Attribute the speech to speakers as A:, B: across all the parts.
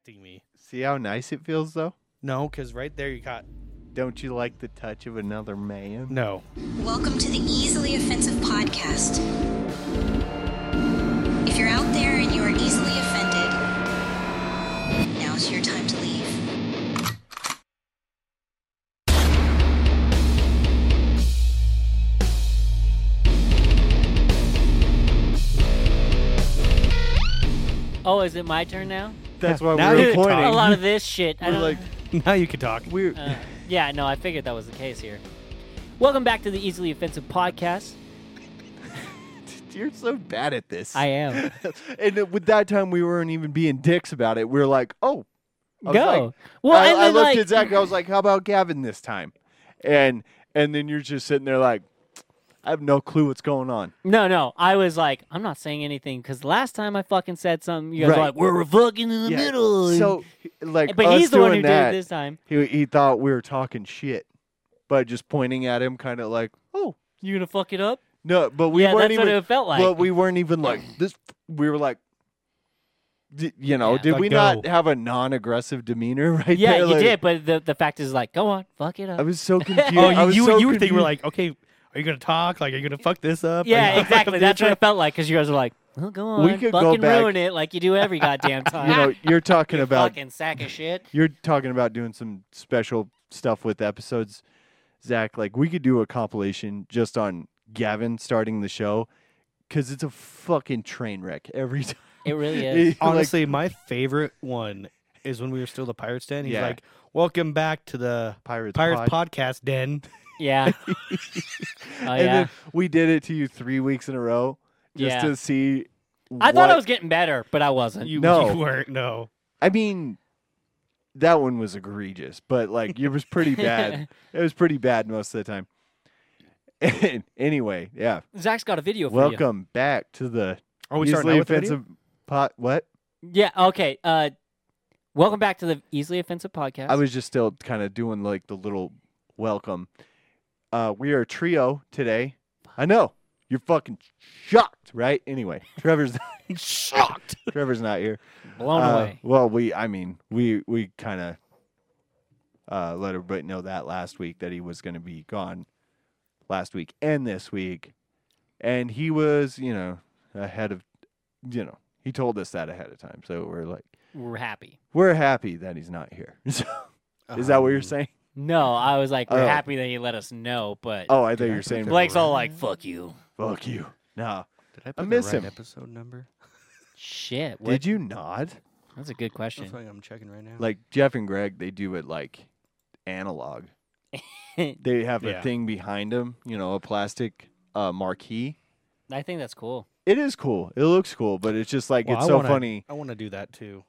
A: protecting me.
B: See how nice it feels, though?
A: No, because right there you got
B: Don't you like the touch of another man?
A: no.
C: Welcome to the Easily Offensive Podcast. If you're out there and you are easily offended, now's your time to leave.
D: Oh, is it my turn now?
B: That's why
A: Now
B: we
A: you
B: were
A: can
B: pointing.
D: A lot of this shit. I
B: We're
D: don't
B: like,
A: Now you can talk.
B: we're
D: Uh, yeah, no, I figured that was the case here. Welcome back to the Easily Offensive Podcast.
B: you're so bad at this.
D: I am.
B: and it- with that time, we weren't even being dicks about it. We were like, oh, I
D: Go.
B: was like-
D: well,
B: I,
D: and
B: I
D: then,
B: looked
D: like,
B: at Zach. I was like, "How about Gavin this time?" And and then you're just sitting there like, "I have no clue what's going on."
D: no, no, I was like, I'm not saying anything because last time I fucking said something, you guys were
B: Right.
D: like, we're fucking in the
B: Yeah.
D: middle. and-
B: So he- like,
D: but
B: us
D: he's the one
B: doing
D: who
B: that,
D: did it this time.
B: He he thought we were talking shit by just pointing at him, kind of like, "Oh
D: You gonna fuck it up?
B: no," but we
D: yeah,
B: weren't
D: that's
B: even.
D: what it felt like.
B: But we weren't even like this. We were like. d- You know,
D: Yeah.
B: did
A: Like,
B: we not
A: go.
B: have a non-aggressive demeanor right
D: yeah,
B: there?
D: you
B: Like,
D: did. But the, the fact is, like, go on, fuck it up.
B: I was so confused.
A: oh,
B: I
A: you
B: was
A: you,
B: so
A: you would think we're
B: confused.
A: like, okay, are you gonna talk? Like, are you gonna fuck this up? Are you
D: yeah,
A: gonna fuck up
D: exactly.
A: this
D: That's what
A: up?
D: it felt like because you guys were like, well, go on,
B: We could go
D: fucking
B: back-
D: ruin it like you do every goddamn time.
B: you know, you're talking about
D: fucking sack of shit.
B: You're talking about doing some special stuff with episodes, Zach. Like we could do a compilation just on Gavin starting the show because it's a fucking train wreck every time.
D: It really is.
B: Like,
A: Honestly, my favorite one is when we were still the Pirates Den. He's
B: Yeah.
A: like, "Welcome back to the
B: Pirates,
A: Pirates
B: Pod.
A: Podcast Den."
D: Yeah. oh
B: and
D: yeah.
B: then we did it to you three weeks in a row just
D: Yeah.
B: to see.
D: I thought I
B: what-
D: was getting better, but I wasn't.
A: You,
B: No.
A: you weren't. No,
B: I mean, that one was egregious, but like it was pretty bad. it was pretty bad most of the time. And anyway, yeah.
D: Zach's got a video for you.
B: Welcome back to the
A: are we starting
B: easily
A: out with the video?
B: offensive pot. What?
D: Yeah. Okay. Uh, welcome back to the Easily Offensive Podcast.
B: I was just still kind of doing like the little welcome. Uh, we are a trio today. I know you're fucking shocked, right? Anyway, Trevor's
A: shocked.
B: Trevor's not here.
D: blown
B: Uh,
D: away.
B: Well, we I mean we we kind of uh, let everybody know that last week that he was going to be gone last week and this week, and he was you know ahead of you know he told us that ahead of time, so we're like
D: We're happy.
B: we're happy that he's not here. So, is that what you're
A: Um,
B: saying?
D: No, I was like, we're
B: Oh.
D: happy that he let us know, but
B: Oh, I thought
A: Dude,
B: you
A: I
B: were
A: thought
B: saying
A: they
D: Blake's
A: were-
D: all like, "Fuck you."
B: Fuck you. No.
A: Did I, put
B: miss
A: the right
B: him.
A: Episode number.
D: Shit. What?
B: Did you not?
D: That's a good
A: That's
D: question.
A: why I'm checking right now.
B: Like Jeff and Greg, they do it like analog. They have a
A: Yeah.
B: thing behind them, you know, a plastic uh, marquee.
D: I think that's cool.
B: It is cool. It looks cool, but it's just like
A: Well,
B: it's
A: I
B: so
A: wanna-
B: funny.
A: I want to do that too.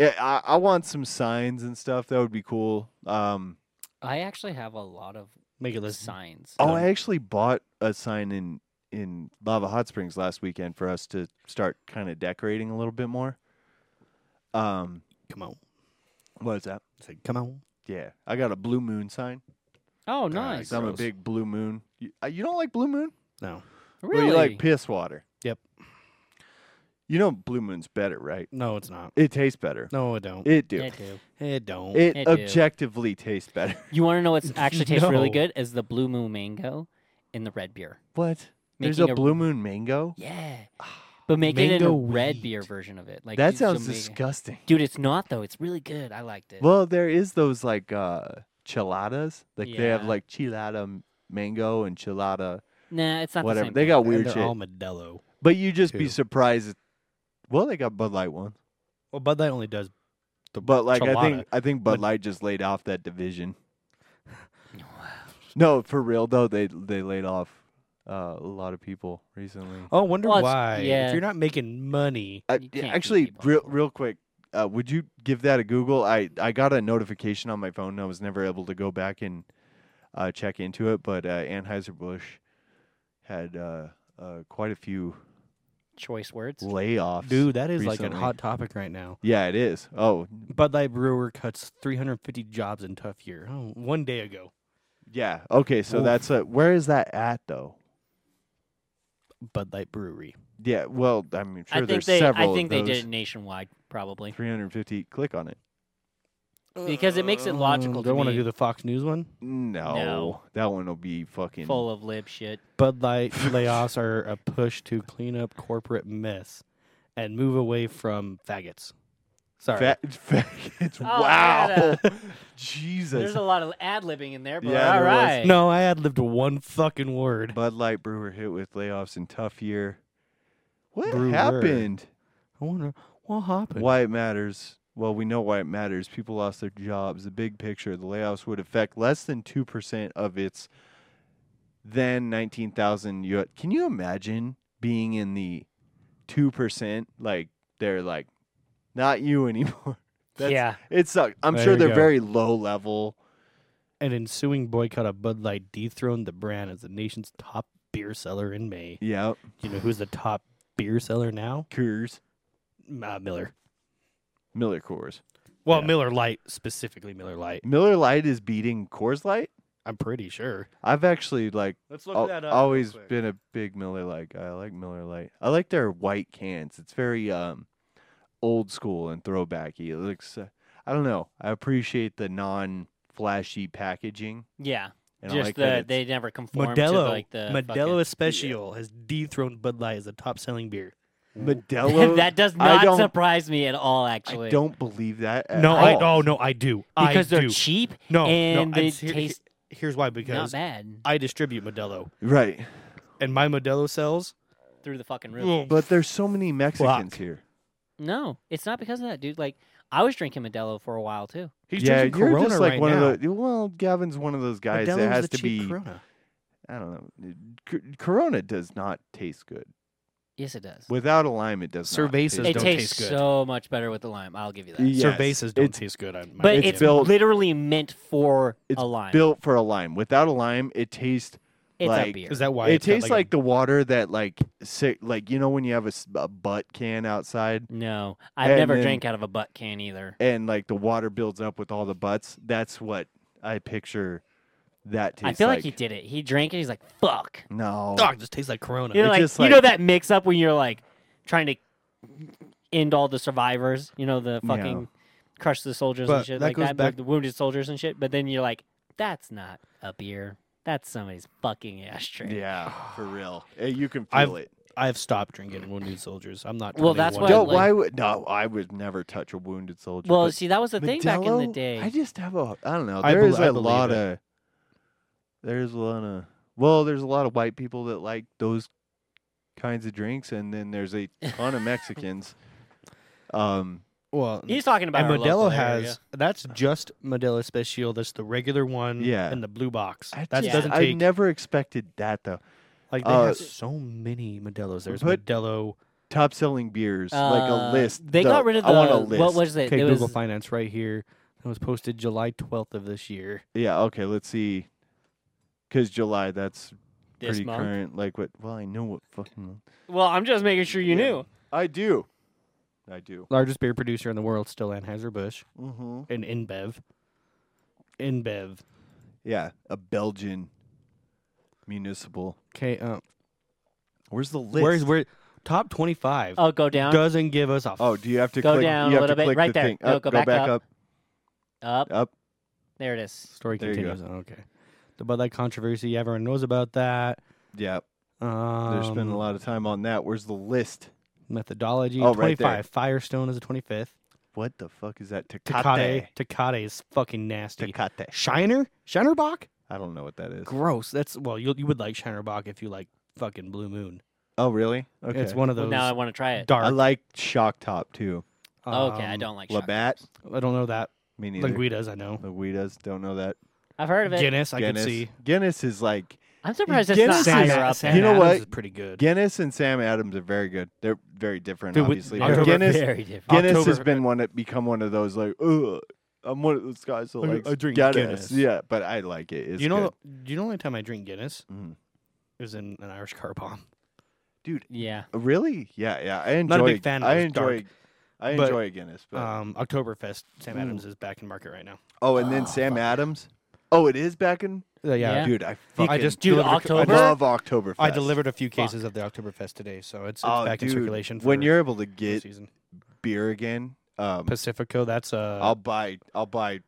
B: Yeah, I, I want some signs and stuff. That would be cool. Um,
D: I actually have a lot of
A: Make it listen.
D: signs.
B: oh,
A: Um,
B: I actually bought a sign in in Lava Hot Springs last weekend for us to start kind of decorating a little bit more. Um,
A: Come on.
B: what is that?
A: Say, come on.
B: Yeah, I got a blue moon sign.
D: Oh,
A: nice.
D: nice.
B: 'cause I'm a
A: Gross.
B: big blue moon. You, uh, you don't like blue moon?
A: No.
D: really?
B: Well, you like piss water.
A: Yep.
B: You know Blue Moon's better, right?
A: No, it's not.
B: It tastes better.
A: No, it don't.
B: It do.
D: Yeah, I
B: It,
D: do.
A: It don't.
D: It do.
B: objectively tastes better.
D: You want to know what's actually tastes really
A: No.
D: good? Is the Blue Moon Mango and the red beer.
B: What? There's a,
D: Making a-
B: Blue Moon mango?
D: Yeah. But make it in a
A: Mango
D: red
A: wheat.
D: beer version of it. Like
B: that
D: do some
B: sounds
D: ma-
B: disgusting.
D: Dude, it's not though. It's really good. I liked it.
B: Well, there is those like uh chiladas. Like they have
D: Yeah.
B: like chilada m- mango and chilada
D: nah, it's not the
B: whatever.
D: same
B: They
D: thing.
B: got
A: And
B: weird
A: they're
B: shit.
A: all Modelo.
B: but you just be
A: too.
B: surprised. Well, they got Bud Light one.
A: Well, Bud Light only does. The
B: But like I
A: Chelada.
B: think I think Bud
A: But-
B: Light just laid off that division. No, for real though, they they laid off uh, a lot of people recently.
A: Oh, wonder
D: Well, it's-
A: why.
D: yeah.
A: If you're not making money,
B: Uh,
D: You
B: yeah,
D: can't keep
B: actually,
D: people on
B: real
D: board.
B: real quick, uh, would you give that a Google? I I got a notification on my phone. and I was never able to go back and uh, check into it, but uh, Anheuser Busch had uh, uh, quite a few
D: Choice words.
B: layoffs.
A: dude, that is like
B: recently.
A: a hot topic right now.
B: Yeah, it is. Oh,
A: Bud Light brewer cuts 350 jobs in tough year. Oh, one day ago,
B: yeah. Okay, so
A: Oof.
B: that's a. Where is that at though?
A: Bud Light Brewery.
B: Yeah, well, I'm sure
D: I think
B: there's
D: they.
B: several.
D: I think
B: of
D: they did
B: those.
D: it nationwide, probably.
B: 350. Click on it.
D: Because it makes it
B: Um, Mm,
D: logical
A: Don't
D: to
A: wanna
D: me.
A: do the Fox News one.
B: No,
D: No.
B: that one will be fucking.
D: Full of lib shit.
A: Bud Light layoffs are a push to clean up corporate mess and move away from faggots. Sorry.
B: Fat, faggots.
D: Oh,
B: wow.
D: yeah,
B: Jesus.
D: There's a lot of ad libbing in there, but
B: Yeah,
D: all
B: there was.
D: right.
A: no, I had lived one fucking word.
B: Bud Light Brewer hit with layoffs in tough year. What
A: Brewer.
B: happened?
A: I wonder what happened.
B: Why it matters. Well, we know why it matters. People lost their jobs. The big picture, the layoffs would affect less than 2% of its then 19,000. U- Can you imagine being in the 2%? Like, they're like, not you anymore. That's-
D: yeah.
B: It sucks. I'm
A: There
B: sure
A: you
B: they're
A: go.
B: very low level.
A: An ensuing boycott of Bud Light dethroned the brand as the nation's top beer seller in May.
B: Yep.
A: Do you know who's the top beer seller now?
B: Coors.
A: Uh, Miller.
B: Miller Coors.
A: Well,
B: Yeah.
A: Miller Light, specifically Miller Light.
B: Miller Light is beating Coors Light?
A: I'm pretty sure.
B: I've actually, like,
A: Let's look
B: Al- always been a big Miller Lite guy. I like Miller Lite. I like their white cans. It's very um old school and throwbacky. It looks. Uh, I don't know. I appreciate the non flashy packaging.
D: Yeah.
B: And I
D: Just
B: like
D: the
B: that
D: they
B: it's-
D: never conform to
A: Modelo,
D: like the
A: Modelo Especial has dethroned Bud Light as the top selling beer.
B: Modelo.
D: fucking... that does
B: I
D: not
B: don't-
D: surprise me at all. Actually,
B: I don't believe that. At
A: No,
B: all.
A: I oh no, I do.
D: because
A: I
D: they're
A: do.
D: cheap
A: no,
D: and
A: no,
D: they
A: it's- here-
D: taste
A: Here's why
D: not
A: because
D: bad
A: I distribute Modelo
B: Right,
A: and my Modelo sells.
D: through the fucking roof.
A: Ugh.
B: but there's so many Mexicans here.
D: No, it's not because of that, dude. Like I was drinking Modelo for a while too.
A: He's
B: yeah,
A: drinking
B: you're
A: Corona
B: just like
A: right
B: one
A: now.
B: of the. Well, Gavin's one of those guys
A: Modelo's
B: that has
A: the
B: to
A: cheap
B: be.
A: Corona.
B: I don't know. C- Corona does not taste good
D: Yes, it does.
B: without a lime. It does. not taste
A: Cervezas
D: it
A: don't
B: good.
D: tastes
A: taste good.
D: so much better with the lime. I'll give you that.
B: Yes,
A: Cervezas don't
B: it's-
A: taste good. I,
D: But
B: It's
D: it's,
B: built-
D: literally meant for
B: It's
D: a lime.
B: built for a lime. Without a lime, it tastes
D: it's a
B: like-
D: beer.
A: is that why
B: it
A: it's got,
B: tastes like,
A: a-
B: the water that like sick like you know when you have a, s- a butt can outside
D: No, I've
B: And
D: never
B: then-
D: drank out of a butt can either.
B: and like the water builds up with all the butts. That's what I picture that tastes
D: I feel like, he did it. He drank it. He's like, "Fuck."
B: No.
A: Dog, this tastes like Corona.
D: You know,
B: It
D: like,
B: just,
D: you know
B: like-
D: that mix up when you're like trying to end all the survivors. You know the
B: Yeah.
D: fucking crush the soldiers
A: But
D: and shit
A: that
D: like
A: goes
D: that,
A: back-
D: the wounded soldiers and shit. But then you're like, "That's not a beer. That's somebody's fucking ashtray."
B: Yeah, for real. Eh, You can feel
A: I've-
B: it.
A: I've stopped drinking Wounded Soldiers. I'm not.
D: Well, that's
A: 21.
D: But, why-
B: No, why
D: like-
B: would no? I would never touch a wounded soldier.
D: Well,
B: but
D: see, that was the thing back in the
B: Modelo,
D: day.
B: I just have a. I don't know.
A: I
B: There is
A: bel- I
B: a
A: believe
B: lot
A: it.
B: of. There's a lot of. Well, there's a lot of white people that like those kinds of drinks, and then there's a ton of Mexicans. Um,
A: Well,
D: He's talking about
A: and
D: our local
A: Modelo has
D: area.
A: that's just Modelo Especial. That's the regular one.
B: Yeah.
A: in the blue box.
B: I
A: That
B: just-
A: doesn't
B: I
A: take
B: never expected that though.
A: like they
B: uh,
A: have so many Modelos. There's
B: put-
A: Modelo.
B: Top selling beers, like
D: Uh,
B: a list.
D: They
B: The-
D: got rid of the
B: I want a list.
D: what was it?
A: Okay,
D: it
A: Google
D: was,
A: Finance right here. That was posted July 12th of this year.
B: Yeah. Okay. Let's see. Because July, that's
D: This
B: pretty
D: month?
B: current. Like what? Well, I know what fucking. month.
D: Well, I'm just making sure you
B: Yeah.
D: knew.
B: I do. I do.
A: Largest beer producer in the world, still Anheuser Busch
B: Mm-hmm.
A: and InBev. InBev.
B: Yeah, a Belgian municipal.
A: Okay, uh,
B: Where's the list?
A: where's where? Top 25
D: Oh, go down,
A: doesn't give us a
B: Oh, do you have to
D: Go
B: click?
D: down
B: you have
D: a
B: to
D: little bit,
B: click
D: right
B: the
D: there.
B: Thing.
D: No,
B: up,
D: go back up. up.
B: up.
D: There it is.
A: Story
B: There you go.
A: continues. on. Okay. The Bud Light controversy, everyone knows about that.
B: Yeah,
A: Um,
B: there's been a lot of time on that. Where's the list?
A: Methodology.
B: Oh, right
A: 25.
B: there.
A: Firestone is the 25th.
B: What the fuck is that?
A: Takate.
B: Tecate.
A: Takate is fucking nasty.
B: Tecate.
A: Shiner? Shinerbach?
B: I don't know what that is.
A: Gross. That's, well, you, you would like Shinerbach if you like fucking Blue Moon.
B: Oh, really? Okay.
A: It's one of
D: Well,
A: those
D: now I want to try it.
A: dark.
B: I like Shock Top too.
D: okay, I
A: um,
D: don't like. Shot.
B: Labatt.
A: I don't know that.
B: Me neither.
A: Linguidas, I know.
B: Linguidas. Don't know that.
D: I've heard of it.
A: Guinness, I could
B: Guinness.
A: see.
B: Guinness is like
D: I'm surprised it's
B: Guinness
D: not
B: is-
D: higher up.
A: Sam
B: You know
A: Adams
B: what?
A: is pretty good.
B: Guinness and Sam Adams are very good. They're very different,
A: Dude, with-
B: obviously.
A: October-
B: But Guinness,
D: very different.
B: Guinness has
A: October-
B: been one that become one of those like, ugh, I'm one of those guys that
A: I-
B: likes
A: I drink
B: Guinness.
A: Guinness.
B: Yeah, but I like it. It's
A: Do you know?
B: good.
A: Do you know the only time I drink Guinness
B: Mhm.
A: is in an Irish car bomb.
B: dude,
D: Yeah,
B: really? Yeah, yeah. I enjoy.
A: Not a big fan of
B: I
A: those
B: enjoy.
A: dark,
B: I
A: but, uh,
B: enjoy Guinness. But,
A: Um, Oktoberfest. Sam
B: Mm.
A: Adams is back in market right now.
B: oh, and then
D: oh,
B: Sam
D: fuck.
B: Adams. Oh, it is back in.
A: Uh, yeah.
D: Yeah.
B: Dude, I
A: I
B: fucking
A: just
D: Dude,
A: delivered-
B: I
D: October?
B: love Oktoberfest.
A: I delivered a few
D: Fuck.
A: cases of the Oktoberfest today, so it's, it's
B: Oh,
A: back
B: dude,
A: in circulation. For
B: when you're able to
A: the
B: get
A: season.
B: beer again, um,
A: Pacifico, that's a
B: I'll buy. I'll buy.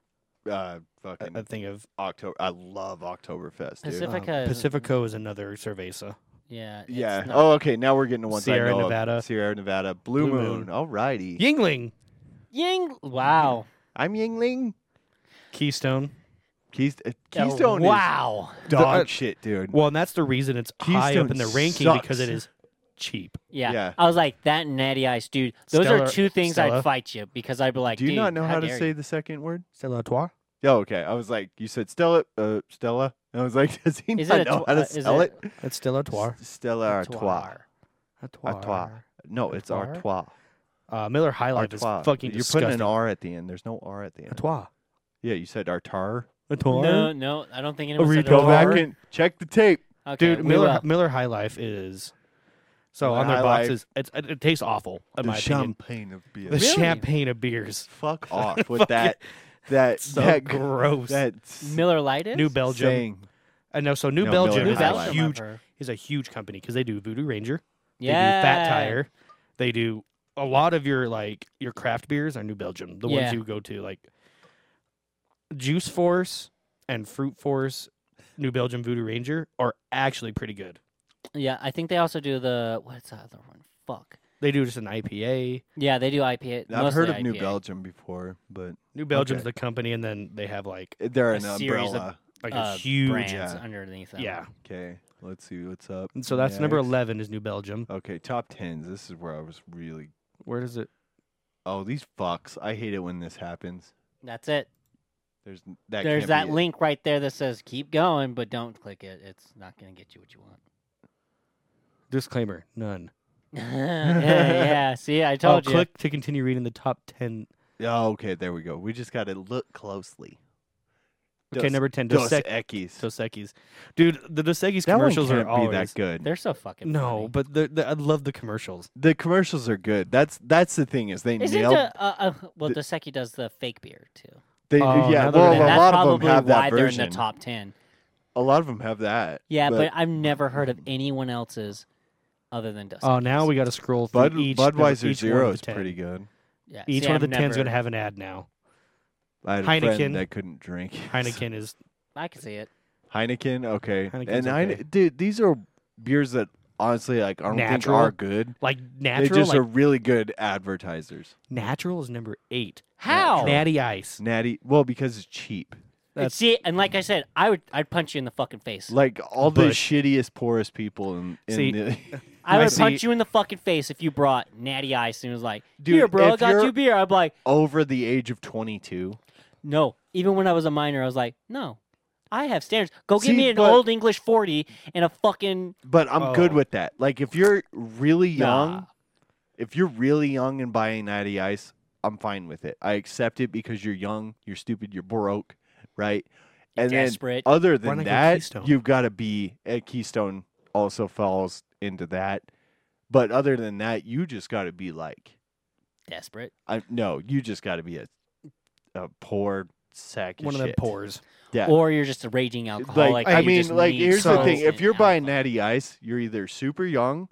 B: Uh, fucking
A: a thing of
B: October. I love Oktoberfest, dude.
D: Pacific-
A: uh,
D: Pacifica is-
A: Pacifico is another cerveza.
D: Yeah. it's
B: yeah.
D: not-
B: Oh, okay. Now we're getting to one
A: Sierra
B: I know of.
A: Nevada.
B: Sierra Nevada. Blue,
A: Blue
B: Moon.
A: Moon.
B: Alrighty.
A: Yingling,
D: Ying. Wow.
B: I'm Yingling.
A: Keystone.
B: Keystone.
D: Yeah,
B: Keystone
D: Wow.
B: is dog
A: The- uh,
B: shit, dude.
A: Well, and that's the reason it's high up
B: Keystone
A: in the ranking because it
B: sucks.
A: is cheap.
D: Yeah.
B: Yeah.
D: I was like that and Natty Ice, dude. Those are
A: Stella-
D: two things
A: Stella.
D: I'd fight you because I'd be like,
B: Do you
D: dude,
B: not know how, to
D: dare
B: say
D: you.
B: the second word?
A: Stella Artois?
B: Oh, okay. I was like, you said Stella. Uh, Stella. And I was like, does he
D: Is
B: not
D: it a
B: know
D: tw-
B: how to
D: uh, is
B: spell
D: it-
B: it?
A: It's Stella Artois.
B: S- Stella Artois. Artois. No, it's
A: Artois?
B: Artois.
A: Uh, Miller High Life is
B: Artois.
A: fucking
B: You're
A: disgusting.
B: putting an R at the end. There's no R at the end.
A: Artois.
B: Yeah, you said Artar.
A: Artois?
D: No, no, I don't think anyone said
A: retard.
B: Go
A: Artar?
D: that.
B: back and check the tape.
D: Okay,
A: Dude,
D: we
A: Miller
D: will.
A: Miller High Life is so
B: Miller
A: on their
B: High Life.
A: boxes. It's, it, it tastes awful, in my opinion.
B: champagne of beer.
A: The
D: Really?
A: champagne of beers.
B: Fuck off with that. That
A: So
B: that
A: gross.
B: That
D: Miller Light is?
A: New Belgium.
B: saying.
A: I know. So New
B: No,
A: Belgium
B: Miller
D: New
A: is
B: High
A: a
B: Life.
D: Belgium. I've
A: huge
D: heard.
A: is a huge company because they do Voodoo Ranger. They
D: Yeah.
A: do Fat Tire. They do a lot of your like your craft beers are New Belgium. The
D: Yeah.
A: ones you go to like Juice Force and Fruit Force, New Belgium Voodoo Ranger are actually pretty good.
D: Yeah, I think they also do the what's the other one? Fuck.
A: They do just an IPA.
D: Yeah, they do IPA.
B: I've heard of
D: mostly
B: New
D: IPA.
B: Belgium before, but
A: New Belgium's the company, and then they have like
B: they're
D: A
B: an
D: series of-
B: umbrella.
A: like
D: uh,
A: a huge
D: brands
B: yeah.
D: underneath them.
A: yeah.
B: Okay, let's see what's up.
A: And so that's number
B: next.
A: eleven is New Belgium.
B: Okay, top tens. This is where I was really.
A: Where does it?
B: Oh, these fucks! I hate it when this happens.
D: that's it.
B: There's n- that.
D: There's
B: can't
D: that
B: be it.
D: link right there that says keep going, but don't click it. It's not going to get you what you want.
A: Disclaimer: None.
D: yeah, yeah, see, I told
A: oh,
D: you.
A: click to continue reading the top ten.
B: Oh, okay, there we go. We just got to look closely.
A: Okay,
B: Dos-
A: number ten.
B: Dos
A: Dos,
B: Equis.
A: Dos Equis. dude. The Dos Equis
B: That one
A: commercials are
B: can't be
A: always
B: that good.
D: They're so fucking
A: no, but the, the, I love the commercials.
B: The commercials are good. That's that's the thing is they
D: Funny. Isn't
B: nailed.
D: the, uh, uh, well,
B: the-
D: Daseki does the fake beer too.
B: They,
A: Oh,
B: yeah,
A: now they're
B: well,
A: in
D: and
A: it.
B: a
D: that's
B: lot
D: probably
B: of them have
D: why
B: that
D: they're
B: version.
D: in the top 10.
B: A lot of them have that.
D: Yeah, but, I've never heard of anyone else's other than Daseki.
A: Oh, now we got to scroll through
B: Bud,
A: each.
B: Budweiser
A: each one of
B: Zero
A: the
B: is
A: 10.
B: pretty good.
D: Yeah,
A: Each
D: see,
A: one of the
D: I've
A: ten is
D: never-
A: gonna have an ad now.
B: I had a friend
A: Heineken.
B: that couldn't drink.
A: Heineken is
D: I can see it.
B: Heineken, okay.
A: Heineken's
B: and Heine-
A: okay.
B: dude, these are beers that honestly, like, I don't
A: Natural.
B: think are good.
A: like
B: they
A: natural.
B: just
A: like,
B: are really good advertisers.
A: natural is number eight.
D: How?
A: Natty Ice.
B: Natty, well, because it's cheap.
A: That's-
D: see, and like I said, I would, I'd punch you in the fucking face.
B: Like all
A: Bush.
B: the shittiest, poorest people in, in
A: See,
B: the.
D: I
A: I
D: would
A: see-
D: punch you in the fucking face if you brought Natty Ice and was like,
B: Dude,
D: "Here, bro, I
B: if
D: got
B: you're-
D: you beer." I'd be like,
B: over the age of 22.
D: "No." Even when I was a minor, I was like, "No, I have standards. Go
B: See,
D: give me an
B: but-
D: old English forty and a fucking
B: But I'm good
A: Oh.
B: with that. Like, if you're really young,
D: Nah.
B: if you're really young and buying Natty Ice, I'm fine with it. I accept it because you're young, you're stupid, you're broke, right? And
D: Desperate.
B: then, other
A: not
B: than
A: go
B: that,
A: Keystone?
B: you've got to be at Keystone also falls into that. But other than that, you just got to be like,
D: desperate."
B: I no, you just got to be a a poor sack of
A: One of them
B: shit.
A: poors.
B: Yeah.
D: Or you're just a raging alcoholic.
B: like
D: and
B: I
D: you
B: mean,
D: just
B: like
D: need
B: here's the
A: some
B: thing:
D: constant
B: if you're buying
D: alcohol.
B: Natty Ice, you're either super young,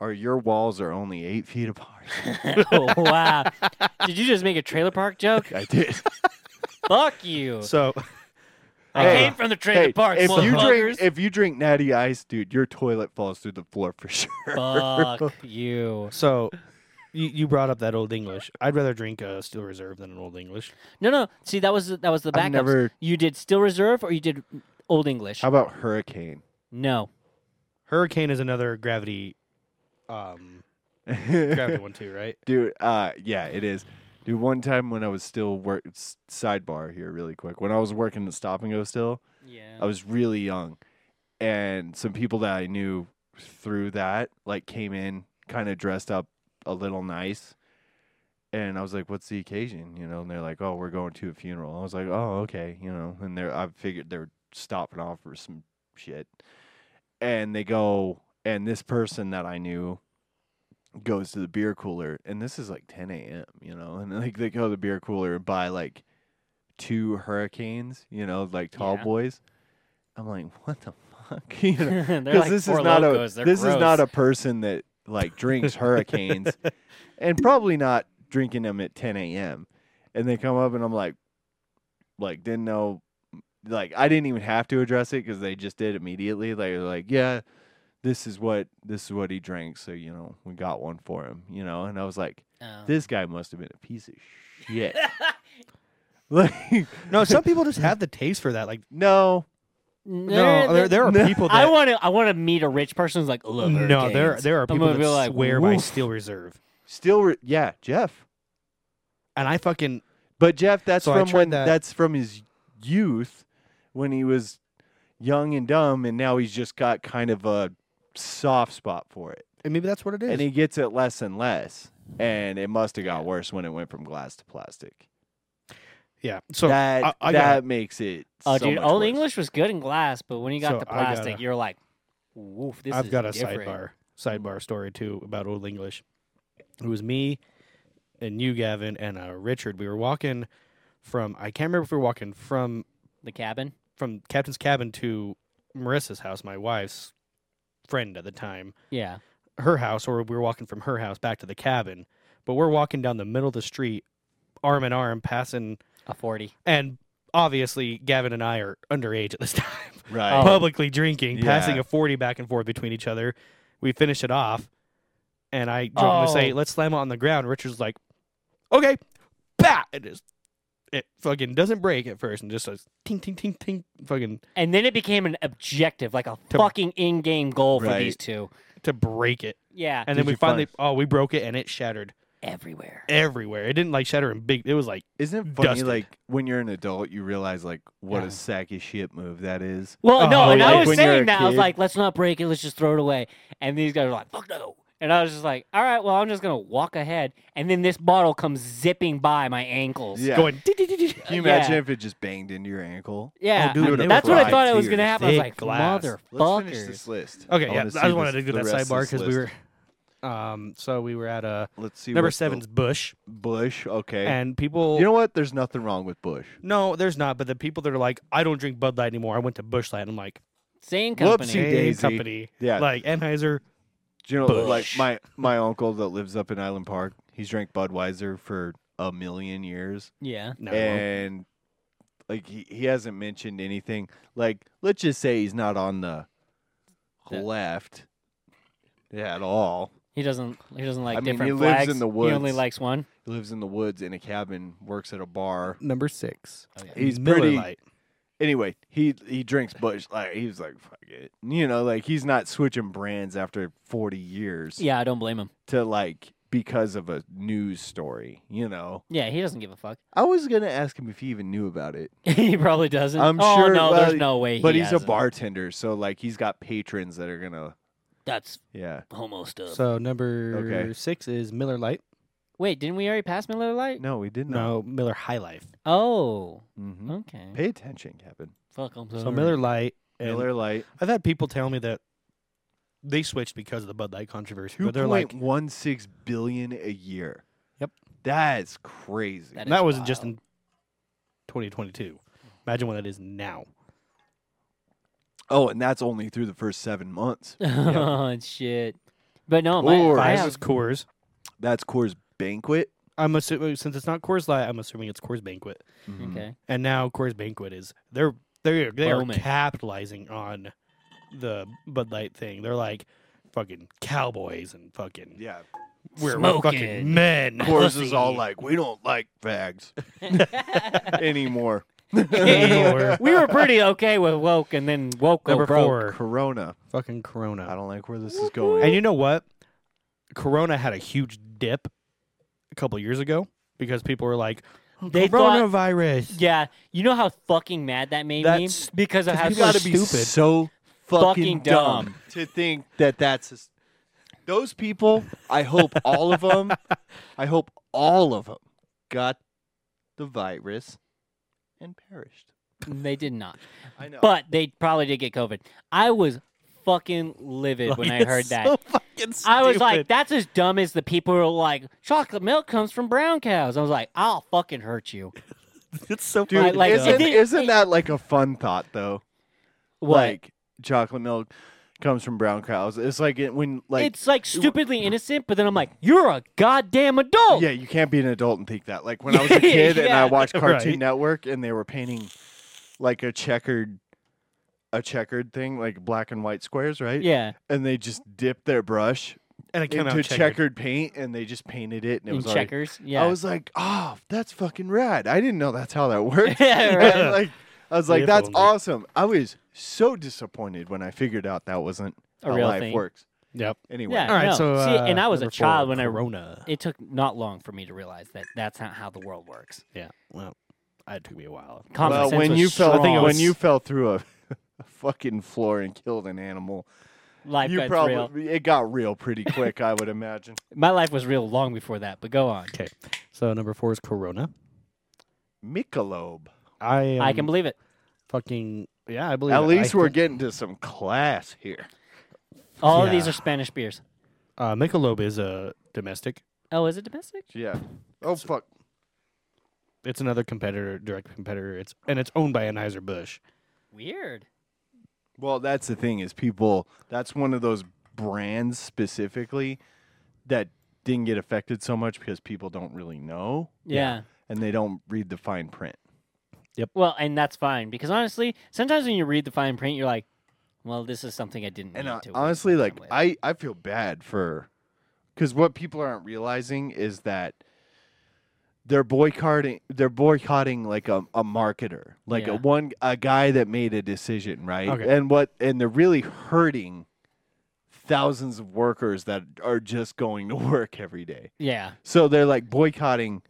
B: or your walls are only eight feet apart.
D: oh, wow! Did you just make a trailer park joke?
B: I did.
D: Fuck you!
A: So
D: I
B: Hey,
D: came from the trailer
B: Hey,
D: park.
B: if you
D: motherfuckers.
B: drink if you drink Natty Ice, dude, your toilet falls through the floor for sure.
D: fuck you.
A: so. You, you brought up that old English. I'd rather drink a Steel Reserve than an old English.
D: No, no. See, that was that was the
B: I've
D: backup.
B: never.
D: You did still reserve or you did old English?
B: How Oh, about Hurricane?
D: no.
A: Hurricane is another gravity, um, gravity one too, right?
B: dude uh yeah it is dude one time when i was still work s- sidebar here really quick when i was working at stop and go still
D: Yeah.
B: i was really young and some people that i knew through that like came in kind of dressed up a little nice and i was like what's the occasion you know and they're like oh we're going to a funeral i was like oh okay you know and they're i figured they're stopping off for some shit and they go and this person that i knew goes to the beer cooler and this is like 10 a.m you know and like they go to the beer cooler and buy like two hurricanes, you know, like tall
D: Yeah.
B: boys. I'm like, what the fuck? you know,
D: They're
B: because
D: like
B: this
D: Four
B: is not
D: Locos,
B: a
D: they're
B: this is not a
D: gross.
B: person that like drinks hurricanes, and probably not drinking them at 10 a.m. And they come up, and I'm like, like didn't know, like I didn't even have to address it because they just did immediately. They were like, yeah, this is what this is what he drank, so you know we got one for him, you know. And I was like,
D: Oh.
B: this guy must have been a piece of shit. like,
A: No, some people just have the taste for that. Like,
B: no,
A: no, there, there are
B: no.
A: people that
D: I want to. I want to meet a rich person who's like, love
A: no, there
D: hurricanes."
A: there are
D: I'm
A: people
D: gonna
A: that
D: be like,
A: swear by
D: "Woof."
A: Steel Reserve,
B: still, re- yeah, Jeff.
A: and I fucking
B: But Jeff, that's
A: So I
B: from
A: tried
B: when
A: that-
B: that's from his youth when he was young and dumb and now he's just got kind of a soft spot for it.
A: and maybe that's what it is.
B: And he gets it less and less. And it must have got worse when it went from glass to plastic.
A: yeah, so
B: that
A: I- I
B: that
A: gotta-
B: makes it
D: Oh,
B: so
D: dude,
B: much
D: old
B: worse.
D: English was good in glass, but when you got
A: So
D: the
A: I gotta-
D: plastic, you're like, woof, this
A: I've
D: is
A: got a
D: different.
A: sidebar sidebar story too about Old English. It was me and you, Gavin, and uh, Richard. We were walking from I can't remember if we were walking from
D: The cabin.
A: from Captain's cabin to Marissa's house, my wife's friend at the time,
D: Yeah.
A: her house, or we were walking from her house back to the cabin. But we're walking down the middle of the street, arm in arm, passing,
D: A forty.
A: and obviously Gavin and I are underage at this time.
B: Right.
D: Oh.
A: publicly drinking, passing
B: Yeah.
A: a 40 back and forth between each other. We finish it off, and I jokingly say,
D: Oh.
A: let's slam it on the ground. Richard's like, okay, bah! It just, it fucking doesn't break at first and just says, ting, ting, ting, ting, fucking
D: And then it became an objective, like a
A: To-
D: fucking in-game goal for
B: Right.
D: these two.
A: to break it.
D: Yeah.
A: And
B: Did
A: then we
B: you find-
A: finally, oh, we broke it and it shattered
D: Everywhere.
A: everywhere. It didn't like shatter in big, it was like,
B: Isn't it funny
A: Dusted.
B: like when you're an adult you realize like what
D: Yeah.
B: a sack of shit move that is?
D: Well, no,
A: Oh,
D: and
A: like
D: I was
B: when you're a
D: saying that I was
B: kid.
D: like, let's not break it, let's just throw it away. And these guys are like, fuck no. And I was just like, all right, well, I'm just gonna walk ahead. And then this bottle comes zipping by my ankles.
B: Yeah.
A: going, "Dee, dee, dee, dee."
B: Can you
D: Uh, yeah.
B: imagine if it just banged into your ankle?
D: Yeah,
A: Oh, dude,
D: I-
A: it would
D: that's what I
A: fry
D: thought it was
B: to
D: gonna
B: your
D: happen. I was
A: thick
D: like,
A: glass.
B: Let's finish
D: motherfuckers.
B: this list.
A: Okay,
B: I
A: yeah,
B: wanna see
A: I just
B: this-
A: wanted to do
B: the
A: that
B: rest of
A: sidebar
B: this
A: because we
B: list.
A: were, um, so we were at a
B: Let's see.
A: number
B: what the
A: seven's Bush,
B: Bush. Okay.
A: and people,
B: you know what? There's nothing wrong with Bush.
A: No, there's not. But the people that are like, I don't drink Bud Light anymore. I went to Bush Light. I'm like,
D: Same
B: Whoopsie
D: company.
A: same
B: Daisy.
A: company.
B: Yeah.
A: Like Anheuser.
B: Do you know, like
A: Bush.
B: my my uncle that lives up in Island Park, he's drank Budweiser for a million years,
D: Yeah.
A: No.
B: and like he, he hasn't mentioned anything. Like let's just say he's not on the
D: The-
B: left at all.
D: He doesn't. He doesn't like
B: I mean, he
D: different
B: lives
D: flags.
B: in the
D: He only
B: woods.
D: likes one.
B: He lives in the woods in a cabin, works at a bar.
A: Number six.
B: He's
A: Miller
B: pretty-
A: Lite.
B: Anyway, he he drinks Bush. Like he was like, fuck it, you know, like he's not switching brands after forty years.
D: Yeah, I don't blame him.
B: to like because of a news story, you know.
D: Yeah, he doesn't give a fuck.
B: I was gonna ask him if he even knew about it,
D: he probably doesn't.
B: I'm
D: oh,
B: sure-
D: No,
B: well,
D: there's no way.
B: but
D: he
B: he's a
D: hasn't.
B: bartender, so like he's got patrons that are gonna,
D: That's
B: yeah.
D: homo stuff.
A: So number
B: Okay.
A: six is Miller Light.
D: Wait, didn't we already pass Miller Lite?
B: No, we didn't.
A: No, Miller High Life.
D: Oh,
B: Mm-hmm.
D: okay.
B: Pay attention, Kevin.
D: Fuck, I'm
A: So
D: sorry.
A: Miller Light. and-
B: Miller Lite,
A: I've had people tell me that they switched because of the Bud Light controversy.
B: two
A: But they're
B: point
A: like,
B: one six billion a year.
A: Yep.
B: that's crazy.
D: That
A: that,
D: is
A: was just
D: wild.
A: in 2022.
B: Mm-hmm.
A: Imagine what that is now.
B: oh, and that's only through the first seven months.
D: oh shit. But no, my,
B: Or-
D: I
A: Five
D: have-
A: is Coors.
B: That's Coors Banquet.
A: I'm assuming since it's not Coors Light, I'm assuming it's Coors Banquet.
B: Mhm.
D: okay.
A: and now Coors Banquet is they're they're they are
D: Booming.
A: capitalizing on the Bud Light thing. They're like fucking cowboys and fucking
B: Yeah.
A: we're, we're
D: Smoking.
A: fucking men.
B: Coors is all
D: Pussy.
B: like, we don't like fags anymore.
A: Anymore.
D: we were pretty okay with woke, and then woke
A: Number
D: go broke.
A: four,
B: Corona.
A: fucking
B: I
A: Corona.
B: don't like where this is going.
A: And you know what? Corona had a huge dip a couple years ago because people were like,
D: They thought-
A: coronavirus.
D: Yeah, you know how fucking mad that made
A: That's-
D: me because of how
A: people are
B: gotta
D: stupid.
B: be
A: stupid.
B: so
D: Fucking
B: fucking dumb,
D: dumb.
B: to think that that's s- those people. I hope all of them. I hope all of them got the virus and perished.
D: They did not.
B: I know,
D: But they probably did get COVID. I was fucking livid
B: Oh,
D: when I
A: Like,
D: heard
A: it's
D: that.
A: so fucking
D: I was like,
A: stupid.
D: that's as dumb as the people who are like, chocolate milk comes from brown cows. I was like, I'll fucking hurt you.
A: it's so
B: Dude,
D: I
A: funny.
D: like-
B: isn't,
D: it.
B: isn't that like a fun thought though?
D: What?
B: Like chocolate milk comes from brown cows. It's like it, when like
D: it's like stupidly innocent, but then I'm like, you're a goddamn adult.
B: yeah, you can't be an adult and think that. Like when I was a kid and I
D: Oh. Yeah.
B: watched Cartoon
A: Right.
B: Network and they were painting like a checkered a checkered thing, like black and white squares, right?
D: Yeah.
B: And they just dipped their brush
A: and it came out
B: into
A: checkered.
B: checkered paint and they just painted it and it
D: In
B: was already-
D: checkers. Yeah.
B: I was like, oh, that's fucking rad. I didn't know that's how that worked.
D: Yeah, right.
B: like I was like,
A: If
B: that's
A: only.
B: awesome. I was so disappointed when I figured out that wasn't
D: A
B: how
D: real
B: life
D: thing.
B: works.
A: Yep.
B: Anyway,
D: Yeah.
A: All right.
D: no.
A: So
D: See, and
A: uh,
D: I was a
A: number
D: child
A: four,
D: when I-
A: Corona.
D: it took not long for me to realize that that's not how the world works.
A: yeah. Well, it took me a while.
D: Common
B: well,
D: sense
B: when
D: was
B: you fell,
D: strong.
B: when you fell through a, a fucking floor and killed an animal,
D: life
B: you
D: got
B: probably
D: real.
B: it got real pretty quick. I would imagine.
D: My life was real long before that, but go on.
A: Okay. So number four is Corona.
B: Michelob.
A: I am
B: Um,
D: I can believe it.
A: fucking yeah. I believe
B: At
A: it.
B: least
A: I
B: we're
A: thi-
B: getting to some class here.
D: All of these
A: Yeah.
D: are Spanish beers.
A: uh, Michelob is a domestic.
D: Oh, is it domestic?
B: Yeah. Oh fuck.
A: It's another competitor, direct competitor. It's and it's owned by Anheuser Busch.
D: Weird.
B: Well, that's the thing is people. That's one of those brands specifically that didn't get affected so much because people don't really know
D: Yeah.
B: and they don't read the fine print.
D: Well, and that's fine because honestly, sometimes when you read the fine print, you're like, well, this is something I didn't
B: And
D: need
B: uh,
D: to. waste
B: honestly,
D: my
B: like
D: time with.
B: I, I feel bad for, because what people aren't realizing is that they're boycotting they're boycotting like a, a marketer like
D: Yeah.
B: a one a guy that made a decision right
A: Okay.
B: and what and they're really hurting thousands of workers that are just going to work every day
D: yeah.
B: So they're like boycotting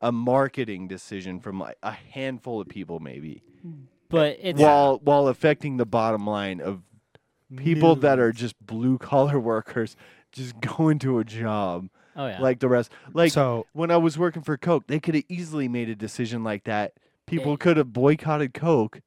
B: a marketing decision from like a handful of people, maybe,
D: But it's
B: while while affecting the bottom line of people that are just blue collar workers, just going to a job
D: oh yeah.
B: like the rest. Like
A: so
B: when I was working for Coke, they could have easily made a decision like that. People
D: Yeah.
B: could have boycotted Coke,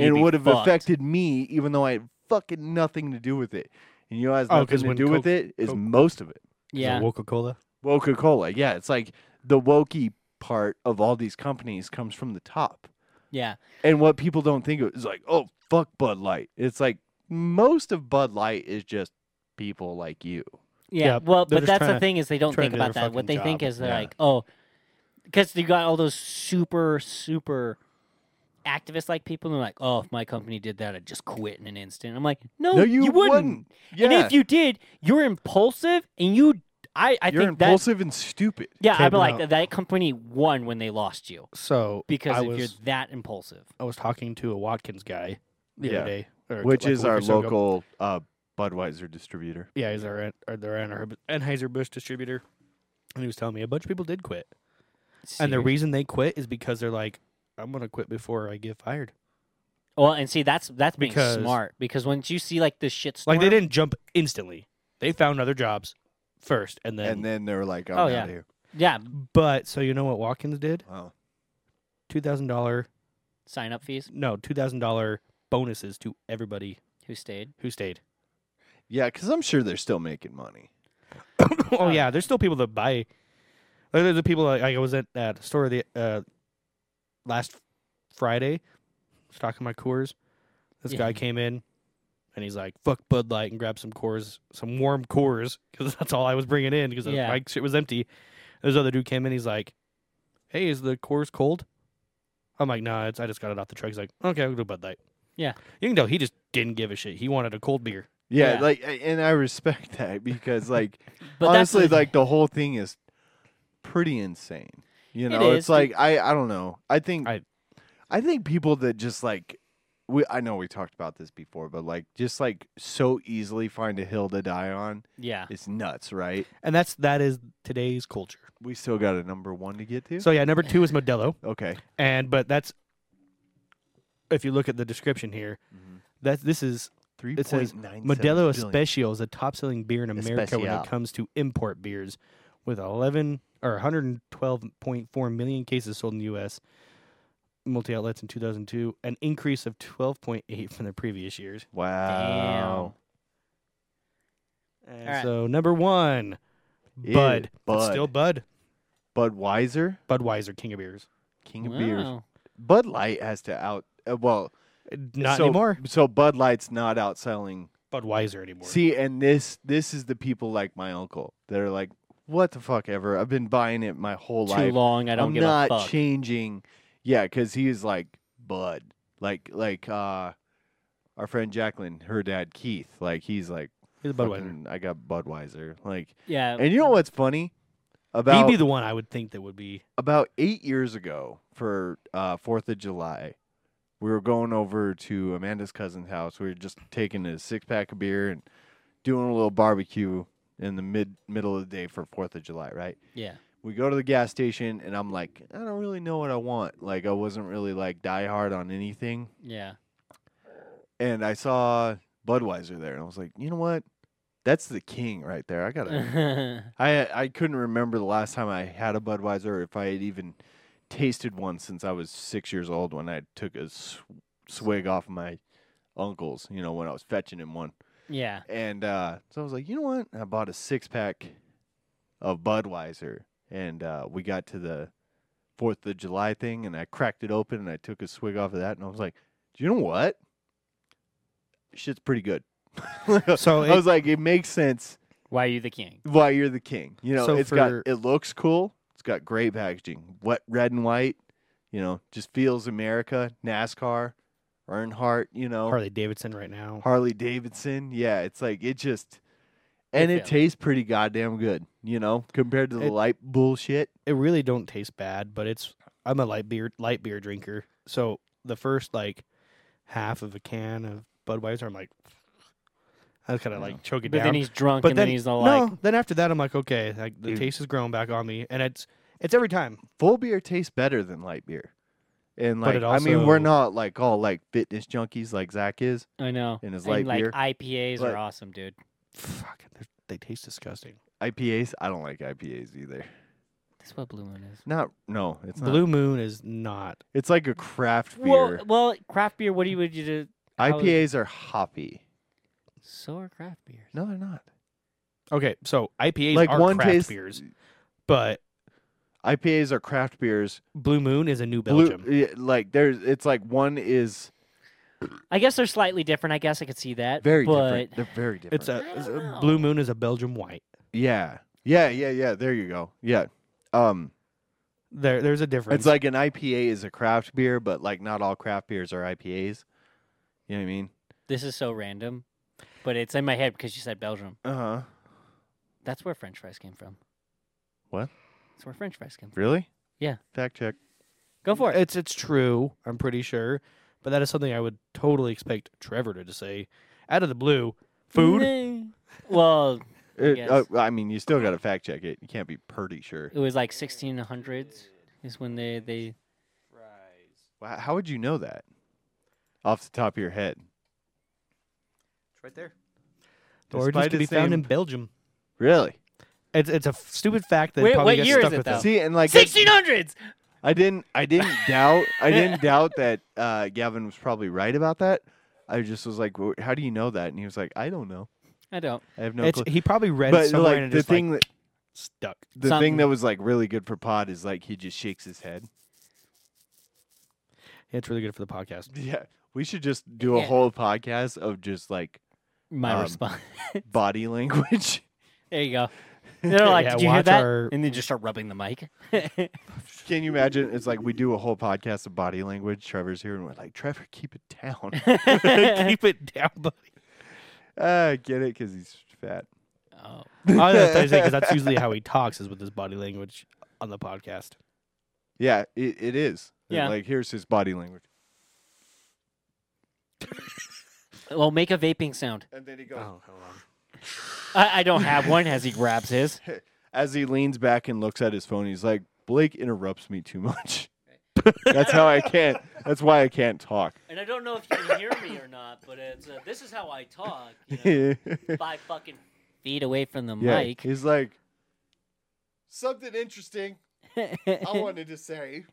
B: and
D: you'd
B: it
D: be
B: would have
D: fucked.
B: affected me, even though I had fucking nothing to do with it. And you know, what has
A: Oh,
B: nothing
A: 'cause
B: to
A: when
B: do with
A: Coke-
B: it is
A: Coke-
B: most of it.
D: Yeah.
A: Coca Cola.
B: Coca Cola. Yeah, it's like the wokey part of all these companies comes from the top.
D: Yeah.
B: And what people don't think of is like, oh, fuck Bud Light. It's like most of Bud Light is just people like you.
D: Yeah.
A: Yeah,
D: well,
A: they're just
D: but that's the
A: tryna-
D: thing is they don't
A: tryna
D: think
A: do their
D: about that. What
A: fucking
D: they think
A: job.
D: is they're
B: Yeah.
D: like, oh, because you got all those super super activist like people, and they're like, oh, if my company did that, I'd just quit in an instant. I'm like, no,
B: no, you, wouldn't. Yeah.
D: And if you did, you're impulsive, and you, I, I
B: You're
D: think that.
B: impulsive and stupid.
D: Yeah,
A: Okay,
D: I'd be
A: no.
D: like that company won when they lost you
A: So
D: because
A: I
D: if
A: was
D: you're that impulsive.
A: I was talking to a Watkins guy the
B: Yeah.
A: other day, or
B: Which
A: like a
B: is
A: week
B: our
A: or so ago.
B: local uh, Budweiser distributor.
A: Yeah, he's our our our Anheuser Busch distributor, and he was telling me a bunch of people did quit, and the
D: Serious.
A: reason they quit is because they're like, I'm gonna quit before I get fired.
D: well, and see that's that's being
A: Because-
D: smart because once you see like the shit,
A: Like they didn't jump instantly; they found other jobs first, and then.
B: And then they're like, I'm
D: Oh,
B: out
D: yeah.
B: here.
D: yeah,
A: but so you know what Watkins did?
B: Wow.
A: Two thousand dollar
D: sign up fees.
A: no two thousand dollar bonuses to everybody
D: Who stayed?
A: who stayed.
B: Yeah, because I'm sure they're still making money.
A: oh yeah, there's still people that buy. Like, There's the people like, I was at that store the uh, last Friday, stocking my Coors. This
D: Yeah.
A: guy came in, and he's like, "Fuck Bud Light," and grabbed some Coors, some warm Coors, because that's all I was bringing in because
D: Yeah.
A: my shit was empty. This other dude came in, he's like, "Hey, is the Coors cold?" I'm like, "Nah, it's I just got it off the truck." He's like, "Okay, I'll do Bud Light."
D: Yeah.
A: you can tell he just didn't give a shit. He wanted a cold beer.
B: Yeah,
D: Yeah.
B: like, and I respect that because, like,
D: But
B: honestly,
D: that's the-
B: like the whole thing is pretty insane. You
D: It
B: know, it's
D: is.
B: like I I don't know. I think I,
A: I-
B: think people that just like we I know we talked about this before, but like just like so easily find a hill to die on
D: yeah,
B: is nuts, right?
A: And that's that is today's culture.
B: We still got a number one to get to.
A: So yeah, number two is Modelo.
B: okay,
A: and but that's if you look at the description here that this is
B: Mm-hmm. three
A: it says
B: point nine.
A: modelo especial is a top-selling beer in america when
B: Especial.
A: it comes to import beers with 11 or 112.4 million cases sold in the us multi-outlets in 2002 an increase of 12.8 from the previous years
B: Wow,
A: and
D: Alright.
A: so number one
B: Ew,
A: bud It's
B: Bud,
A: still bud
B: Budweiser,
A: budweiser king of beers
B: king of beers.
D: Wow.
B: Bud Light has to out. Uh, well,
A: Not
B: so,
A: anymore.
B: So Bud Light's not outselling
A: Budweiser anymore.
B: See, and this this is the people like my uncle that are like, what the fuck ever? I've been buying it my whole
D: Too
B: life.
D: long. I don't
B: am
D: give
B: not
D: a fuck.
B: changing. Yeah, because he is like Bud, like like uh, our friend Jacqueline, her dad Keith. Like he's like
A: He's a Budweiser.
B: fucking, I got Budweiser. Like,
D: yeah.
B: and you know what's funny
A: He'd
B: about
A: be the one I would think that would be.
B: about eight years ago for uh, Fourth of July, we were going over to Amanda's cousin's house. We were just taking a six pack of beer and doing a little barbecue in the mid middle of the day for Fourth of July, right?
D: yeah.
B: We go to the gas station and I'm like, I don't really know what I want. Like I wasn't really like die hard on anything.
D: Yeah.
B: And I saw Budweiser there and I was like, you know what? That's the king right there. I gotta I I couldn't remember the last time I had a Budweiser, or if I had even tasted one since I was six years old when I took a sw- swig off my uncle's. You know, when I was fetching him one,
D: yeah.
B: and uh, so I was like, you know what? I bought a six pack of Budweiser, and uh, we got to the Fourth of July thing, and I cracked it open, and I took a swig off of that, and I was like, do you know what? Shit's pretty good.
A: So
B: I
A: it-
B: was like, it makes sense
D: Why are you the king?
B: why you're the king. You know,
A: So
B: it's got
A: for-
B: it looks cool. It's got great packaging. Wet red and white, you know, just feels America, NASCAR, Earnhardt, you know, Harley,
A: Harley Davidson right now.
B: Davidson. Yeah, it's like it just and
D: Good
B: it
D: feeling.
B: tastes pretty goddamn good, you know, compared to the
A: It-
B: light bullshit.
A: It really don't taste bad, but it's. I'm a light beer light beer drinker, so the first like half of a can of Budweiser, I'm like, I kind of like choke it
D: But
A: down.
D: then he's drunk
A: but
D: and
A: then,
D: then, he's all
A: no,
D: like,
A: then after that, I'm like, okay, like the
B: Dude.
A: taste is growing back on me, and it's it's every time.
B: Full beer tastes better than light beer. And
A: But
B: like
A: it
B: I mean, we're
A: also-
B: not like all like fitness junkies like Zach is.
D: I know.
B: And his
D: And,
B: light
D: like
B: beer.
D: IPAs
B: But-
D: are awesome, dude.
A: Fuck, they're- they taste disgusting.
B: IPAs, I don't like IPAs either.
D: That's what Blue Moon is.
B: Not no, it's not.
A: Blue Moon is not.
B: It's like a craft
D: Well,
B: beer.
D: well, craft beer. What do you would you do? how-
B: IPAs are hoppy.
D: So are craft beers.
B: No, they're not.
A: Okay, so IPAs
B: like
A: are
B: one
A: craft
B: taste,
A: beers, but
B: IPAs are craft beers.
A: Blue Moon is a new
B: Blue-
A: Belgium.
B: yeah, like there's, it's like one is
D: I guess they're slightly different. I guess I could see that.
B: very
D: but
B: different. Uh, They're very different.
A: It's a,
D: I
A: it's
D: don't
A: a-
D: know.
A: Blue Moon is a Belgium white.
B: yeah, yeah, yeah, yeah. There you go. Yeah, um,
A: There, there's a difference.
B: it's like an IPA is a craft beer, but like not all craft beers are IPAs. You know what I mean?
D: This is so random, but it's in my head because you said Belgium.
B: Uh huh.
D: That's where French fries came from.
B: What?
D: That's where French fries came from.
B: Really?
D: Yeah.
B: Fact check.
D: Go for it.
A: it's it's true. I'm pretty sure, but that is something I would totally expect Trevor to just say out of the blue. Food.
D: Mm. well,
B: It-
D: Yes.
B: uh, I mean, you still got to fact check it. You can't be pretty sure.
D: it was like 1600s is when they they.
B: Wow, How would you know that? Off the top of your head.
A: right there. The origins
B: Despite
A: can be
B: its
A: found in
B: name-
A: Belgium.
B: Really?
A: It's it's a f- stupid fact that
D: Wait,
A: probably
D: what
A: gets
D: year is
A: stuck
D: it,
A: with
D: though?
A: us.
B: See, and like I-
D: 1600s.
B: I didn't I didn't doubt I didn't doubt that uh, Gavin was probably right about that. I just was like, "Wh- "How do you know that?" And he was like, "I don't know.
D: I don't.
B: I have no
A: It's-
B: clue."
A: he probably read it
B: But
A: somewhere
B: like
A: and it
B: the
A: just like,
B: thing that
A: stuck.
B: the
D: Something.
B: thing that was like really good for Pod is like he just shakes his head.
A: It's really good for the podcast.
B: Yeah, we should just do a
D: Yeah.
B: whole podcast of just like
D: My
B: Um,
D: response.
B: body language.
D: there you go. They're like,
A: Yeah,
D: did you hear
A: watch
D: that?
A: our-
D: And then just start rubbing the mic.
B: Can you imagine? It's like we do a whole podcast of body language. Trevor's here, and we're like, "Trevor, keep it down."
A: Keep it down, buddy.
B: uh, I get it because he's fat.
D: oh.
A: I was gonna say because that's usually how he talks is with his body language on the podcast.
B: Yeah, it, it is.
D: Yeah.
B: like here's his body language,
D: Well, make a vaping sound.
B: and then he
D: Oh,
B: goes.
A: Oh.
D: I, I don't have one as he grabs his.
B: as he leans back and looks at his phone, he's like, Blake interrupts me too much. That's how I can't. That's why I can't talk.
D: And I don't know if you can hear me or not, but it's uh, this is how I talk.
B: yeah,
D: five fucking feet away from the mic.
B: he's like something interesting. I wanted to say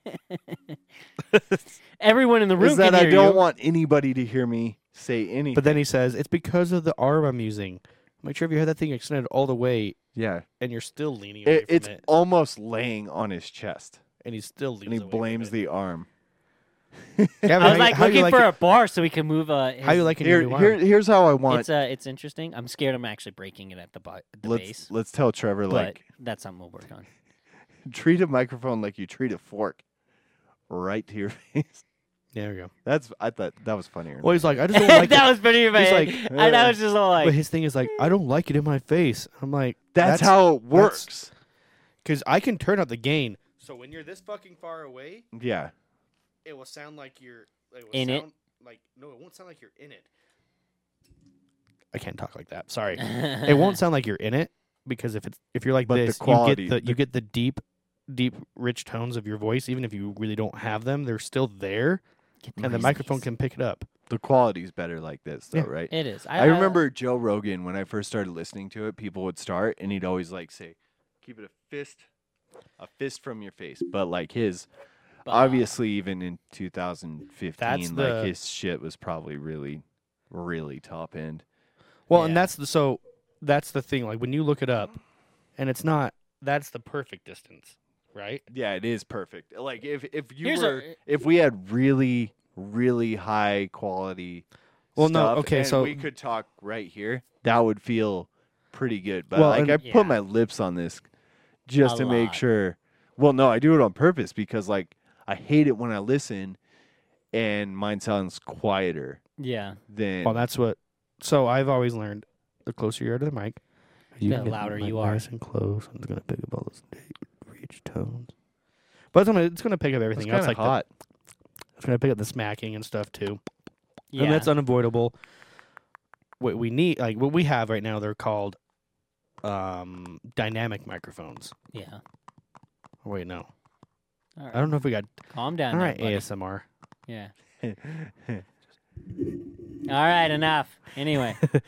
D: Everyone in the room
B: is that
D: can
B: I
D: hear
B: don't
D: you.
B: want anybody to hear me say anything.
A: But then he says it's because of the arm I'm using. I'm like, sure if you had that thing extended all the way
B: yeah,
A: and you're still leaning away
B: it,
A: from
B: it's
A: it.
B: almost laying on his chest,
A: and he still leaves.
B: and he blames the arm.
A: Kevin,
D: I was
A: how,
D: like
A: how you
D: looking
A: like
D: for
A: it?
D: a bar so we can move. Uh, his,
A: How you liking your
B: Here,
A: new arm?
B: here, here's how I want.
D: It's uh, it's interesting. I'm scared I'm actually breaking it at the, bu- the
B: let's
D: base,
B: let's tell Trevor
D: but
B: like
D: that's something we'll work on.
B: treat a microphone like you treat a fork, right to your face.
A: there we go.
B: That's I thought that was funnier.
A: Well, he's like, I just don't like.
D: that
A: it.
D: was pretty bad.
A: like, uh,
D: and I was just all
A: But
D: like,
A: his thing is like, I don't like it in my face. I'm like,
B: that's, how it works.
A: because I can turn up the gain. So when you're this fucking far away,
B: Yeah,
A: it will sound like you're it will
D: In it?
A: sound Like no, it won't sound like you're in it. I can't talk like that. Sorry. it won't sound like you're in it because if it's if you're like
B: But the
A: this,
B: quality-
A: you get the,
B: the-
A: you get the deep, deep, rich tones of your voice, even if you really don't have them. They're still there,
D: Get
A: and the
D: nice
A: microphone
D: piece.
A: can pick it up.
B: the quality's better like this though,
A: Yeah.
B: right?
D: It is. I, uh,
B: I remember Joe Rogan when I first started listening to it. People would start, and he'd always like say, "Keep it a fist, a fist from your face." But like his,
D: Bah.
B: obviously, even in 2015,
A: That's
B: like
A: the-
B: his shit was probably really, really top end.
A: Well,
D: Yeah.
A: and that's the so that's the thing. Like when you look it up, and it's not that's the perfect distance, right?
B: Yeah, it is perfect. Like if if you
D: Here's a-
B: were, if we had really, really high quality.
A: Well, no,
B: stuff
A: okay,
B: and
A: so-
B: we could talk right here. That would feel pretty good. But
A: Well,
B: like
A: and-
B: I
D: Yeah.
B: put my lips on this just
D: A
B: to make
D: lot.
B: sure. Well, no, I do it on purpose because like I hate it when I listen and mine sounds quieter
D: Yeah,
B: than
A: Well, that's what. So I've always learned: the closer you are to the mic,
D: The
A: can get
D: louder
A: mic
D: you are.
A: Nice and close. I'm just gonna pick up all those deep, rich tones. But it's gonna it's gonna pick up
B: That's
A: everything else.
B: kinda
A: Like the-
B: hot.
A: it's gonna pick up the smacking and stuff too,
D: yeah.
A: and that's unavoidable. What we need, like what we have right now, they're called um dynamic microphones.
D: yeah.
A: Oh, wait, no,
D: All right.
A: I don't know if we got.
D: Calm down.
A: all
D: there,
A: right,
D: buddy.
A: ASMR.
D: Yeah. All right. Enough. Anyway,
A: Uh,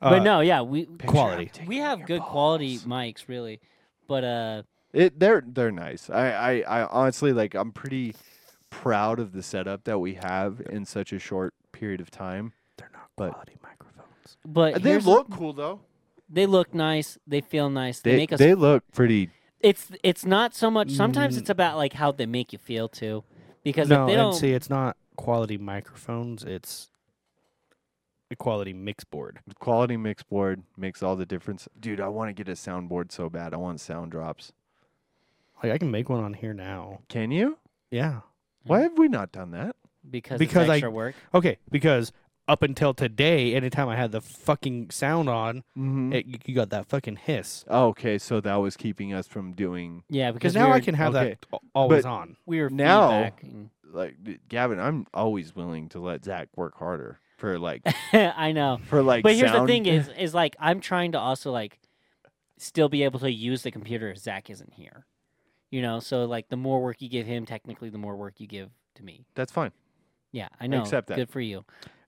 D: but no. Yeah. We
A: quality.
D: we have good quality mics, really. But uh,
B: It they're they're nice. I, I I honestly like I'm pretty proud of the setup that we have in such a short period of time.
A: they're not
B: but-
A: quality microphones.
D: but
B: They
D: here's-
B: look cool though.
D: they look nice. They feel nice. They,
B: They
D: make us.
B: they look pretty.
D: it's it's not so much. Sometimes it's about like how they make you feel too, because
A: Mm. no,
D: if they
A: and
D: don't.
A: see, it's not quality microphones. It's a quality mix board.
B: Quality mix board makes all the difference. Dude, I want to get a soundboard so bad. I want sound drops.
A: Like I can make one on here now.
B: Can you?
A: Yeah.
B: Why have we not done that?
D: because
A: Because
D: it's
A: I-
D: extra work.
A: Okay, because up until today, anytime I had the fucking sound on,
B: Mm-hmm.
A: it, you- you got that fucking hiss.
B: Oh, okay, so that was keeping us from doing
D: Yeah, because
A: Because now
D: we were,
A: I can have
B: okay.
A: that al- always
B: But-
A: on.
D: we were
B: Now-
D: feedbacking.
B: like Gavin. I'm always willing to let Zach work harder for like
D: I know.
B: for like.
D: but here's the
B: sound-
D: thing is is like I'm trying to also like still be able to use the computer if Zach isn't here. You know, so like the more work you give him, technically the more work you give to me.
B: that's fine.
D: Yeah, I know.
B: accept that.
D: Good for you.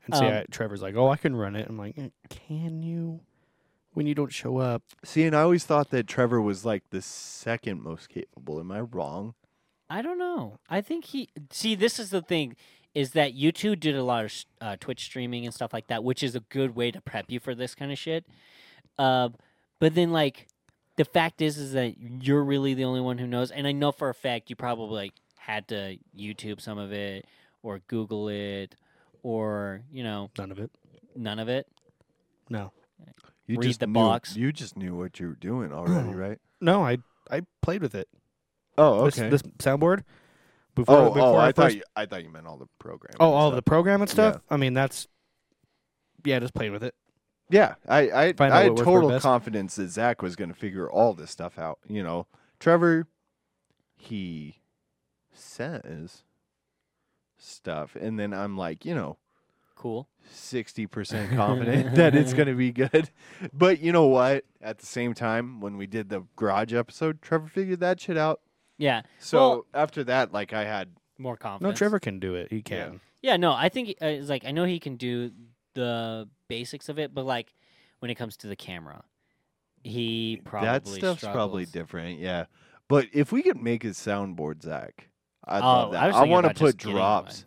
A: And see,
D: Um,
A: I, Trevor's like, "Oh, I can run it." I'm like, "Eh, "Can you?" When you don't show up,
B: See, and I always thought that Trevor was like the second most capable. Am I wrong?
D: I don't know. I think he see this is the thing is that you two did a lot of s- uh, Twitch streaming and stuff like that, which is a good way to prep you for this kind of shit. Uh, but then like the fact is is that you're really the only one who knows, and I know for a fact you probably like had to YouTube some of it or Google it or you know
A: none of it.
D: none of it.
A: No,
B: You
D: Read
B: just
D: the
B: knew,
D: box.
B: You just knew what you were doing already, right?
A: no, I I played with it.
B: Oh,
A: This-
B: okay.
A: This, soundboard. Before,
B: oh,
A: before
B: oh,
A: our
B: I
A: first
B: thought you, I thought you meant all the programming.
A: Oh, all
B: stuff.
A: the program and stuff. I mean, that's yeah, just playing with it.
B: Yeah, I I,
A: Find out
B: I
A: what
B: had
A: works for
B: total
A: best.
B: confidence that Zach was going to figure all this stuff out. You know, Trevor, he says stuff, and then I'm like, you know,
D: Cool.
B: sixty percent confident that it's going to be good. But you know what? At the same time, when we did the garage episode, Trevor figured that shit out.
D: Yeah,
B: So
D: Well-
B: after that, like I had
D: more
A: No,
D: confidence.
A: Trevor can do it. He can.
D: Yeah, no, I think uh, it's like I know he can do the basics of it, but like when it comes to the camera, he probably
B: that stuff's probably
D: struggles.
B: different. Yeah, but if we could make a soundboard, Zach, I
D: Oh,
B: love that.
D: I was
B: I,
D: thinking
B: want to
D: about just
B: put
D: getting
B: drops.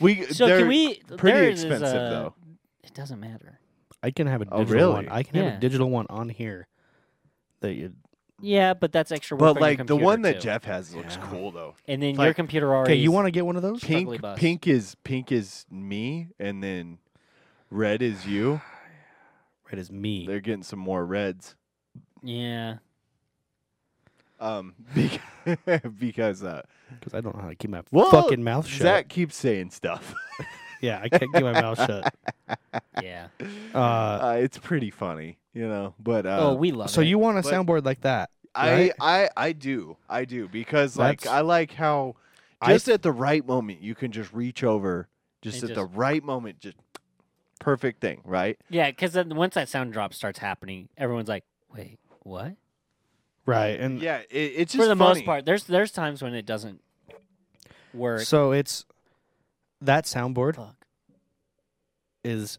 B: We
D: So
B: they're-
D: can we?
B: pretty
D: there is,
B: expensive,
D: uh,
B: though.
D: It doesn't matter.
A: I can have a
B: Oh,
A: digital one.
B: really?
A: I can have
D: Yeah.
A: a digital one on here that you
D: Yeah, but that's extra work.
B: But
D: on your
B: like the
D: computer,
B: one that
D: too.
B: Jeff has looks
A: Yeah.
B: cool though.
D: and then your
B: like,
D: computer already.
A: Okay, you
D: is-
A: want to get one of those?
D: Struggly
B: Pink
D: bus.
B: pink is pink is me, and then red is you.
A: Red is me.
B: They're getting some more reds.
D: Yeah,
B: Um, because, because uh,
A: Because I don't know how to keep my
B: Well,
A: fucking
D: Oh,
A: mouth shut.
B: Zach keeps saying stuff.
A: Yeah, I can't keep my mouth shut.
D: yeah.
A: Uh,
B: Uh, it's pretty funny, you know. But uh,
D: oh, we love
A: so
D: it.
A: you want a
B: But-
A: soundboard like that?
B: I,
A: right?
B: I I do I do because like
A: That's-
B: I like how
A: I
B: just at the right moment you can just reach over just
D: And
B: at the right moment just perfect thing right
D: yeah, because then once that sound drop starts happening, everyone's like, "Wait, what?"
A: Right, and
B: yeah it, it's just
D: Mm. For the
B: funny.
D: most part, there's there's times when it doesn't work.
A: so it's that soundboard
D: Fuck,
A: is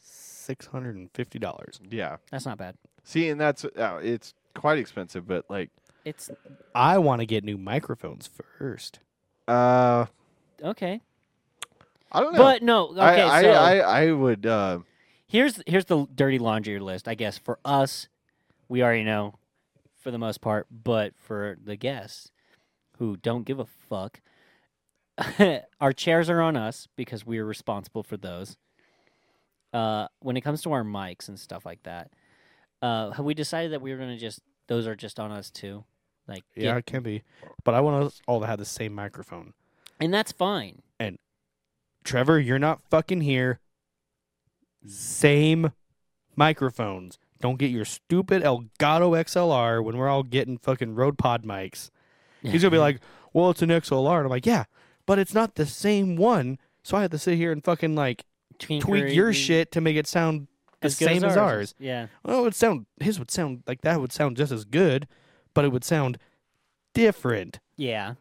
A: six hundred and fifty dollars.
B: yeah
D: that's not bad.
B: see and that's uh, it's quite expensive but like
D: It's
A: I want to get new microphones first.
B: uh
D: okay,
B: I don't know
D: but no. Okay,
B: I,
D: so
B: I, I I would uh,
D: here's here's the dirty laundry list. I guess for us, we already know for the most part, but for the guests who don't give a fuck, our chairs are on us because we are responsible for those. Uh, when it comes to our mics and stuff like that, uh, have we decided that we were gonna just those are just on us too? Like
A: Yeah,
D: get-
A: it can be, but I want us all to have the same microphone.
D: and that's fine.
A: Trevor, you're not fucking here. Same microphones. Don't get your stupid Elgato XLR when we're all getting fucking Rode Pod mics. He's gonna be like, "Well, it's an XLR," and I'm like, "Yeah, but it's not the same one." So I had to sit here and fucking like tweak your shit to make it sound the
D: as good
A: same as ours.
D: Yeah,
A: Well, it would sound his would sound like that would sound just as good, but it would sound different.
D: yeah,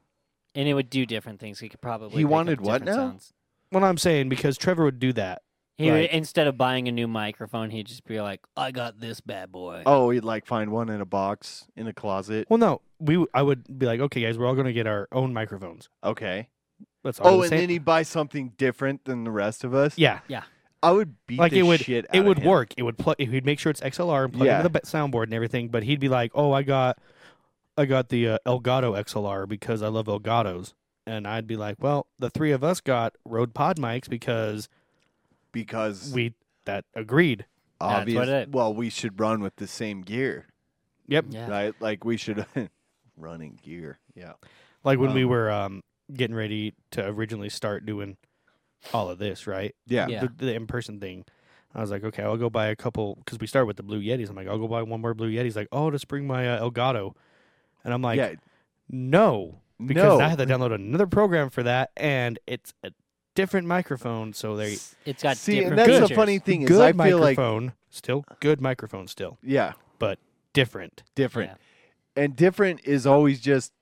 D: and it would do different things. He could probably
B: He
D: pick up
B: wanted what
D: different
B: now?
D: sounds.
A: What I'm saying because Trevor would do that.
D: He would,
A: Like-
D: instead of buying a new microphone, he'd just be like, "I got this bad boy."
B: oh he'd like find one in a box in a closet
A: Well, no, we w- I would be like, okay, guys, we're all gonna get our own microphones.
B: okay
A: Let's all do
B: oh
A: the
B: and
A: same-
B: then he buys something different than the rest of us
A: yeah,
B: I would beat
A: like
B: the
A: it would
B: shit out
A: it
B: of
A: would
B: him.
A: work. It would plug. He'd make sure it's XLR and plug
B: Yeah.
A: into the ba- soundboard and everything. But he'd be like, oh, I got I got the uh, Elgato XLR because I love Elgatos, and I'd be like, well, the three of us got Rode Pod mics because
B: because
A: we that agreed.
D: That's
B: obvious.
D: what it-
B: Well, we should run with the same gear,
A: Yep.
D: yeah.
B: right? Like we should running gear. Yeah.
A: Like when we
B: Um,
A: were um, getting ready to originally start doing all of this, right?
B: yeah,
D: Yeah.
A: The, the in person thing. I was like, okay, I'll go buy a couple because we started with the blue Yetis. I'm like, I'll go buy one more blue Yetis. Like, oh, just bring my uh, Elgato, and I'm like,
B: yeah.
A: no, because
B: no,
A: I had to download another program for that, and it's a different microphone. So they
D: It's got
B: see,
D: different
B: and that's
D: features.
B: the funny thing is,
A: good
B: I feel like
A: microphone, still good microphone, still
B: yeah,
A: different.
B: different, and different is always just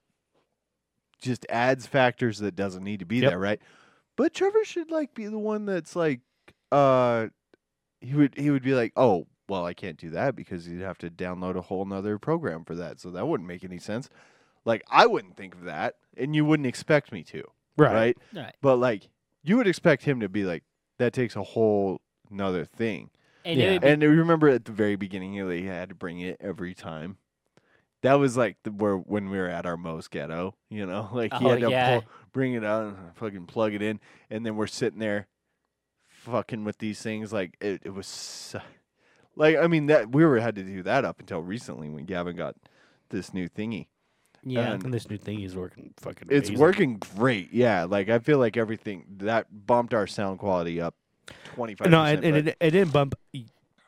B: just adds factors that doesn't need to be
A: Yep.
B: there, right? But Trevor should like be the one that's like, uh, he would he would be like, oh. Well, I can't do that because you'd have to download a whole nother program for that. So that wouldn't make any sense. Like, I wouldn't think of that, and you wouldn't expect me to. right?
D: Right.
B: But like you would expect him to be like that takes a whole another thing.
D: And
A: Yeah.
D: it would be,
B: And I remember at the very beginning he like, had to bring it every time. That was like the, where when we were at our most ghetto, you know, like he
D: Oh,
B: had to
D: yeah.
B: pull, bring it out and fucking plug it in, and then we're sitting there, fucking with these things. Like it, it was, so, like I mean that we were had to do that up until recently when Gavin got this new thingy.
D: yeah.
B: and-
A: And this new thing is working fucking.
B: It's
A: amazing.
B: working great. Yeah, like I feel like everything that bumped our sound quality up twenty five.
A: No, and, and it, it didn't bump y-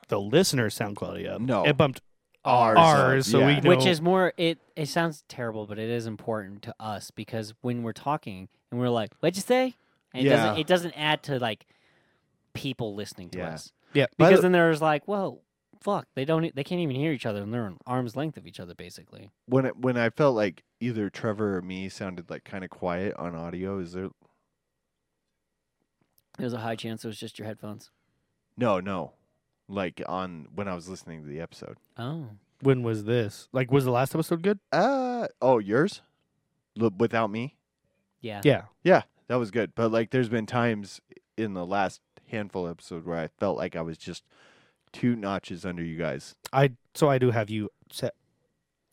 A: the listener sound quality up.
B: No.
A: it bumped
B: ours,
A: ours, so we-
D: Which
A: know-
D: is more. It it sounds terrible, but it is important to us because when we're talking and we're like, "What'd you say?" And it
B: Yeah.
D: doesn't it doesn't add to like people listening to
B: Yeah.
D: us
A: yeah.
B: By the-
D: because then there's like, "Whoa, fuck!" They don't. e- They can't even hear each other, and they're on arm's length of each other, basically.
B: when it, when I felt like either Trevor or me sounded like kind of quiet on audio. Is there
D: There's a high chance it was just your headphones.
B: no no, like on when I was listening to the episode.
D: Oh.
A: When was this? Like, was the last episode good?
B: Uh oh, yours, L- without me.
D: Yeah.
A: Yeah,
B: Yeah, that was good. But like, there's been times in the last handful episode where I felt like I was just two notches under you guys.
A: I. So I do have you set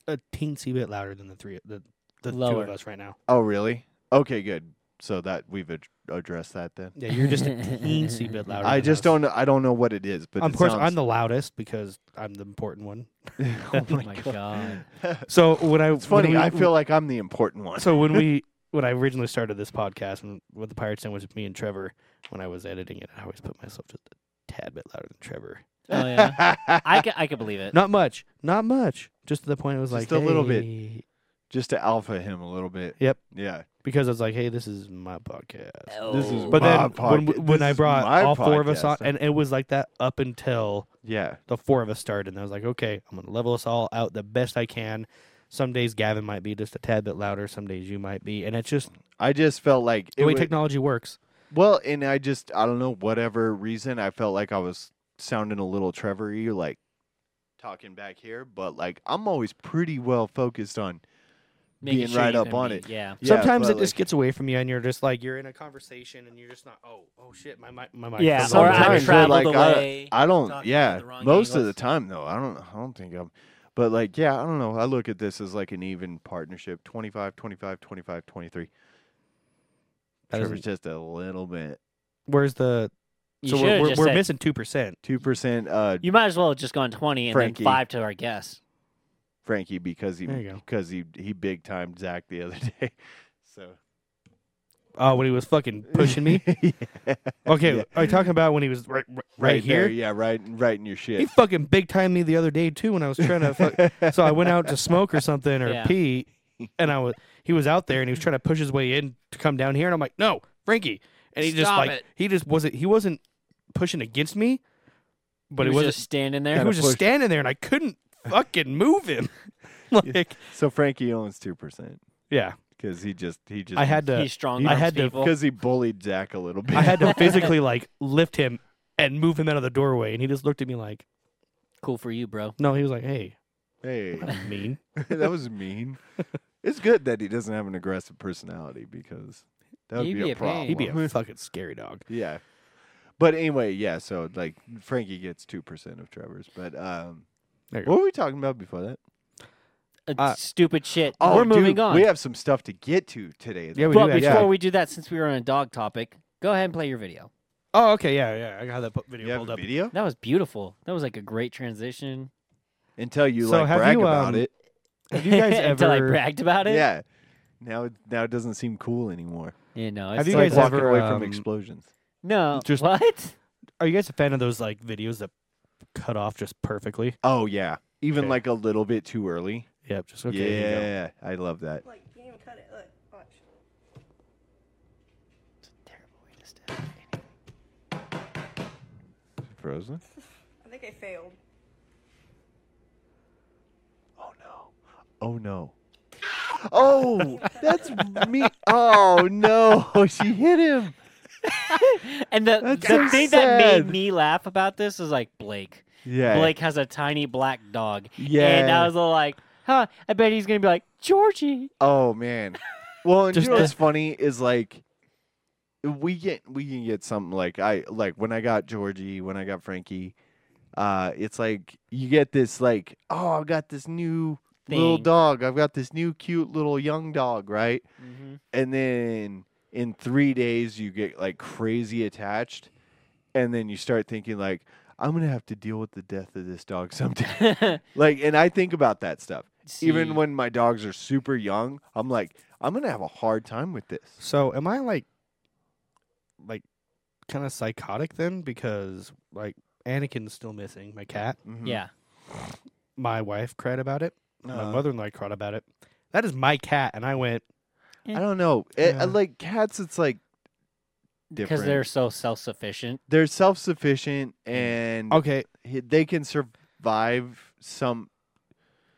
A: a teensy bit louder than the three the, the two
D: Lower.
A: of us right now.
B: Oh, really? Okay, good. So that we've ad- addressed that then.
A: Yeah, you're just a teensy bit louder.
B: I
A: than
B: just
A: us.
B: don't. I don't know what it is, but
A: of
B: it
A: course, I'm
B: sounds-
A: the loudest because I'm the important one.
B: oh
D: Oh
B: my
D: my
B: God.
D: god.
A: So when I
B: It's funny.
A: when we-
B: I feel like I'm the important one.
A: so when we when I originally started this podcast when with the Pirates Sandwich with me and Trevor when I was editing it, I always put myself just a tad bit louder than Trevor.
D: Oh yeah. I could, I could believe it.
A: Not much, not much. Just to the point, it was
B: Just
A: like
B: a little bit.
A: "Hey,"
B: Just to alpha him a little bit.
A: Yep.
B: Yeah.
A: because I was like, hey, this is my podcast.
B: This is
D: Oh.
A: But
B: My
A: then when,
B: podcast.
A: when
B: This
A: I
B: is
A: brought
B: my
A: all four of us on,
B: podcast.
A: and it was like that up until
B: Yeah.
A: the four of us started, and I was like, okay, I'm gonna level us all out the best I can. Some days Gavin might be just a tad bit louder. Some days you might be, and it's just
B: I just felt like
A: the
B: it
A: way
B: wa-
A: technology works.
B: Well, and I just I don't know whatever reason I felt like I was sounding a little Trevor-y, like talking back here, but like I'm always pretty well focused on.
D: Making
B: being
D: sure
B: right
D: you
B: up
D: can
B: on
D: be-
B: it.
D: Yeah.
B: Yeah,
A: Sometimes
B: but,
A: it just
B: like,
A: gets away from you, and you're just like you're in a conversation, and you're just not. Oh, oh shit, my mic, my mic.
B: or
D: Yeah,
B: I
A: Sometimes,
B: travel-
A: but,
B: like, I don't.
D: talking
B: Yeah,
D: at the wrong
B: most of
D: angles.
B: the time though, I don't. I don't think I'm. But like, yeah, I don't know. I look at this as like an even partnership 25, 25, 25, 23.
A: That
B: Trevor's
A: isn't-
B: just a little bit.
A: where's the?
D: You
A: so
D: should've
A: we're, we're,
D: just
A: we're
D: said-
A: missing two percent.
B: 2% uh,
D: You might as well have just gone twenty and
B: Frankie.
D: then five to our guest.
B: Frankie because he
A: There you go.
B: because he he big timed Zach the other day. So
A: Oh, when he was fucking pushing me.
B: Yeah.
A: Okay,
B: Yeah.
A: are you talking about when he was right, right, right here?
B: there, yeah, right, right in your
A: He
B: shit.
A: fucking big timed me the other day too when I was trying to. Fuck, so I went out to smoke or something or
D: Yeah.
A: pee, and I was he was out there and he was trying to push his way in to come down here, and I'm like, no, Frankie, and he just
D: Stop
A: like
D: it.
A: he just wasn't he wasn't pushing against me, but it
D: he was
A: wasn't.
D: just standing
A: He
D: there.
A: was just
B: push.
A: standing there, and I couldn't fucking move him. like,
B: so Frankie owns two percent
A: yeah,
B: because he just he just
A: I had to
D: He's strong.
A: I
D: arms
A: had to-
D: people.
B: because he bullied Zach a little bit.
A: I had to physically like lift him and move him out of the doorway, and he just looked at me like,
D: Cool for you, bro.
A: no, he was like, hey,
B: hey,
A: I'm not mean.
B: that was mean. It's good that he doesn't have an aggressive personality because that would
D: He'd
B: be, a
D: be a pain.
B: problem.
A: He'd be a fucking scary dog.
B: yeah. But anyway, yeah. So like Frankie gets two percent of Trevor's, but um,
A: There you
B: what were we talking about before that?
D: Uh,
A: Uh,
D: stupid shit.
B: Oh,
D: We're moving
B: dude,
D: on.
B: We have some stuff to get to today.
A: Yeah, we
D: but
A: do.
D: before
A: actually.
D: we do that, since we were on a dog topic, go ahead and play your video.
A: Oh, okay, yeah, yeah. I got that pu- video
B: you have
A: pulled
B: a
A: up.
B: video
D: That was beautiful. That was like a great transition.
B: until you
A: So
B: like
A: have
B: brag
A: you,
B: about
A: um,
B: it.
A: Have you guys
D: Until I
A: ever-
D: bragged about it.
B: Yeah. Now it now it doesn't seem cool anymore.
D: You know.
A: Have
D: it's
A: you
D: like-
A: guys
B: walking
A: ever,
B: away
A: um,
B: from explosions?
D: No.
A: just-
D: what?
A: Are you guys a fan of those like videos that cut off just perfectly?
B: Oh yeah. Even
A: Okay.
B: like a little bit too early.
A: Yep, just okay. here you go.
B: yeah, I love that.
E: Like, you can even cut it. Look, watch.
B: Frozen.
E: I think I failed.
B: Oh no. Oh no. Oh, that's me. Oh no, she hit him.
D: And the,
B: That's
D: the
B: so
D: thing that
B: sad.
D: made me laugh about this is like Blake.
B: Yeah.
D: Blake has a tiny black dog. And
A: uh,
B: Yeah.
D: I was all like, huh, I bet he's going to be like, Georgie.
B: Oh man. Well, and
A: Just
B: you know
A: the-
B: what's funny is like we get we can get something like I like when I got Georgie, when I got Frankie, uh, it's like you get this like, oh, I've got this new little
D: Thing.
B: dog. I've got this new cute little young dog, right? And then in three days you get like crazy attached, and then you start thinking like, I'm gonna have to deal with the death of this dog someday. Like, and I think about that stuff.
D: See.
B: Even when my dogs are super young, I'm like, I'm gonna have a hard time with this.
A: So, am I like, like, kind of psychotic then? Because like Anakin's still missing. My cat.
B: Mhm.
D: yeah.
A: My wife cried about it.
B: Uh,
A: My mother-in-law cried about it. That is my cat, and I went.
B: I don't know. It- I
A: Yeah.
B: like cats, it's like
D: Because
B: different.
D: they're Mm-hmm. so self sufficient.
B: they're self sufficient
D: Oh.
B: and
A: Okay,
B: he- they can survive some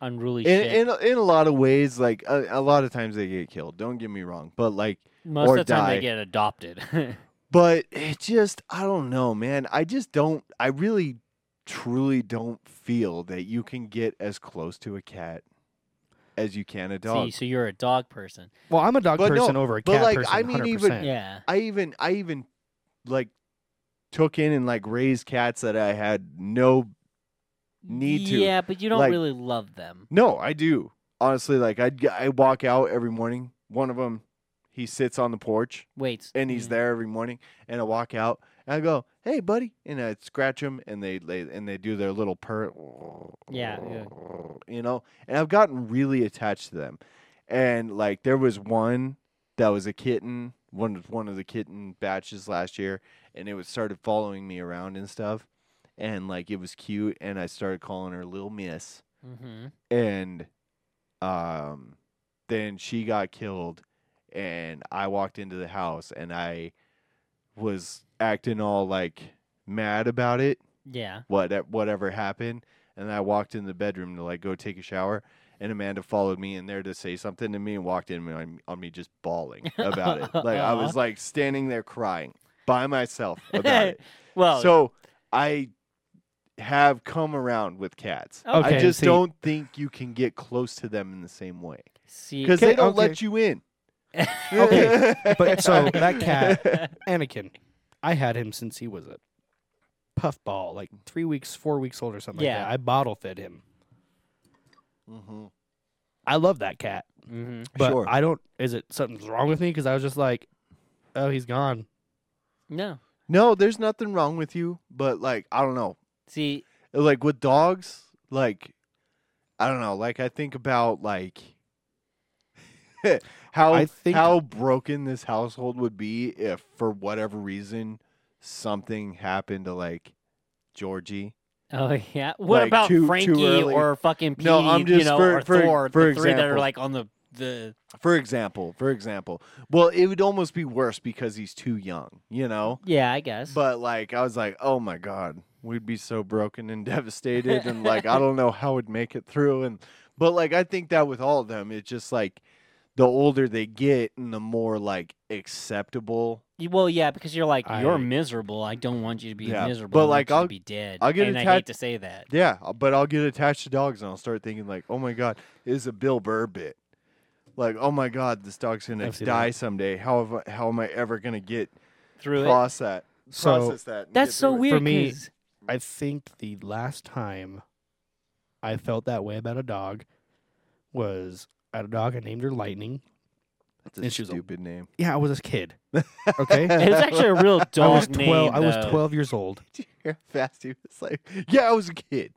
D: Unruly
B: in,
D: shit.
B: in a- in a lot of ways. Like a, a lot of times they get killed. Don't get me wrong, but like,
D: Most
B: or
D: of the time
B: die.
D: they get adopted.
B: but it just I don't know, man. I just don't. I really, truly don't feel that you can get as close to a cat as you can a dog.
D: See, so you're a dog person.
A: well, I'm a dog
B: But no,
A: person over a
B: but,
A: cat
B: like,
A: person.
B: I mean,
A: 100%.
B: even-
D: Yeah.
B: I even I even like took in and like raised cats that I had no need to.
D: Yeah, but you don't
B: Like-
D: really love them.
B: No, I do. Honestly, like I I walk out every morning. One of them, he sits on the porch
D: Wait.
B: and he's
D: yeah.
B: there every morning. And I walk out and I go, "Hey, buddy," and I scratch him, and they, they and they do their little purr.
D: Yeah, yeah.
B: You know, and I've gotten really attached to them. And like there was one that was a kitten, one of one of the kitten batches last year, and it was started following me around and stuff. And like it was cute, and I started calling her Little Miss
D: Mhm.
B: and um then she got killed and i walked into the house and i was acting all like mad about it
D: Yeah.
B: what whatever happened and i walked in the bedroom to like go take a shower and amanda followed me in there to say something to me and walked in on, on me just bawling about it like i was like standing there crying by myself about it
A: Oh,
D: Well,
B: so I have come around with cats.
A: Okay,
B: I just
A: see.
B: don't think you can get close to them in the same way
D: see,
B: because they
A: Okay,
B: don't
A: okay.
B: let you in.
A: Okay, but so that cat, Anakin, I had him since he was a puffball, like three weeks, four weeks old or something
D: Yeah.
A: like that. I bottle fed him.
B: Mhm.
A: I love that cat,
D: hmm
A: but
B: Sure.
A: I don't. Is it something's wrong with me? Because I was just like, oh, he's gone.
D: no.
B: No, there's nothing wrong with you, but like I don't know,
D: See,
B: like with dogs, like I don't know, like I think about like how
A: I think-
B: how broken this household would be if for whatever reason something happened to like Georgie.
D: oh yeah. What
B: Like,
D: about
B: too- too
D: Frankie
B: early.
D: or fucking Pete?
B: No, I'm
D: you
B: just-
D: know,
B: for-
D: or
B: for-
D: Thor,
B: for
D: the three that are
B: example.
D: like on the the.
B: For example, for example. Well, it would almost be worse because he's too young, you know?
D: Yeah, I guess.
B: But like I was like, "Oh my god, we'd be so broken and devastated and like I don't know how we'd make it through and but like I think that with all of them, it's just like the older they get and the more like acceptable.
D: Y- well, yeah, because you're like
A: I-
D: you're miserable. I don't want you to be
B: Yeah,
D: miserable.
B: but,
D: I want
B: like,
D: you to
B: I'll-
D: be dead.
B: I'll get
D: and I hate
B: attacked-
D: to say that.
B: Yeah, uh, but I'll get attached to dogs and I'll start thinking like, "Oh my god, this is a Bill Burr bit." Like, "Oh my god, this dog's going to
A: I've seen
B: die
A: that.
B: someday. How have I, how am I ever going to get
D: Through it.
B: process that?"
A: So
B: process that and
D: That's
B: get
D: so
B: through it.
D: weird.
A: me,
D: 'cause-
A: I think the last time I felt that way about a dog was I had a dog I named her Lightning.
B: That's a
A: And she was a-
B: stupid name.
A: Yeah, I was a kid. Okay.
D: it was actually a
A: I
D: real
A: was
D: dog
A: twelve.
D: name.
A: I was
D: though.
A: twelve years old.
B: Did you hear how fast he was like, yeah, I was a kid.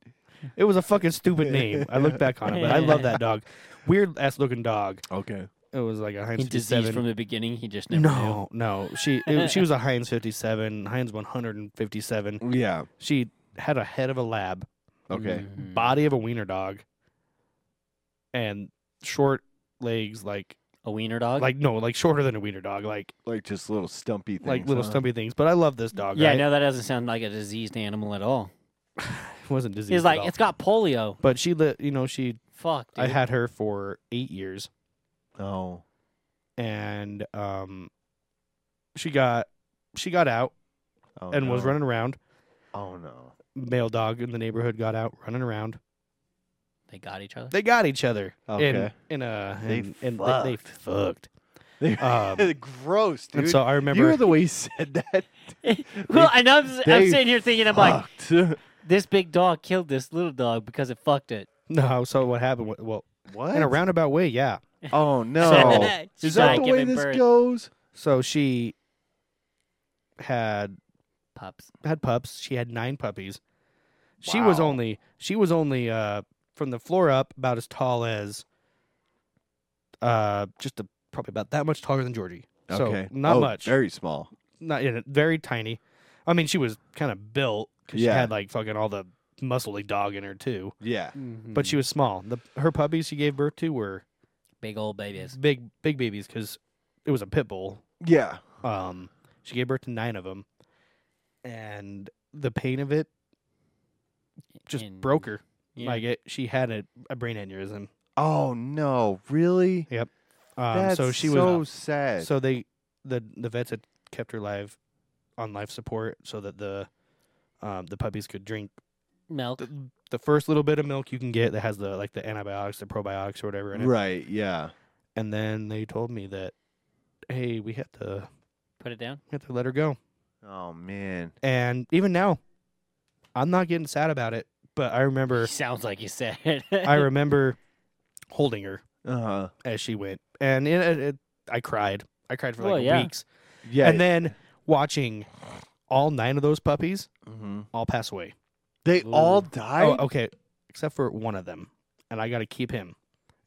A: It was a fucking stupid name. I look back on it, but I love that dog. Weird ass looking dog.
B: Okay.
A: It was like a
D: He
A: Heinz
D: diseased
A: 57.
D: from the beginning. He just never knew.
A: no, no. She it, she was a Heinz 57, Heinz 157.
B: Yeah.
A: She had a head of a lab,
B: Okay.
D: Mhm.
A: body of a wiener dog, and short legs like
D: A wiener dog.
A: like no, like shorter than a wiener dog, like
B: Like just little stumpy things.
A: Mm-hmm. like little
B: huh?
A: stumpy things. But I love this dog.
D: yeah,
A: right?
D: no, that doesn't sound like a diseased animal at all.
A: it wasn't diseased.
D: He's
A: at
D: like,
A: all.
D: it's got polio.
A: But she lit. You know, she
D: Fuck, dude.
A: I had her for eight years.
B: Oh.
A: and um, she got she got out
B: Oh,
A: and was
B: no.
A: running around.
B: Oh no.
A: Male dog in the neighborhood got out running around.
D: they got each other.
A: They got each other.
B: Okay.
A: In in a
B: They
A: in, in- they, they fucked.
B: They-
A: Um,
B: Gross, dude.
A: and so I
B: you
A: remember
B: were the way you said that.
D: well, I know. I'm, s- I'm
B: they
D: sitting here thinking, I'm like,
B: Fucked.
D: this big dog killed this little dog because it fucked it.
A: no. So what happened? wa- Well,
B: what?
A: in a roundaback way, yeah.
B: Oh
D: So-
B: no.
D: She's
B: Is that
D: like
B: the way
D: giving
B: this
D: birth.
B: goes?
A: So she had
D: Pups.
A: had pups. She had nine puppies. She was
B: Wow.
A: only she was only uh from the floor up about as tall as uh just a, probably about that much taller than Georgie. So
B: okay.
A: not
B: Oh,
A: much.
B: Very small.
A: Not yeah, very tiny. I mean, she was kind of built because
B: Yeah.
A: she had like fucking all the muscly dog in her too.
B: Yeah.
A: But she was small. The her puppies she gave birth to were
D: big old babies.
A: big big babies because it was a pit bull.
B: Yeah.
A: Um, she gave birth to nine of them, and the pain of it just
D: And-
A: broke her.
D: Yeah.
A: Like it, she had a, a brain aneurysm.
B: Oh no. Really?
A: Um,
B: That's
A: so she
B: so
A: was. uh,
B: sad.
A: So they, the the vets had kept her alive on life support so that the, um, the puppies could drink
D: milk.
A: the, the first little bit of milk you can get that has the like the antibiotics, the probiotics, or whatever in it.
B: right. Yeah.
A: And then they told me that, hey, we have to
D: Put it down.
A: we have to let her go.
B: Oh man.
A: And even now, I'm not getting sad about it but I remember
D: Sounds like you said. it.
A: I remember holding her
B: Uh huh.
A: as she went, and it, it, it- I cried. I cried for like
D: Well, yeah.
A: weeks,
B: Yeah.
A: and then watching all nine of those puppies
B: hmm
A: all pass away.
B: they all
D: Ooh.
B: died.
A: oh, okay, except for one of them, and I got to keep him.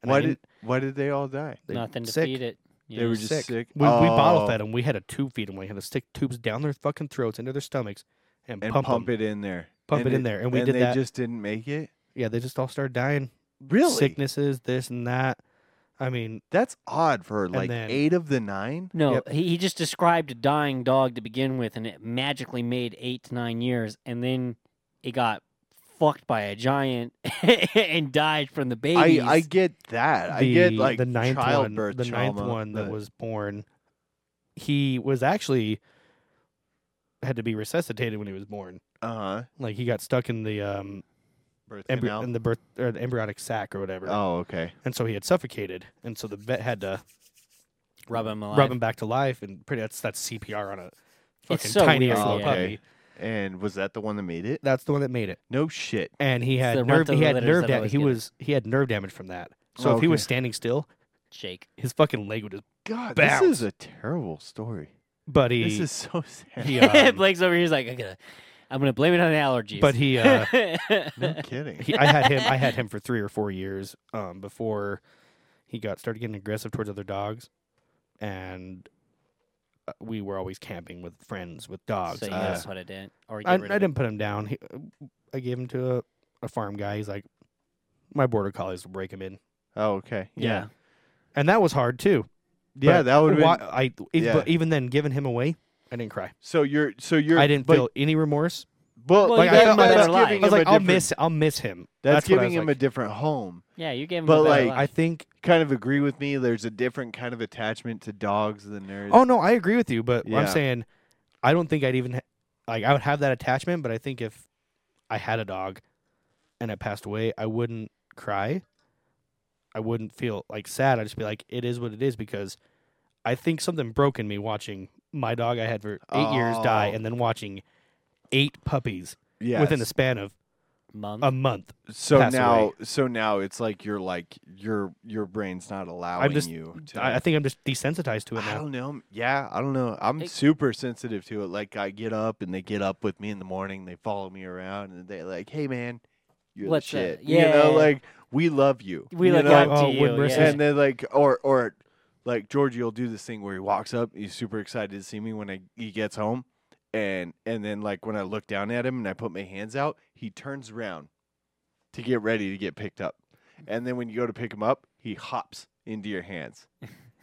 A: And I
B: why did
A: didn't-
B: Why did they all die?
A: they-
D: Nothing to
A: sick.
D: feed it. Yeah.
B: They were just sick.
A: We, we
B: Oh.
A: bottle fed them. We had to tube feed them. We had to stick tubes down their fucking throats into their stomachs and,
B: and
A: pump,
B: pump,
A: 'em.
B: it in there.
A: Pump it in there, and we did
B: they
A: that.
B: just didn't make it.
A: Yeah, they just all started dying.
B: Really?
A: Sicknesses, this and that. I mean,
B: That's odd for like
A: then-
B: eight of the nine.
D: No,
A: Yep.
D: he, he just described a dying dog to begin with, and it magically made eight to nine years, and then it got fucked by a giant and died from the
B: I,
D: babies.
B: I get that.
A: the,
B: I get like
A: the ninth one,
B: childbirth
A: the ninth
B: trauma,
A: one that
B: but-
A: was born. He was actually had to be resuscitated when he was born.
B: uh-huh.
A: Like he got stuck in the um
B: birth
A: embry-
B: canal.
A: in the birth or the embryonic sac or whatever,
B: Oh, okay.
A: and so he had suffocated, and so the vet had to
D: rub him
B: Oh,
D: alive.
A: rub him back to life, and pretty that's that's CPR on a fucking
D: so
A: tiny
D: weird,
A: ass little
B: yeah.
A: puppy.
B: Okay. And was that the one that made it?
A: That's the one that made it.
B: No shit.
A: and he
D: the
A: had
D: rent
A: nerve.
D: of
A: He
D: the
A: had
D: litters
A: nerve
D: that
A: damage.
D: always
A: He
D: get it.
A: was he had nerve damage from that. So if he was
B: Okay.
A: standing still,
D: Shake.
A: his fucking leg would just.
B: God,
A: Bounce.
B: this is a terrible story.
A: But he,
B: This is so sad.
A: he, um,
D: Blake's over here. He's like, I'm gonna, I'm gonna blame it on allergies.
A: but he, uh,
B: no kidding.
A: he, I had him. I had him for three or four years um, before he got started getting aggressive towards other dogs, and uh, we were always camping with friends with dogs.
D: so you
A: Uh,
D: gotta sweat it in, or
A: I, I
D: get rid of it.
A: didn't put him down. He, I gave him to a, a farm guy. He's like, my border collies will break him in,
B: Oh, okay.
A: yeah. and that was hard too.
B: Yeah,
A: But
B: that would
A: why-
B: have been.
A: I it-
B: yeah.
A: but even then giving him away, I didn't cry.
B: So you're. So you're.
A: I didn't
B: but,
A: feel any remorse.
B: But
D: Well,
B: like,
A: you gave
B: I,
A: him a
B: that's
D: better life.
A: I
B: giving
A: was
B: him a
A: like, I'll
B: different-
A: miss, I'll miss him.
B: That's,
A: what I
B: giving
A: was
B: him
A: like.
B: a different home.
D: Yeah, you gave him.
B: But,
D: a better
B: like,
A: I
D: life.
A: think.
B: Kind of agree with me. There's a different kind of attachment to dogs than there is.
A: Oh no, I agree with you, but I'm
B: Yeah.
A: saying, I don't think I'd even ha- like I would have that attachment. But I think if I had a dog and it passed away, I wouldn't cry. I wouldn't feel like sad. I'd just be like, it is what it is because I think something broke in me watching my dog I had for eight years die
B: Oh.
A: and then watching eight puppies
B: yes.
A: within the span of
D: month.
A: a month.
B: so
A: pass
B: now
A: away.
B: so now it's like you're like your your brain's not allowing
A: just-
B: you to
A: I, I think I'm just desensitized to it
B: I
A: now.
B: don't know. Yeah, I don't know. I'm
D: It-
B: super sensitive to it. Like I get up and they get up with me in the morning. They follow me around and they like, "Hey man, you're
D: What's up?
B: the shit." You
D: Yeah.
B: know, like we love you.
D: we
B: you
D: look
B: know?
D: up to
A: Oh,
D: you.
A: when we're
D: yeah.
A: saying-
B: And then like or or like Georgie will do this thing where he walks up, he's super excited to see me when I, he gets home. And and then like when I look down at him and I put my hands out, he turns around to get ready to get picked up. And then when you go to pick him up, he hops into your hands.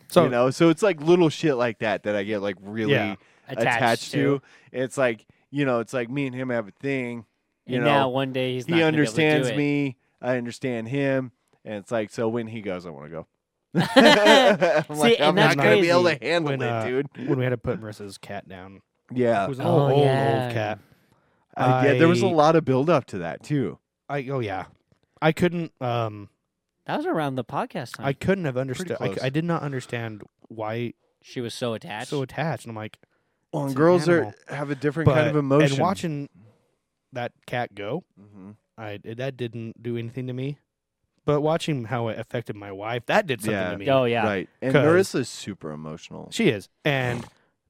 A: So
B: you know, so it's like little shit like that that I get like really
A: Yeah.
B: attached, to. It's like you know, it's like me and him have a thing. You
D: and
B: know,
D: now one day he's not
B: he
D: gonna be able to do
B: understands
D: it.
B: me. I understand him. And it's like, so when he goes, I want to go. I'm
D: See,
B: like,
D: and
B: I'm not
A: that's
B: gonna be able to
D: crazy.
B: handle
A: When,
B: it,
A: uh,
B: dude.
A: when we had to put Marissa's cat down,
B: yeah,
A: it was an
D: Oh,
A: old, old,
D: yeah.
A: old cat.
B: I- yeah. There was a
A: I-
B: lot of build up to that too.
A: I oh yeah, I couldn't um
D: That was around the podcast time.
A: I couldn't have understood. I,
B: close.
A: I did not understand why
D: she was so attached.
A: so attached, and I'm like,
B: Well, and
A: It's an
B: girls are
A: animal.
B: have a different
A: but,
B: kind of emotion.
A: And watching that cat go,
B: Mhm.
A: I it- that didn't do anything to me. But watching how it affected my wife, that did something
B: Yeah.
A: to me.
D: oh yeah.
B: right. And
A: 'Cause-
B: Marissa's super emotional.
A: She is, and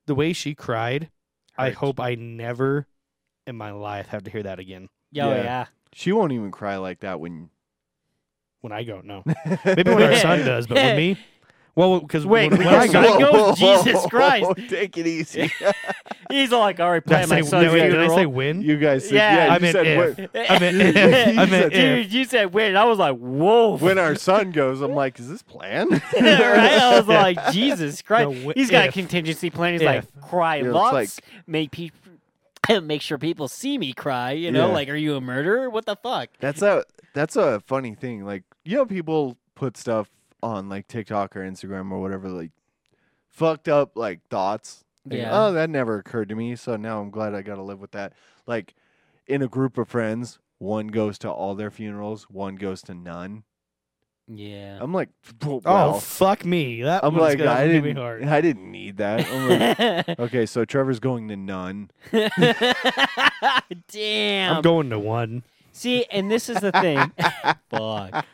A: the way she cried, I
B: Hurts.
A: hope I never in my life have to hear that again.
D: Yeah, oh,
B: Yeah.
D: yeah.
B: She won't even cry like that when.
A: When I go, no. Maybe when our son does, but when me, well, because
D: Wait,
A: when, when
D: your
A: I
D: son
A: go,
D: goes? Jesus Christ.
B: Take it easy.
D: He's all like, all right,
A: did I
D: play my
A: say,
D: son's
A: no, wait, did I
D: funeral.
A: say when?
B: You guys, said,
D: Yeah.
B: yeah, you
A: I meant
B: said
A: if.
B: when-
A: I meant,
B: You
A: I
B: said
A: meant if.
D: Dude, you said wait. I was like, whoa.
B: when our son goes, I'm like, is this planned?
D: right? I was like, Jesus Christ.
A: No, wh-
D: He's got a
A: if.
D: contingency plan. He's
A: If.
D: like, cry
B: Yeah, it's
D: lots, make people. Make sure people see me cry, you know.
B: Yeah.
D: Like, are you a murderer? What the fuck?
B: that's a that's a funny thing. Like you know, people put stuff on like TikTok or Instagram or whatever, like fucked up like thoughts. Like,
D: Yeah.
B: Oh, that never occurred to me. So now I'm glad I got to live with that. Like in a group of friends, one goes to all their funerals, one goes to none.
D: Yeah.
B: I'm like, well,
A: Oh fuck me! That
B: I'm
A: one's
B: like,
A: gonna
B: I
A: hit me
B: didn't,
A: hard.
B: I didn't need that. I'm like, okay, so Trevor's going to none.
D: Damn.
A: I'm going to one.
D: See, and this is the thing. Fuck.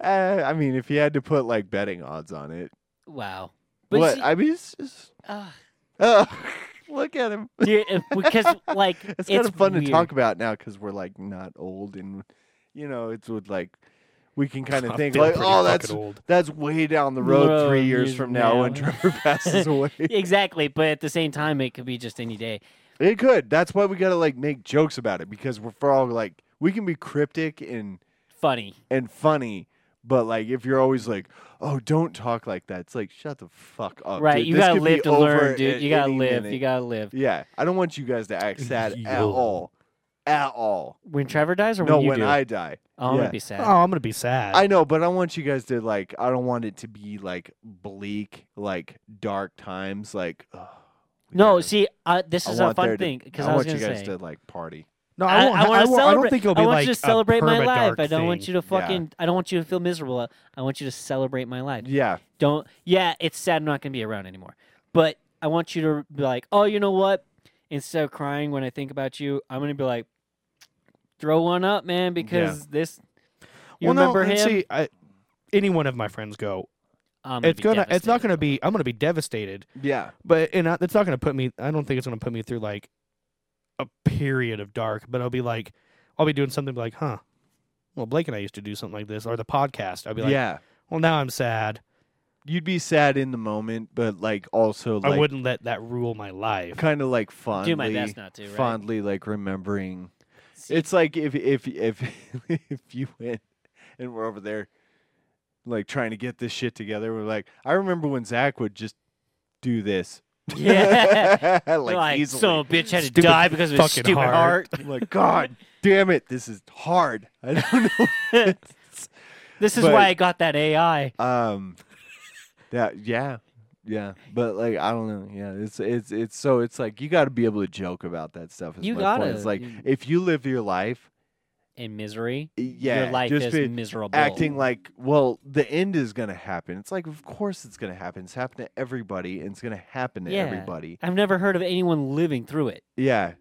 B: Uh, I mean, if you had to put like betting odds on it,
D: Wow. But
B: what?
D: see,
B: I mean, it's just.
D: ah,
B: Oh, look at him.
D: dude, if- because like
B: It's kind of fun
D: weird.
B: to talk about now because we're like not old and, you know, it's with like, we can kind of
A: I
B: think
A: feel
B: like,
A: pretty
B: oh,
A: fucking
B: that's
A: old.
B: that's way down the road, three
D: Road
B: years
D: is
B: from now, when
D: now.
B: Trevor passes away.
D: Exactly, but at the same time, it could be just any day.
B: It could. That's why we gotta like make jokes about it because we're for all like we can be cryptic and
D: Funny.
B: and funny, but like if you're always like, oh, don't talk like that, it's like shut the fuck up,
D: right?
B: Oh, dude.
D: You
B: This
D: gotta
B: could be
D: live to
B: over
D: learn,
B: at
D: dude. You gotta
B: any
D: live. You
B: minute."
D: gotta live.
B: Yeah, I don't want you guys to act sad at
A: Yo.
B: all, at all.
D: When Trevor dies, or
B: no,
D: when you
B: when
D: do.
B: I die,
D: oh, I'm
B: yeah.
D: gonna be sad.
A: Oh, I'm gonna be sad.
B: I know, but I want you guys to like. I don't want it to be like bleak, like dark times, like. Oh, we
D: no,
B: gotta-
D: see, uh, this
B: I
D: is a
B: want there
D: fun
B: to-
D: thing because
B: I,
D: I was
B: want
D: gonna
B: you guys
D: say.
B: to like party.
A: no, I, won't, I,
D: wanna
A: won't- I don't
D: celebrate-
A: think it'll be
D: I want
A: like
D: you to celebrate
A: a
D: my life.
A: perma-dark
D: I don't want
A: thing.
D: you to fucking. I don't want you to feel miserable. I want you to celebrate my life.
B: Yeah,
D: Don't. Yeah, it's sad. I'm not gonna be around anymore. But I want you to be like, oh, you know what? Instead of crying when I think about you, I'm gonna be like, throw one up, man, because this. You
A: well,
D: remember
A: no, and
D: him?
A: See, I, any one of my friends go.
D: I'm
A: It's
D: be
A: gonna. It's not
D: devastated.
A: gonna be. I'm gonna be devastated.
B: yeah.
A: But and I, it's not gonna put me. I don't think it's gonna put me through like a period of dark. But I'll be like, I'll be doing something like, huh. Well, Blake and I used to do something like this, or the podcast. I'll be like,
B: yeah.
A: Well, now I'm sad.
B: You'd be sad in the moment, but like also like
A: I wouldn't let that rule my life.
B: kind of like fondly,
D: Do my best not to, right?
B: fondly like remembering.
D: See-
B: It's like if if if if you went and we're over there, like trying to get this shit together. We're like, I remember when Zach would just do this.
D: Yeah.
B: like, easily.
D: some bitch had to
A: Stupid
D: die because of his
A: fucking
D: stupid heart.
A: heart."
B: like God damn it, this is hard. I don't know.
D: This is
B: But-
D: why I got that AI.
B: Um, that yeah, yeah, but like I don't know. Yeah, it's it's it's so it's like you got to be able to joke about that stuff. is
D: You
B: my point. It's
D: gotta,
B: like
D: you-
B: if you live your life,
D: In misery,
B: y- yeah,
D: your life
B: just
D: is
B: be
D: miserable.
B: acting like well the end is gonna happen. It's like of course it's gonna happen. It's happened to everybody, and it's gonna happen to
D: Yeah.
B: everybody.
D: I've never heard of anyone living through it.
B: Yeah.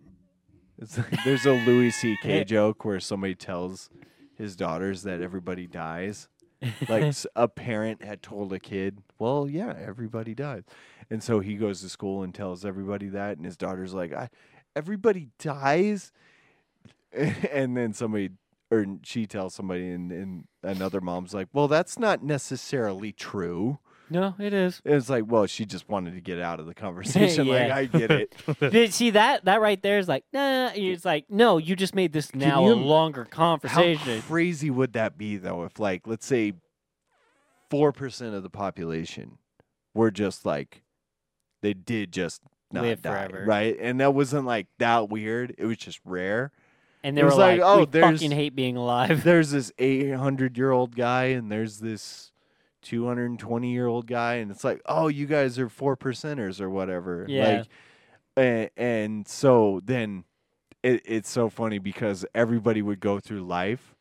B: It's like, there's a Louis C.K.
D: Yeah.
B: joke where somebody tells his daughters that everybody dies. Like s- a parent had told a kid, "Well, yeah, everybody dies," and so he goes to school and tells everybody that, and his daughter's like, I, "Everybody dies," and then somebody or she tells somebody, and, and another mom's like, "Well, that's not necessarily true."
D: No, it is.
B: And it's like, "Well, she just wanted to get out of the conversation." Like,
D: Yeah.
B: I get it.
D: Did see that? That right there is like, nah. It's like, no, you just made this now
B: you-
D: a longer
B: How
D: conversation.
B: crazy would that be though if like let's say 4% of the population were just like they did just not
D: Live
B: die,
D: forever.
B: right? And that wasn't like that weird, it was just rare.
D: and they
B: It
D: were
B: was like,
D: like,
B: oh,
D: we
B: there's-
D: fucking hate being alive.
B: There's this 800-year-old guy and there's this 220-year-old guy and it's like, "Oh, you guys are 4%ers or whatever."
D: Yeah.
B: Like and, and so then it, it's so funny because everybody would go through life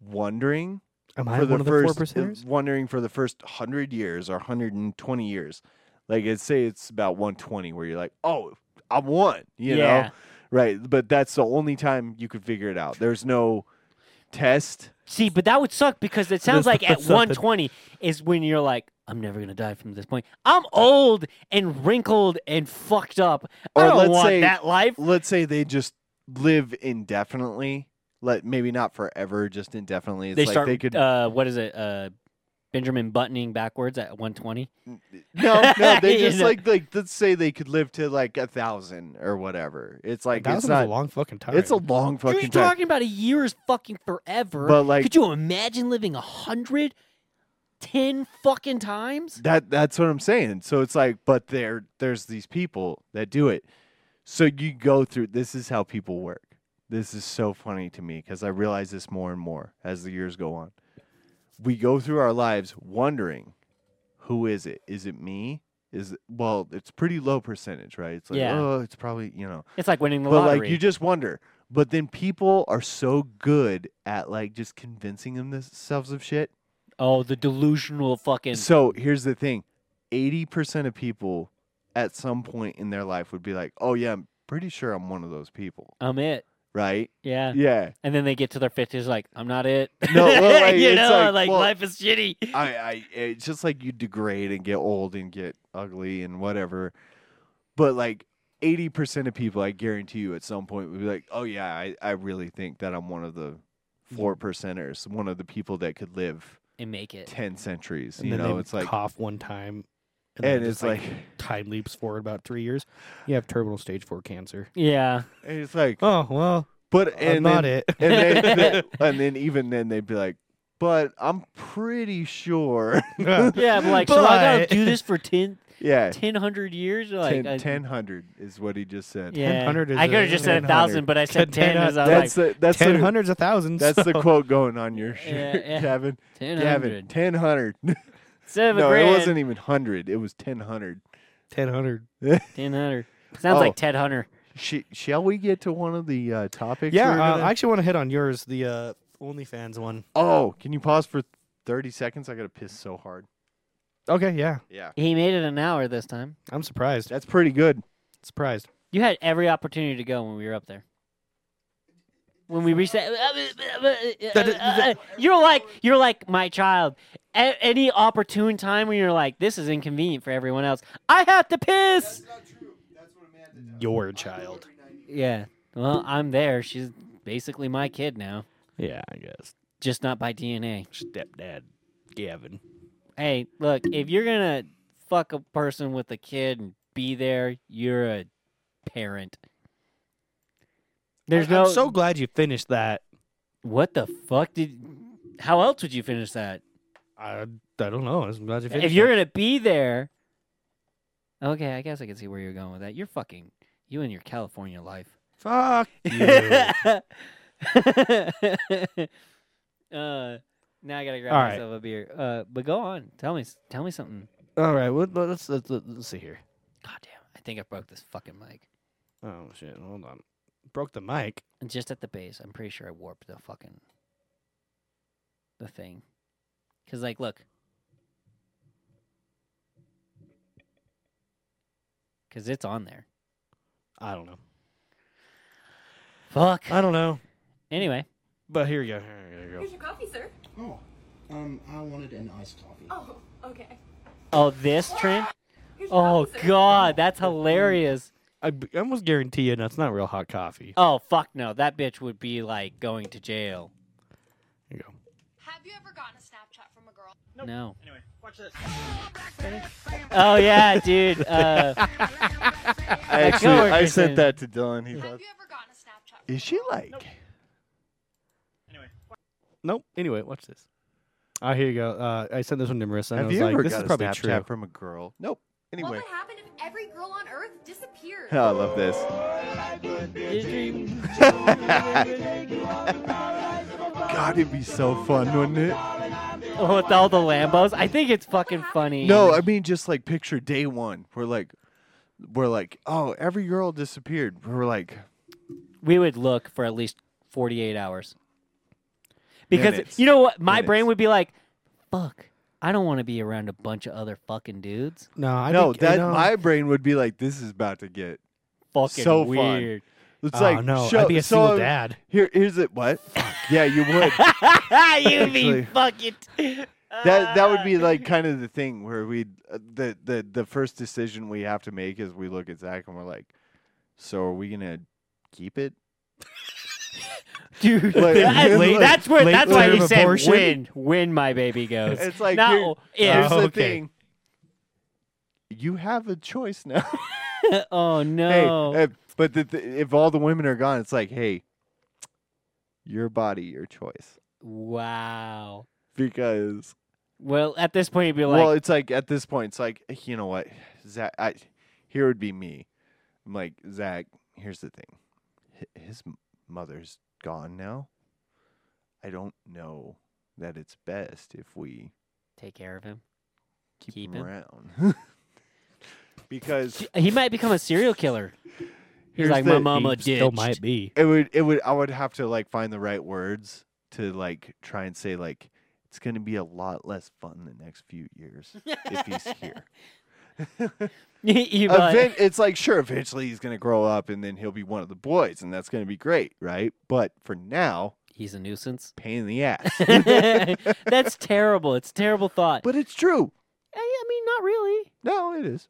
B: wondering
A: Am I
B: for the
A: one of the four
B: first uh,
A: percenters?
B: wondering for the first 100 years or 120 years like it's say it's about 120 where you're like oh i'm one you
D: Yeah.
B: know right but that's the only time you could figure it out there's no test
D: See, but that would suck because it sounds like at
A: that's something.
D: 120 is when you're like, I'm never gonna die from this point. I'm old and wrinkled and fucked up.
B: Or
D: I don't
B: let's
D: want
B: say-
D: that life.
B: let's say they just live indefinitely let maybe not forever just indefinitely it's
D: they
B: like
D: start.
B: they could
D: uh, what is it? Uh, Benjamin buttoning backwards at 120.
B: no no they
D: You
B: just
D: know.
B: like like let's say they could live to like a thousand or whatever it's like it's
A: That's
B: not
A: a long fucking time.
B: it's a long
D: You're
B: fucking time
D: talking about a year is fucking forever.
B: But, like-
D: could you imagine living a hundred, ten fucking times?
B: That that's what I'm saying. So it's like, but there there's these people that do it. So you go through. This is how people work. This is so funny to me because I realize this more and more as the years go on. We go through our lives wondering, who is it? Is it me? Is it, well, it's pretty low percentage, right? It's like,
D: Yeah.
B: oh, it's probably you know.
D: It's like winning the
B: But
D: lottery.
B: like you just wonder. But then people are so good at like just convincing themselves of shit
D: oh, the delusional fucking.
B: so here's the thing 80% of people at some point in their life would be like, oh, yeah, I'm pretty sure I'm one of those people.
D: I'm it.
B: right?
D: Yeah.
B: Yeah.
D: And then they get to their fifties, like I'm not it.
B: No, well, like,
D: you
B: it's
D: know,
B: like,
D: like,
B: well-
D: life is shitty.
B: I, I it's just like you degrade and get old and get ugly and whatever. But like eighty percent of people, I guarantee you, at some point would be like, "Oh yeah, I, I really think that I'm one of the four percenters, one of the people that could live
D: and make it.
B: ten centuries."
A: And
B: you
A: then
B: know,
A: they
B: it's like,
A: cough one time, then
B: and
A: it
B: it's
A: just,
B: like,
A: time leaps forward about three years. You have terminal stage four cancer.
D: Yeah.
B: and it's like,
A: Oh well,
B: but
A: and
B: and
A: not
B: then,
A: it.
B: and then, then- and then even then they'd be like, "But I'm pretty sure,
D: Yeah, but like so I gotta
A: But-
D: do this for 10,
B: yeah."
D: 1,000 years. Like
B: Ten,
D: I-
B: 1000 is what he just said.
D: yeah.
A: 1,000 is
D: I
A: a-
D: could have just said a
A: 1,000.
D: thousand, but I said
A: Ten-
D: ten. as I was
B: That's
D: like,
B: the that's
A: Ten
B: the-
A: hundreds of thousands.
B: That's the
A: so-
B: quote going on your shirt,
D: yeah.
B: Gavin.
D: ten
B: Gavin,
D: hundred.
B: ten hundred.
D: Seven
B: No,
D: grand.
B: it wasn't even hundred. It was ten hundred.
A: Ten hundred.
D: Ten hundred. Sounds
B: e- Oh.
D: like Ted Hunter.
B: Sh- shall we get to one of the uh, topics?
A: Yeah,
B: we were
A: uh,
B: gonna-
A: I actually want to hit on yours, the uh, OnlyFans one.
B: oh, can you pause for thirty seconds? I gotta piss so hard.
A: Okay, yeah,
B: Yeah,
D: He made it an hour this time.
A: I'm surprised.
B: that's pretty good.
A: Surprised.
D: You had every opportunity to go when we were up there. When we reached that, you're like you're like my child. A- any opportune time when you're like, this is inconvenient for everyone else. I have to piss.
A: Your child.
D: Yeah. Well, I'm there. She's basically my kid now,
A: Yeah, I guess
D: just not by DNA.
A: stepdad, Gavin.
D: Hey, look, if you're gonna fuck a person with a kid and be there, you're a parent. There's
A: I-
D: no
A: I'm so glad you finished that.
D: What the fuck did? How else would you finish that?
A: I, I don't know. I'm glad you finished.
D: if you're
A: that.
D: gonna be there, okay, I guess I can see where you're going with that. You're fucking you and your California life.
A: fuck you.
D: uh, now I gotta grab
A: All right.
D: myself a beer. Uh, but go on, tell me, s- tell me something.
A: All right, well, let's, let's let's let's see here.
D: God damn, I think I broke this fucking mic.
A: Oh shit! Hold on. Broke the mic.
D: Just at the base, I'm pretty sure I warped the fucking the thing. Cause like, look. Cause it's on there.
A: I don't know.
D: Fuck.
A: I don't know.
D: Anyway,
A: But here you go. Here you go.
E: Here's your coffee, sir.
F: Oh, um, I wanted an iced coffee.
E: Oh, okay.
D: oh this trend.
E: Here's your
D: Oh
E: coffee, sir.
D: god, that's hilarious.
A: I b- I almost guarantee you that's not real hot coffee.
D: Oh fuck no, that bitch would be like going to jail.
A: Here you go.
C: Have you ever gotten a Snapchat from a girl?
D: No.
G: Anyway, watch this.
D: Oh yeah, dude. Uh,
B: I actually
D: coworker
B: I
D: said-
B: sent that to Dylan. He thought,
C: Have you ever gotten a Snapchat? From
B: is she like?
G: Anyway,
A: Nope. Anyway, watch this. Oh, here you go. Uh, I sent this one to Marissa. And I
B: Have
A: was
B: you
A: like,
B: ever
A: this
B: got
A: is
B: a
A: probably
B: Snapchat
A: true.
B: from a girl? Nope.
H: What
B: Anyway,
H: would happen if every girl on Earth disappeared?
B: oh, I love this.
D: dream.
B: God, it'd be so fun, wouldn't it?
D: Oh, with all the Lambos, I think it's fucking funny.
B: No, I mean just like picture day one. We're like, we're like, oh, every girl disappeared. We're like,
D: we would look for at least 48 hours. Because
B: Minutes.
D: you know what? My
B: Minutes.
D: brain would be like, fuck, I don't want to be around a bunch of other fucking dudes.
A: No, I
B: no,
A: think,
B: that
A: no.
B: my brain would be like, this is about to get.
D: Fucking
B: So fun.
D: weird.
B: It's
A: Oh,
B: like,
A: no.
B: show-
A: I'd be a
B: so,
A: single dad.
B: Here, here's it. What? yeah, you would.
D: You'd
B: Actually.
D: be fucking.
B: That that would be like kind of the thing where we uh, the the the first decision we have to make is we look at Zach and we're like, so are we gonna keep it? Like-
D: dude. that's,
B: Late-
D: that's where.
A: late
D: That's why
A: term
D: he said,
A: abortion?
D: "When, when my baby goes."
B: It's like Oh.
D: Not
B: here-
D: if.
B: here's the
A: okay.
B: thing. You have a choice now.
D: oh
B: hey,
D: no.
B: eh, but the, th if all the women are gone, it's like, hey, your body, your choice.
D: Wow.
B: Because
D: Well, at this point, you'd be like,
B: well, it's like at this point, it's like eh, you know what, Zach. I, here would be me. I'm like Zach. Here's the thing. Hi- His m- mother's gone now. I don't know that it's best if we
D: "Take care of him."
B: keep,
D: Keep
B: him,
D: him?
B: around. because
D: He might become a serial killer. He's
B: Here's
D: like,
B: the-
D: "My mama
A: He
D: did."
A: still might be.
B: it would it would I would have to like find the right words to like try and say like it's gonna be a lot less fun the next few years if he's here.
D: you
B: Event, it's like sure, eventually he's gonna grow up and then he'll be one of the boys, and that's gonna be great, right? But for now,
D: He's a nuisance.
B: pain in the ass.
D: That's terrible. It's a terrible thought.
B: but it's true.
D: I, I mean, not really.
B: No, it is.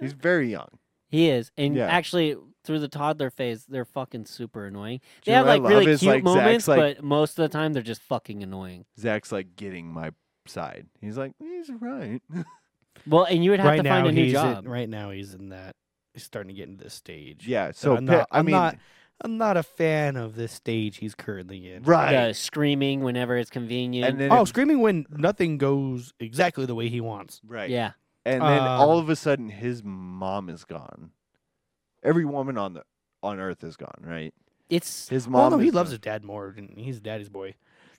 B: He's very young.
D: He is, and
B: Yeah.
D: actually, through the toddler phase, they're fucking super annoying.
B: you
D: They
B: know
D: have
B: what I
D: like really
B: love is,
D: cute
B: like, Zach's,
D: moments,
B: like-
D: but most of the time, they're just fucking annoying.
B: Zach's like getting my side. He's like, he's right.
D: Well, and you would have
A: right
D: to
A: now
D: find a new
A: he's
D: job.
A: In, right now he's in that. He's starting to get into this stage.
B: yeah.
A: that
B: So
A: I'm
B: pa-
A: not,
B: I
A: I'm
B: mean,
A: not. I'm not a fan of this stage he's currently in.
B: right.
D: The screaming whenever it's convenient.
B: And then
A: Oh,
B: if-
A: screaming when nothing goes exactly the way he wants.
B: right.
D: yeah,
B: And then all
A: Um,
B: of a sudden, his mom is gone. Every woman on the on Earth is gone, right?
D: it's
B: His mom.
A: Well, Oh, no, he
B: is
A: loves
B: gone.
A: his dad more. than- He's daddy's boy.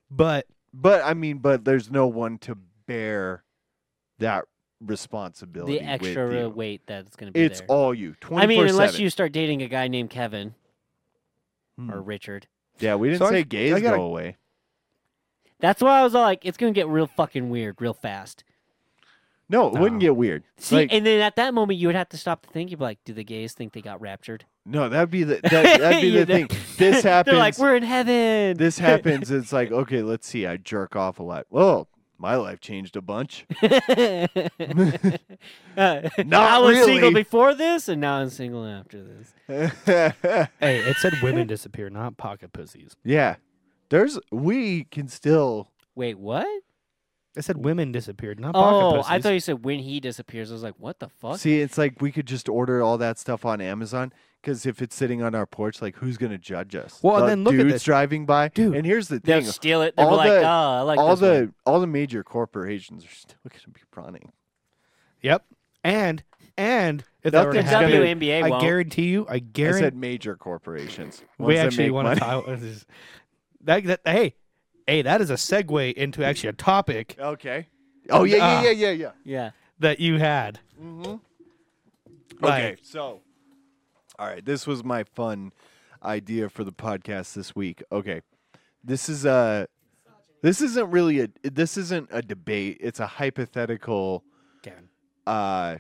A: But
B: But I mean, but there's no one to bear that responsibility.
D: the
B: with
D: extra
B: you.
D: weight that's going to be
B: It's
D: there.
B: all you. Twenty.
D: I mean, unless you start dating a guy named Kevin
B: Hmm.
D: or Richard.
B: Yeah, we didn't
A: So I-
B: say gays
A: I gotta-
B: go away.
D: That's why I was all like, it's going to get real fucking weird real fast.
B: No, it wouldn't
A: No.
B: get weird.
D: See,
B: Like-
D: and then at that moment, you would have to stop to think. You'd be like, do the gays think they got raptured?
B: No, that'd be the that, that'd be
D: You
B: the
D: know?
B: thing. This happens.
D: They're like, we're in heaven.
B: this happens. It's like okay, let's see. I jerk off a lot. Well, my life changed a bunch.
D: Uh,
B: Not
D: I was single
B: really.
D: before this, and now I'm single after this.
B: yeah,
A: hey, it said women disappear, not pocket pussies.
B: there's we can still.
D: Wait, what?
A: It said women disappeared, not pocket
D: Oh,
A: pussies.
D: I thought you said when he disappears. I was like, what the fuck?
B: See, it's like we could just order all that stuff on Amazon because if it's sitting on our porch, like who's gonna judge us?
A: Well, and
B: The
A: then look at
B: dudes
A: this.
B: driving by.
A: Dude,
B: and here's the
D: They'll
B: thing:
D: steal it. They'll be
B: all
D: like,
B: the-
D: oh, I like
B: all
D: this
B: the
D: one."
B: all the major corporations are still gonna be running.
A: Yep. And and if that were to
B: Nothing's gonna-
A: happen,
D: WNBA
A: I
D: won't.
A: guarantee you, I
B: I said
A: guarantee
B: major corporations. ones
A: we
B: that
A: actually
B: make
A: want
B: money.
A: to talk. That, that hey, hey, that is a segue into actually a topic
B: Okay. Oh yeah,
A: Ah.
B: yeah, yeah, yeah, yeah.
D: yeah.
A: that you had.
D: Mm-hmm.
B: Okay,
A: Like-
B: so all right, this was my fun idea for the podcast this week. Okay. This is a this isn't really a this isn't a debate. It's a hypothetical
A: Kevin.
B: uh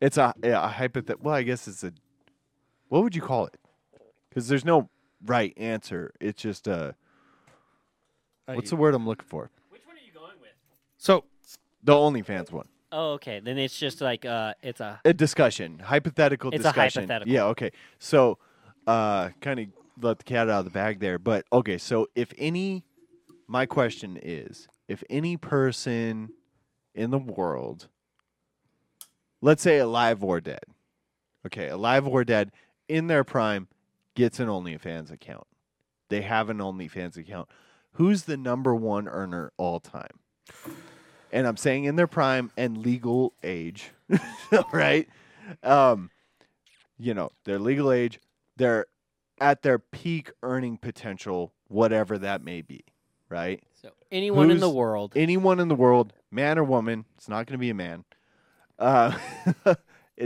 B: It's a yeah, a hypothet well, I guess it's a what would you call it? Cuz there's no right answer. It's just a What's the word I'm looking for?
D: Which one are you going with?
A: So
B: The OnlyFans one.
D: Oh, okay. Then it's just like uh, it's a
B: a discussion, hypothetical
D: It's a
B: discussion.
D: hypothetical.
B: Yeah, okay. So, uh, kind of let the cat out of the bag there, but okay. So, if any, my question is, if any person in the world, let's say alive or dead, okay, alive or dead, in their prime, gets an OnlyFans account. They have an OnlyFans account. Who's the number one earner all time? and I'm saying in their prime and legal age, right? Um, you know, their legal age, they're at their peak earning potential, whatever that may be, right?
D: so anyone in the
B: Who's-
D: world.
B: Anyone in the world, man or woman, it's not going to be a man. Uh,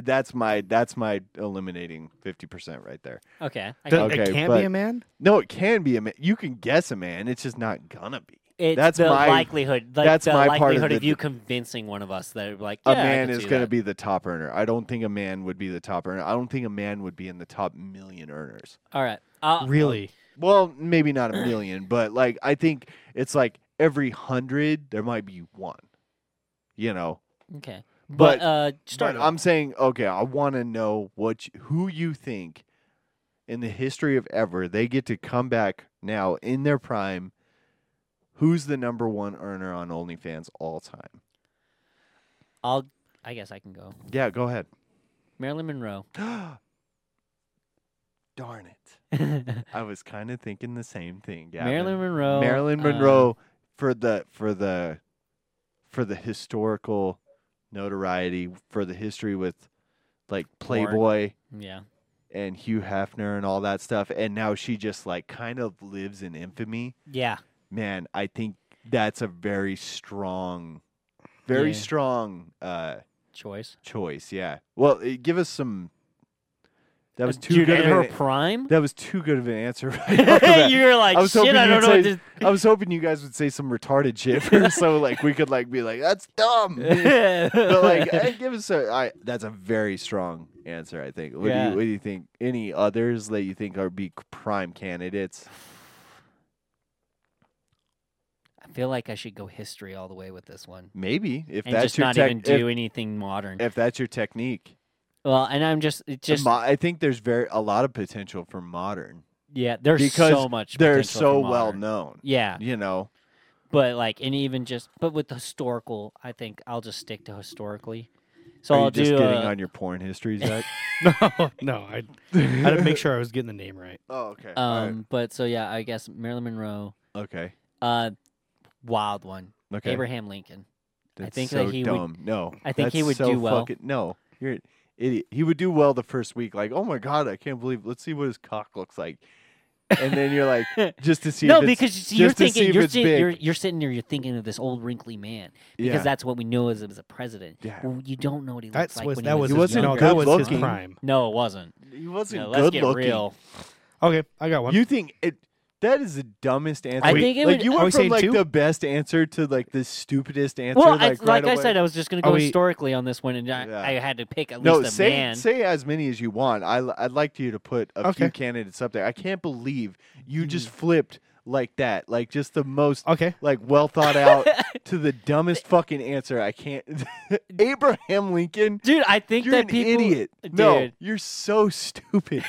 B: that's my that's my eliminating fifty percent right there.
D: okay. I
A: th-
D: get it.
B: Okay,
A: it can't
B: but-
A: be a man.
B: No, it can be a man. You can guess a man. It's just not gonna be.
D: It's
B: that's
D: the
B: my
D: likelihood. Like,
B: that's
D: the
B: my part of
D: likelihood
B: the
D: of, you
B: d-
D: convincing one of us that like
B: a
D: "Yeah, I
B: man
D: can
B: is
D: see
B: going to
D: that."
B: be the top earner. I don't think a man would be the top earner. I don't think a man would be in the top million earners.
D: all right. I'll-
A: Really?
B: Well, maybe not a million, but like I think it's like every hundred there might be one. You know,
D: okay.
B: but,
D: But, uh, start.
B: but
D: it.
B: I'm saying okay. I want to know what you, who you think in the history of ever they get to come back now in their prime. Who's the number one earner on OnlyFans all time?
D: I'll. I guess I can go.
B: Yeah, go ahead.
D: Marilyn Monroe.
B: Darn it. I was kind of thinking the same thing. Gavin.
D: Marilyn Monroe.
B: Marilyn
D: uh,
B: Monroe for the for the for the historical notoriety for the history with like
D: Porn.
B: Playboy
D: yeah.
B: and Hugh Hefner and all that stuff, and now she just like kind of lives in infamy.
D: Yeah.
B: Man, I think that's a very strong, very
D: Yeah.
B: strong uh,
D: Choice.
B: choice. Yeah. Well, eh, give us some That was
D: Uh,
B: too
D: dude,
B: good
D: in
B: of
D: her
B: an-
D: prime.
B: That was too good of an answer. Right off the bat.
D: You're like
B: I was
D: shit.
B: hoping
D: I
B: you'd
D: don't know. What
B: say-
D: this...
B: I was hoping you guys would say some retarded shit first, so like we could like be like, "That's dumb." but like, I give us a. I, that's a very strong answer. I think. What, do
D: Yeah.
B: you, what do you think? Any others that you think are be prime candidates?
D: I feel like I should go history all the way with this one,
B: Maybe if
D: and
B: that's
D: just
B: your
D: not
B: tech-
D: even
B: if-
D: do anything modern.
B: if that's your technique.
D: well, and I'm just it just
B: Mo- I think there's very a lot of potential for modern
D: yeah. There's
B: because
D: so much.
B: they're
D: potential for
B: so well
D: modern.
B: known.
D: Yeah,
B: You know,
D: but like and even just but with the historical, I think I'll just stick to historically. So
B: are
D: I'll
B: you just
D: do.
B: getting
D: uh,
B: on your porn history, Zach?
A: No, no, I, I had to make sure I was getting the name right.
B: oh, okay. All right.
D: um, but so yeah, I guess Marilyn Monroe.
B: Okay.
D: Uh, wild one.
B: Okay.
D: Abraham Lincoln.
B: That's
D: think
B: so
D: that he would-
B: dumb. no,
D: I think he
B: that's
D: would
B: so
D: do well.
B: Fucking, no, you're an idiot. He would do well the first week. Like, oh my god, I can't believe. Let's see what his cock looks like. And then you're like, just to see. if
D: no,
B: it's,
D: because you see, you're
B: just to see
D: thinking
B: if
D: you're,
B: it's
D: sit-
B: big.
D: you're you're sitting there, you're thinking of this old wrinkly man because
B: Yeah.
D: that's what we know as, as a president.
B: Yeah.
D: Well, you don't know what he
A: That's
D: looks like.
A: was
D: when
A: that was
D: was
B: He
A: his-
B: wasn't
A: no,
D: younger.
A: that was his
B: good-looking.
A: prime.
D: No, it wasn't.
B: he wasn't
D: No,
B: good
D: let's get
B: looking.
D: real.
A: Okay, I got one.
B: You think it? That is the dumbest answer.
D: I think it
B: like
D: would-
B: you
A: Are we
B: went from
A: saying
B: like
A: two?
B: the best answer to like the stupidest answer.
D: Well,
B: like,
D: I, like
B: right
D: I
B: away.
D: said, I was just going to
A: Are
D: go
A: we-
D: historically on this one, and I,
B: Yeah.
D: I had to pick at
B: no,
D: least a
B: say
D: man.
B: say as many as you want. I would like you to put a few
A: Okay.
B: candidates up there. I can't believe you
D: Mm-hmm.
B: just flipped like that, like just the most
A: Okay,
B: like well thought out to the dumbest fucking answer. I can't. Abraham Lincoln,
D: Dude, I think
B: you're
D: that
B: an
D: people.
B: idiot.
D: Dude,
B: No, you're so stupid.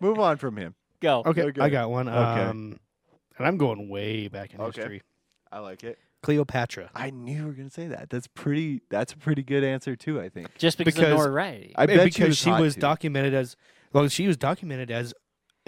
B: Move on from him.
D: go.
A: okay,
B: Okay.
A: I got one.
B: Okay.
A: Um, and I'm going way back in
B: Okay.
A: history.
B: I like it.
A: Cleopatra.
B: I knew you were gonna say that. That's pretty. That's a pretty good answer too. I think.
D: Just because, of
A: Because-
D: notoriety.
B: I
A: And
B: bet
A: because she
B: hot,
A: was
B: too.
A: documented as well. She was documented as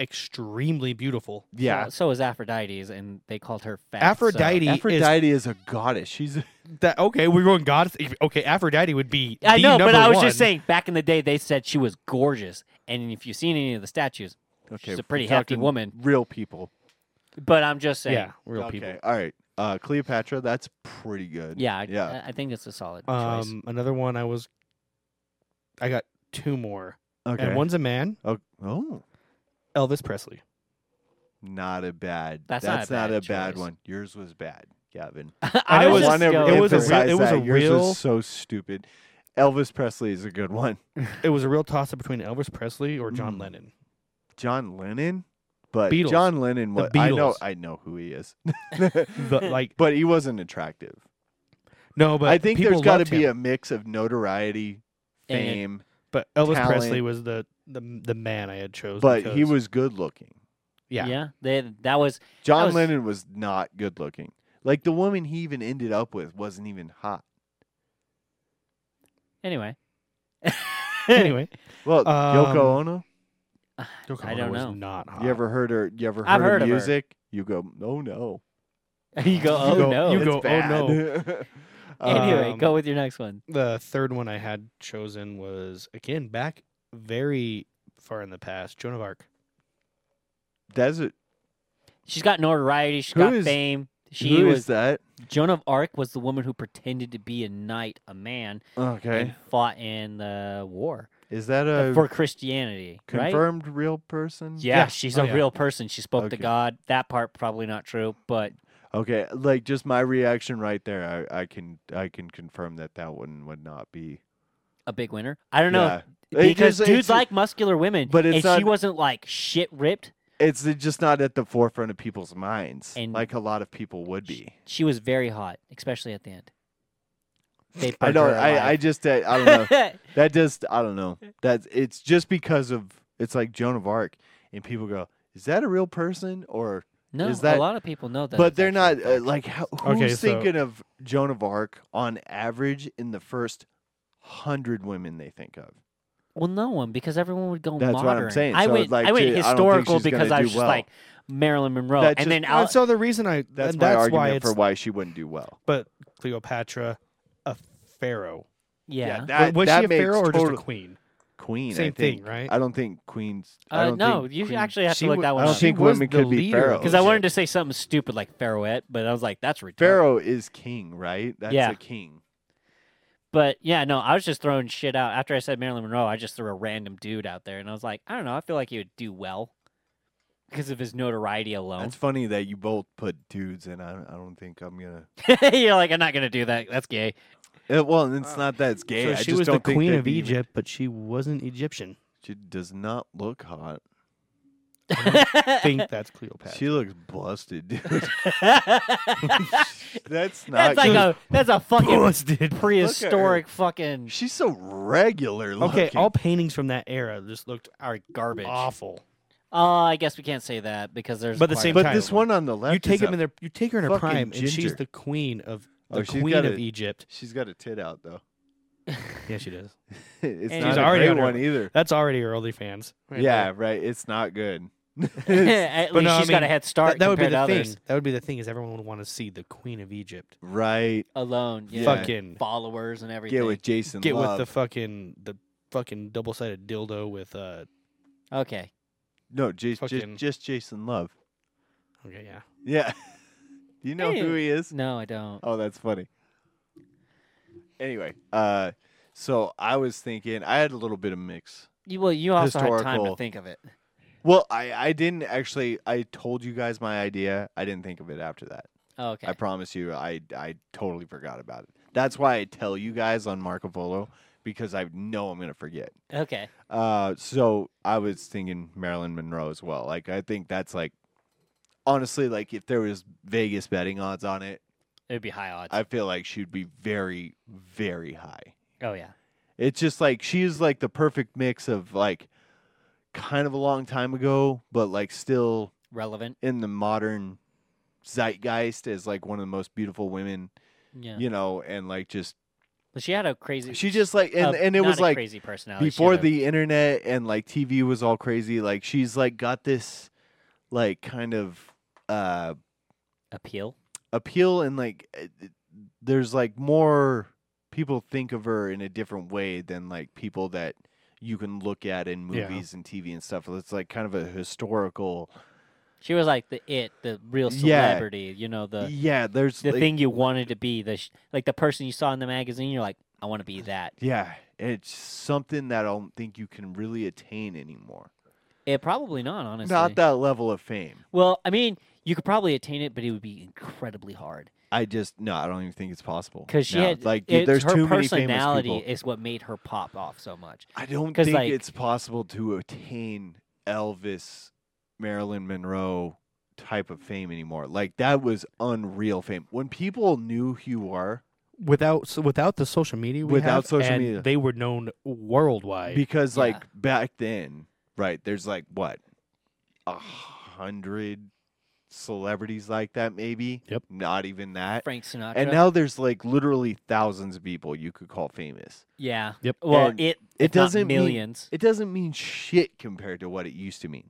A: extremely beautiful.
B: Yeah,
D: So, so is Aphrodite's, and they called her fat. so-
A: Aphrodite
B: Aphrodite is a goddess. She's
A: is that okay? We're going goddess. Okay, Aphrodite would be.
D: I
A: the
D: know, but
A: number
D: I was
A: one.
D: just saying. Back in the day, they said she was gorgeous, and if you've seen any of the statues,
B: okay.
D: She's a
B: we're
D: pretty hefty
B: talking
D: woman.
B: Real people.
D: But I'm just saying.
A: Yeah, real
B: okay.
A: people.
B: All right. Uh, Cleopatra. That's pretty good.
D: Yeah, I,
B: Yeah.
D: I- I think it's a solid choice.
A: Um, another one I was. I got two more,
D: uh,
B: Okay.
A: and one's a man,
B: Oh, oh,
A: Elvis Presley.
B: not a bad.
D: That's not a
B: that's not
D: bad
B: a bad
D: choice.
B: one. Yours was bad, Gavin.
A: I
D: I
A: know
D: was
A: it's-
D: just
B: wanna
D: going
A: it was a
D: for-
A: real-
B: emphasize
A: it was a
B: that. Yours
A: real-
B: was so stupid. Elvis Presley is a good one.
A: It was a real toss up between Elvis Presley or John
B: Mm.
A: Lennon.
B: John Lennon, but
A: Beatles.
B: John Lennon.
A: The
B: What I know,
A: Beatles.
B: I know who he is,
A: The- like
B: but he wasn't attractive.
A: no, but
B: I think
A: people
B: there's got to
A: loved
B: be
A: him.
B: a mix of notoriety,
D: And it-
B: fame,
A: But Elvis
B: talent.
A: Presley was the, the the man I had chose.
B: but he
A: because-
B: was good looking.
A: yeah.
D: Yeah, they, that was
B: John
D: was-
B: Lennon was not good looking. Like the woman he even ended up with wasn't even hot.
D: anyway.
A: Anyway,
B: Well,
A: Um,
B: Yoko Ono.
D: I don't know.
A: Not hot.
B: You ever heard her? You ever
D: Ah. I've
B: heard,
D: heard
B: her
D: of her.
B: music? You go, oh no.
D: you go. Oh
A: You go-
D: no.
A: you
B: It's
A: go, "Oh,
B: bad." Uh,
A: no.
D: anyway,
A: um,
D: go with your next one.
A: the third one I had chosen was again back very far in the past. Joan of Arc.
B: That's it.
D: She's got notoriety. She's
B: who
D: got
B: is-
D: fame. She
B: Who
D: was
B: is that?
D: Joan of Arc was the woman who pretended to be a knight, a man, and
B: Okay.
D: fought in the war
B: Is that
D: uh,
B: a
D: for Christianity. Right?
B: confirmed real person?
D: Yeah,
A: Yeah.
D: she's
A: Oh,
D: a
A: yeah.
D: real person. She spoke
B: Okay.
D: to God. That part probably not true, but
B: Okay. Like just my reaction right there. I, I can I can confirm that that one would not be.
D: a big winner. I don't know.
B: Yeah. It
D: Because
B: just-
D: dudes
B: it's-
D: like muscular women,
B: But it's
D: and she
B: not-
D: wasn't like shit ripped.
B: It's just not at the forefront of people's minds,
D: And-
B: like a lot of people would be.
D: She was very hot, especially at the end. They
B: I
D: burned
B: don't.
D: her
B: I, I
D: alive.
B: just. uh, I, I don't know. That just I don't know. That's it's just because of it's like Joan of Arc, and people go, "Is that a real person?" Or
D: no,
B: is that-
D: a lot of people know that.
B: but
D: it's
B: they're not
D: actually a
B: uh,
D: fact.
B: like how, who's
A: Okay, so-
B: thinking of Joan of Arc on average in the first hundred women they think of.
D: Well, no one because everyone would go
B: That's what I'm
D: modern.
B: saying.
D: I
B: So,
D: went.
B: like,
D: I went
B: dude, I don't think
D: historical
B: she's gonna
D: because I
B: do
D: was just
B: well.
D: like Marilyn Monroe,
B: That
D: and
B: just-
D: then
A: And
D: I'll,
A: so the reason I
B: That's
A: and
B: my
A: that's
B: argument
A: why it's
B: for why she wouldn't do well.
A: but Cleopatra, a pharaoh.
D: yeah.
B: that
A: was
B: that
A: she a
B: makes
A: pharaoh or
B: total,
A: just a queen?
B: queen? I
A: Same thing,
B: think.
A: right?
B: I don't think queens. I
D: uh,
B: don't
D: no,
B: think
D: you
B: queen-
D: actually have
A: she
D: to look
A: wa-
D: that
B: I
D: one
B: don't
D: up.
B: think
A: She was
B: women
A: the
B: could be
A: leader of
B: pharaohs.
D: Because I wanted
A: shit.
D: to say something stupid like pharaohette, but I was like, that's retarded.
B: Pharaoh is king, right? That's
D: Yeah.
B: a king.
D: But yeah, no, I was just throwing shit out. After I said Marilyn Monroe, I just threw a random dude out there, and I was like, I don't know, I feel like he would do well because of his notoriety alone.
B: That's funny that you both put dudes, and I, I don't think I'm gonna.
D: You're like, I'm not gonna do that. That's gay.
B: Uh, well, it's not that it's gay.
A: so
B: I
A: she
B: just
A: was the
B: don't think
A: queen
B: that
A: of
B: the-
A: Egypt, but she wasn't Egyptian.
B: She does not look hot.
A: Think that's Cleopatra.
B: She looks busted, dude.
D: that's
B: That's not.
D: like
B: good.
D: a that's a fucking
A: busted.
D: prehistoric fucking
B: She's so regular looking.
A: Okay, all paintings from that era just looked
D: are garbage.
A: awful.
D: Uh, I guess we can't say that because there's
A: But the
D: quite-
A: same
B: but
A: time,
B: this one on the left.
A: You take
B: is a-
A: him in their, you take her in her
B: fucking
A: prime, and she's
B: ginger.
A: the queen of
B: Oh,
A: the
B: she's
A: queen
B: got
A: of
B: a-
A: Egypt.
B: She's got a tit out though.
A: Yeah, she does.
B: it's
D: And
B: not
D: she's
B: a
A: already
B: great
A: on her-
B: one either.
A: That's already her OnlyFans. right
B: yeah,
A: there.
B: right. It's not good.
D: At
A: But
D: least
A: no, I
D: she's got a
A: mean,
D: head start
A: that, that would be
D: compared
A: the
D: to
A: thing.
D: others.
A: That would be the thing is everyone would want to see the queen of Egypt.
B: right.
D: Alone, yeah.
B: Fuck
A: Fucking
D: followers and everything.
B: Get with Jason.
A: get
B: Love.
A: with the fucking the fucking double sided dildo with uh.
D: okay,
B: no, J-
A: fucking-
B: just Jason Love.
A: Okay, yeah.
B: Yeah. Do you know who
D: Hey.
B: he is?
D: no, I don't.
B: Oh, that's funny. Anyway, uh, so I was thinking I had a little bit of mix.
D: You, well, you also had time to
B: Historical.
D: think of it.
B: Well, I, I didn't actually. I told you guys my idea. I didn't think of it after that.
D: Oh, okay,
B: I promise you, I I totally forgot about it. That's why I tell you guys on Marco Polo because I know I'm gonna forget.
D: okay.
B: Uh, so I was thinking Marilyn Monroe as well. Like I think that's like honestly, like if there was Vegas betting odds on it,
D: It'd be high odds.
B: I feel like she'd be very, very high.
D: oh yeah,
B: It's just like she's like the perfect mix of like kind of a long time ago, but like still
D: relevant.
B: in the modern zeitgeist as like one of the most beautiful women,
D: Yeah,
B: you know, and like just
D: but she had a crazy.
B: she just like and,
D: a-
B: and it
D: not
B: was
D: a
B: like
D: crazy personality. She
B: before
D: had a-
B: the internet and like TV was all crazy, like she's like got this like kind of uh
D: appeal.
B: appeal and like uh, th- there's like more people think of her in a different way than like people that you can look at in
A: Yeah.
B: movies and TV and stuff. It's like kind of a historical.
D: She was like the it, the real
B: Yeah.
D: celebrity. You know the
B: yeah, there's
D: the
B: like-
D: thing you wanted to be. The sh- like the person you saw in the magazine. You're like, I want to be that.
B: Yeah, it's something that I don't think you can really attain anymore.
D: It probably not honestly.
B: Not that level of fame.
D: Well, I mean, you could probably attain it, but it would be incredibly hard.
B: I just no, I don't even think it's possible.
D: because she
B: now.
D: had
B: like y-
D: it's
B: there's
D: her
B: too many famous
D: personality
B: people.
D: is what made her pop off so much.
B: I don't
D: 'cause,
B: think
D: like-
B: it's possible to attain Elvis, Marilyn Monroe type of fame anymore. Like that was unreal fame. When people knew who you were,
A: Without so without the social media, we
B: Without
A: have,
B: social
A: and
B: media.
A: they were known worldwide.
B: because
D: Yeah.
B: like back then, right? There's like what a hundred celebrities like that, maybe.
A: Yep.
B: Not even that.
D: Frank Sinatra.
B: And now there's like literally thousands of people you could call famous.
D: yeah.
A: Yep.
D: Well,
B: And
D: it
B: it
D: if not
B: doesn't mean-
D: millions.
B: It doesn't mean shit compared to what it used to mean.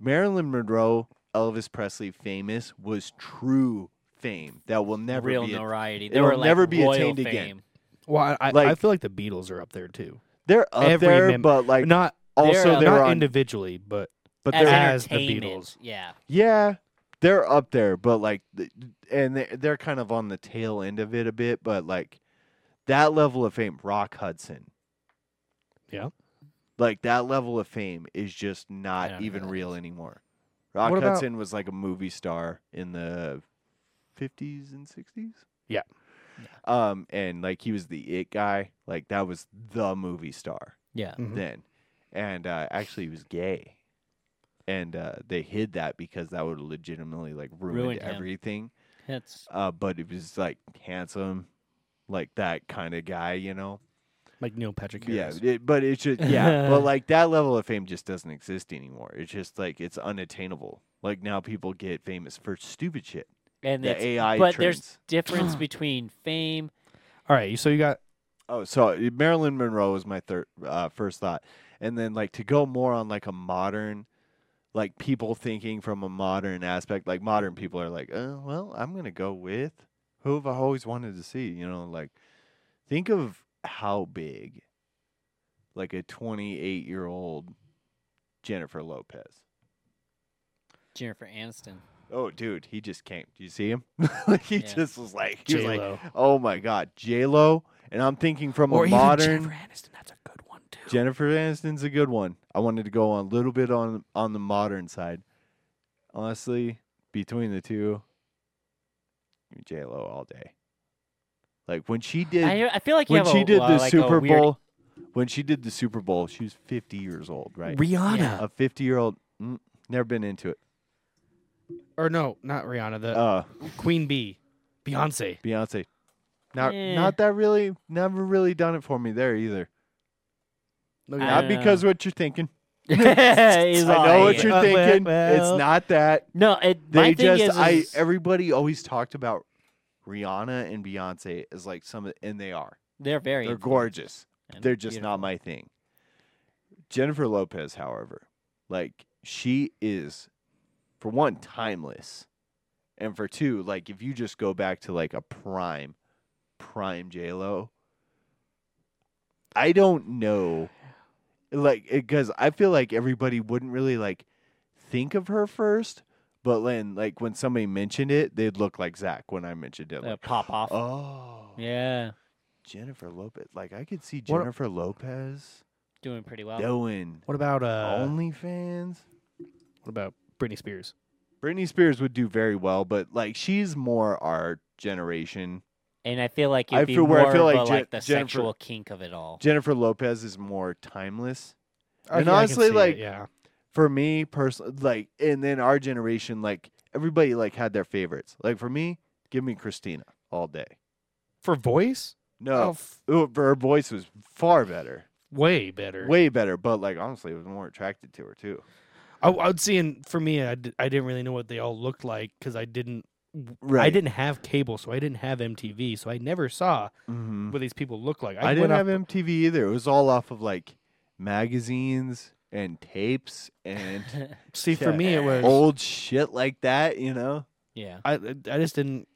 B: Marilyn Monroe, Elvis Presley, famous was true fame that will never
D: real
B: be.
D: notoriety.
B: it
D: They
B: will
D: were like
B: never be
D: royal
B: attained
D: fame.
B: again.
A: well, I, I- I
B: like-
A: feel like the Beatles are up there too.
B: they're up
A: Every
B: there,
A: mem-
B: but like
A: not
B: also
D: they're, uh,
B: they're,
A: not
B: on.
A: individually, but
B: but
D: As,
B: they're
A: as the
D: entertainment,
A: Beatles.
D: Yeah.
B: yeah, they're up there, but like, th- and they're, they're kind of on the tail end of it a bit, but like that level of fame, Rock Hudson.
A: Yeah.
B: Like that level of fame is just
D: don't know
B: not
D: who
B: even
D: that
B: real anymore. Rock
A: What about-
B: Hudson was like a movie star in the 50s and 60s.
A: Yeah.
B: Um, and like he was the it guy. Like that was the movie star
D: Yeah.
A: Mhm.
B: then. And uh, actually, he was gay. And uh, they hid that because that would legitimately like ruined
D: Ruined him.
B: everything.
D: That's
B: Uh, but it was like handsome, like that kind of guy, you know.
A: like Neil Patrick
B: Yeah,
A: Harris.
B: it, but it's just yeah, but like that level of fame just doesn't exist anymore. It's just like it's unattainable. Like now people get famous for stupid shit.
D: and
B: The
D: it's-
B: AI
D: But there's
B: trends.
D: difference between fame.
A: All right, so you got
B: Oh, so uh, Marilyn Monroe was my third uh, first thought, and then like to go more on like a modern, like people thinking from a modern aspect. Like modern people are like, uh, well, I'm gonna go with who have I always wanted to see. You know, like think of how big, like a 28 year old Jennifer Lopez.
D: Jennifer Aniston.
B: Oh, dude, he just came. Do you see him? Like, he
D: Yeah.
B: just was like, he was like,
A: J-Lo.
B: oh my god, J Lo. And I'm thinking from
A: or
B: a
A: even
B: modern
A: Jennifer Aniston. That's a good one too.
B: Jennifer Aniston's a good one. I wanted to go on a little bit on on the modern side. Honestly, between the two, J Lo all day. Like when she did
D: I, I feel like you
B: when
D: have
B: she
D: a,
B: did
D: uh,
B: the
D: like a
B: Super
D: weird-
B: Bowl. When she did the Super Bowl, she was 50 years old, right?
A: Rihanna,
D: Yeah.
B: A 50 year old, mm, never been into it.
A: or no, not Rihanna. The
B: Uh,
A: Queen Bee, Beyonce.
B: Beyonce, not
D: Eh.
B: not that really, never really done it for me there either.
A: Look
D: I
B: Not
D: don't know.
B: because what you're thinking.
D: Is
B: I
D: all
B: know
D: right. Uh,
B: what you're
A: Well,
B: thinking.
A: well.
B: It's not that.
D: No, it,
B: They
D: my
B: just
D: thing is,
B: I
D: is-
B: everybody always talked about Rihanna and Beyonce as like some of, and they are.
D: they're very
B: They're
D: influential
B: gorgeous.
D: and
B: They're just
D: beautiful.
B: not my thing. Jennifer Lopez, however, like she is for one timeless and for two, like if you just go back to like a prime prime J Lo, I don't know, like because I feel like everybody wouldn't really like think of her first, but then like when somebody mentioned it, they'd look like Zach when I mentioned it.
D: Uh,
B: Like,
D: pop off.
B: oh,
D: Yeah,
B: Jennifer Lopez. Like I could see
A: What-
B: Jennifer Lopez
D: doing pretty well.
B: doing
A: What about uh?
B: Um, OnlyFans.
A: What about Britney Spears?
B: Britney Spears would do very well, but like she's more our generation.
D: And I feel like
B: I
D: it'd be
B: feel
D: more
B: where I feel
D: of
B: like
D: a,
B: Jen-
D: like the
B: Jennifer-
D: sexual kink of it all.
B: Jennifer Lopez is more timeless.
A: I
B: And
A: can- I can
B: honestly,
A: see it,
B: like,
A: yeah,
B: For me personally, like, and then our generation, like everybody, like had their favorites. Like for me, give me Christina all day.
A: for voice,
B: No,
A: Oh,
B: oh,
A: f-
B: her voice was far better,
A: way better.
B: way better. But like honestly, I was more attracted to her too.
A: I, I would see, and for me, I, d- I didn't really know what they all looked like because I didn't. I
B: Right.
A: didn't have cable, so I didn't have MTV, so I never saw
B: Mm-hmm.
A: what these people look like.
B: I,
A: went
B: didn't
A: off
B: have MTV either. It was all off of like magazines and tapes and
A: See, for me, it was.
B: old shit like that, you know.
D: yeah,
A: I I just didn't.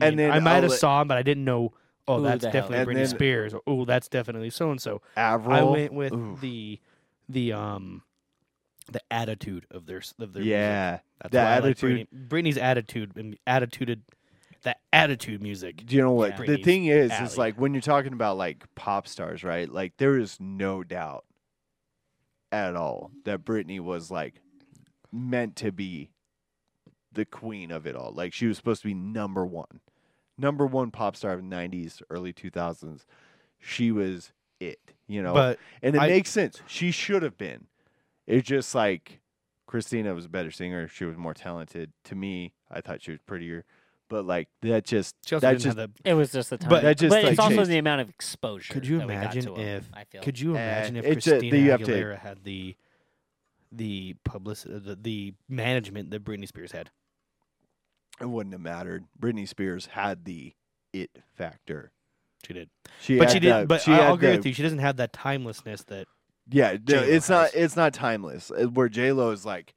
A: I
B: And
A: mean,
B: then
A: I might have
B: I'll-
A: saw him, but I didn't know. Oh,
D: Who
A: that's
D: the hell-
A: definitely
B: And
A: Britney
B: then-
A: Spears. Oh, that's definitely so and so.
B: Avril.
A: I went with
B: Oof.
A: the the um the attitude of their s- of their music.
B: yeah.
A: That's
B: the
A: why I like
B: attitude.
A: Britney. Britney's attitude and attituded the attitude music.
B: Do you know what
A: Yeah.
B: the
A: Britney's
B: thing is?
A: alley.
B: Is like when you're talking about like pop stars, right? Like there is no doubt at all that Britney was like meant to be the queen of it all. Like she was supposed to be number one, number one pop star of the '90s, early 2000s. She was it, you know.
A: But
B: And it
A: I-
B: makes sense. She should have been. It's just like Christina was a better singer. She was more talented. To me, I thought she was prettier. But like that just
A: she also
B: that
A: didn't
B: just
A: have
D: it was just the time.
A: But
D: But,
B: that just, like,
D: it's also
B: changed-
D: the amount of exposure.
A: Could you
D: that we got
A: imagine
D: to 'em,
A: if-
D: I
A: the.
D: feel.
A: Could you
B: Uh,
A: imagine if
B: it's a-
A: Christina
B: you have to-
A: Aguilera had the the publicity, the, the management that Britney Spears had?
B: it wouldn't have mattered. Britney Spears had the it factor.
A: She did,
B: She
A: but
B: had
A: she did.
B: that-
A: but
B: she
A: I'll
B: had
A: agree
B: the-
A: with you. She doesn't have that timelessness that
B: Yeah, no,
A: J-Lo
B: it's not
A: has.
B: it's not timeless. uh, Where J Lo is like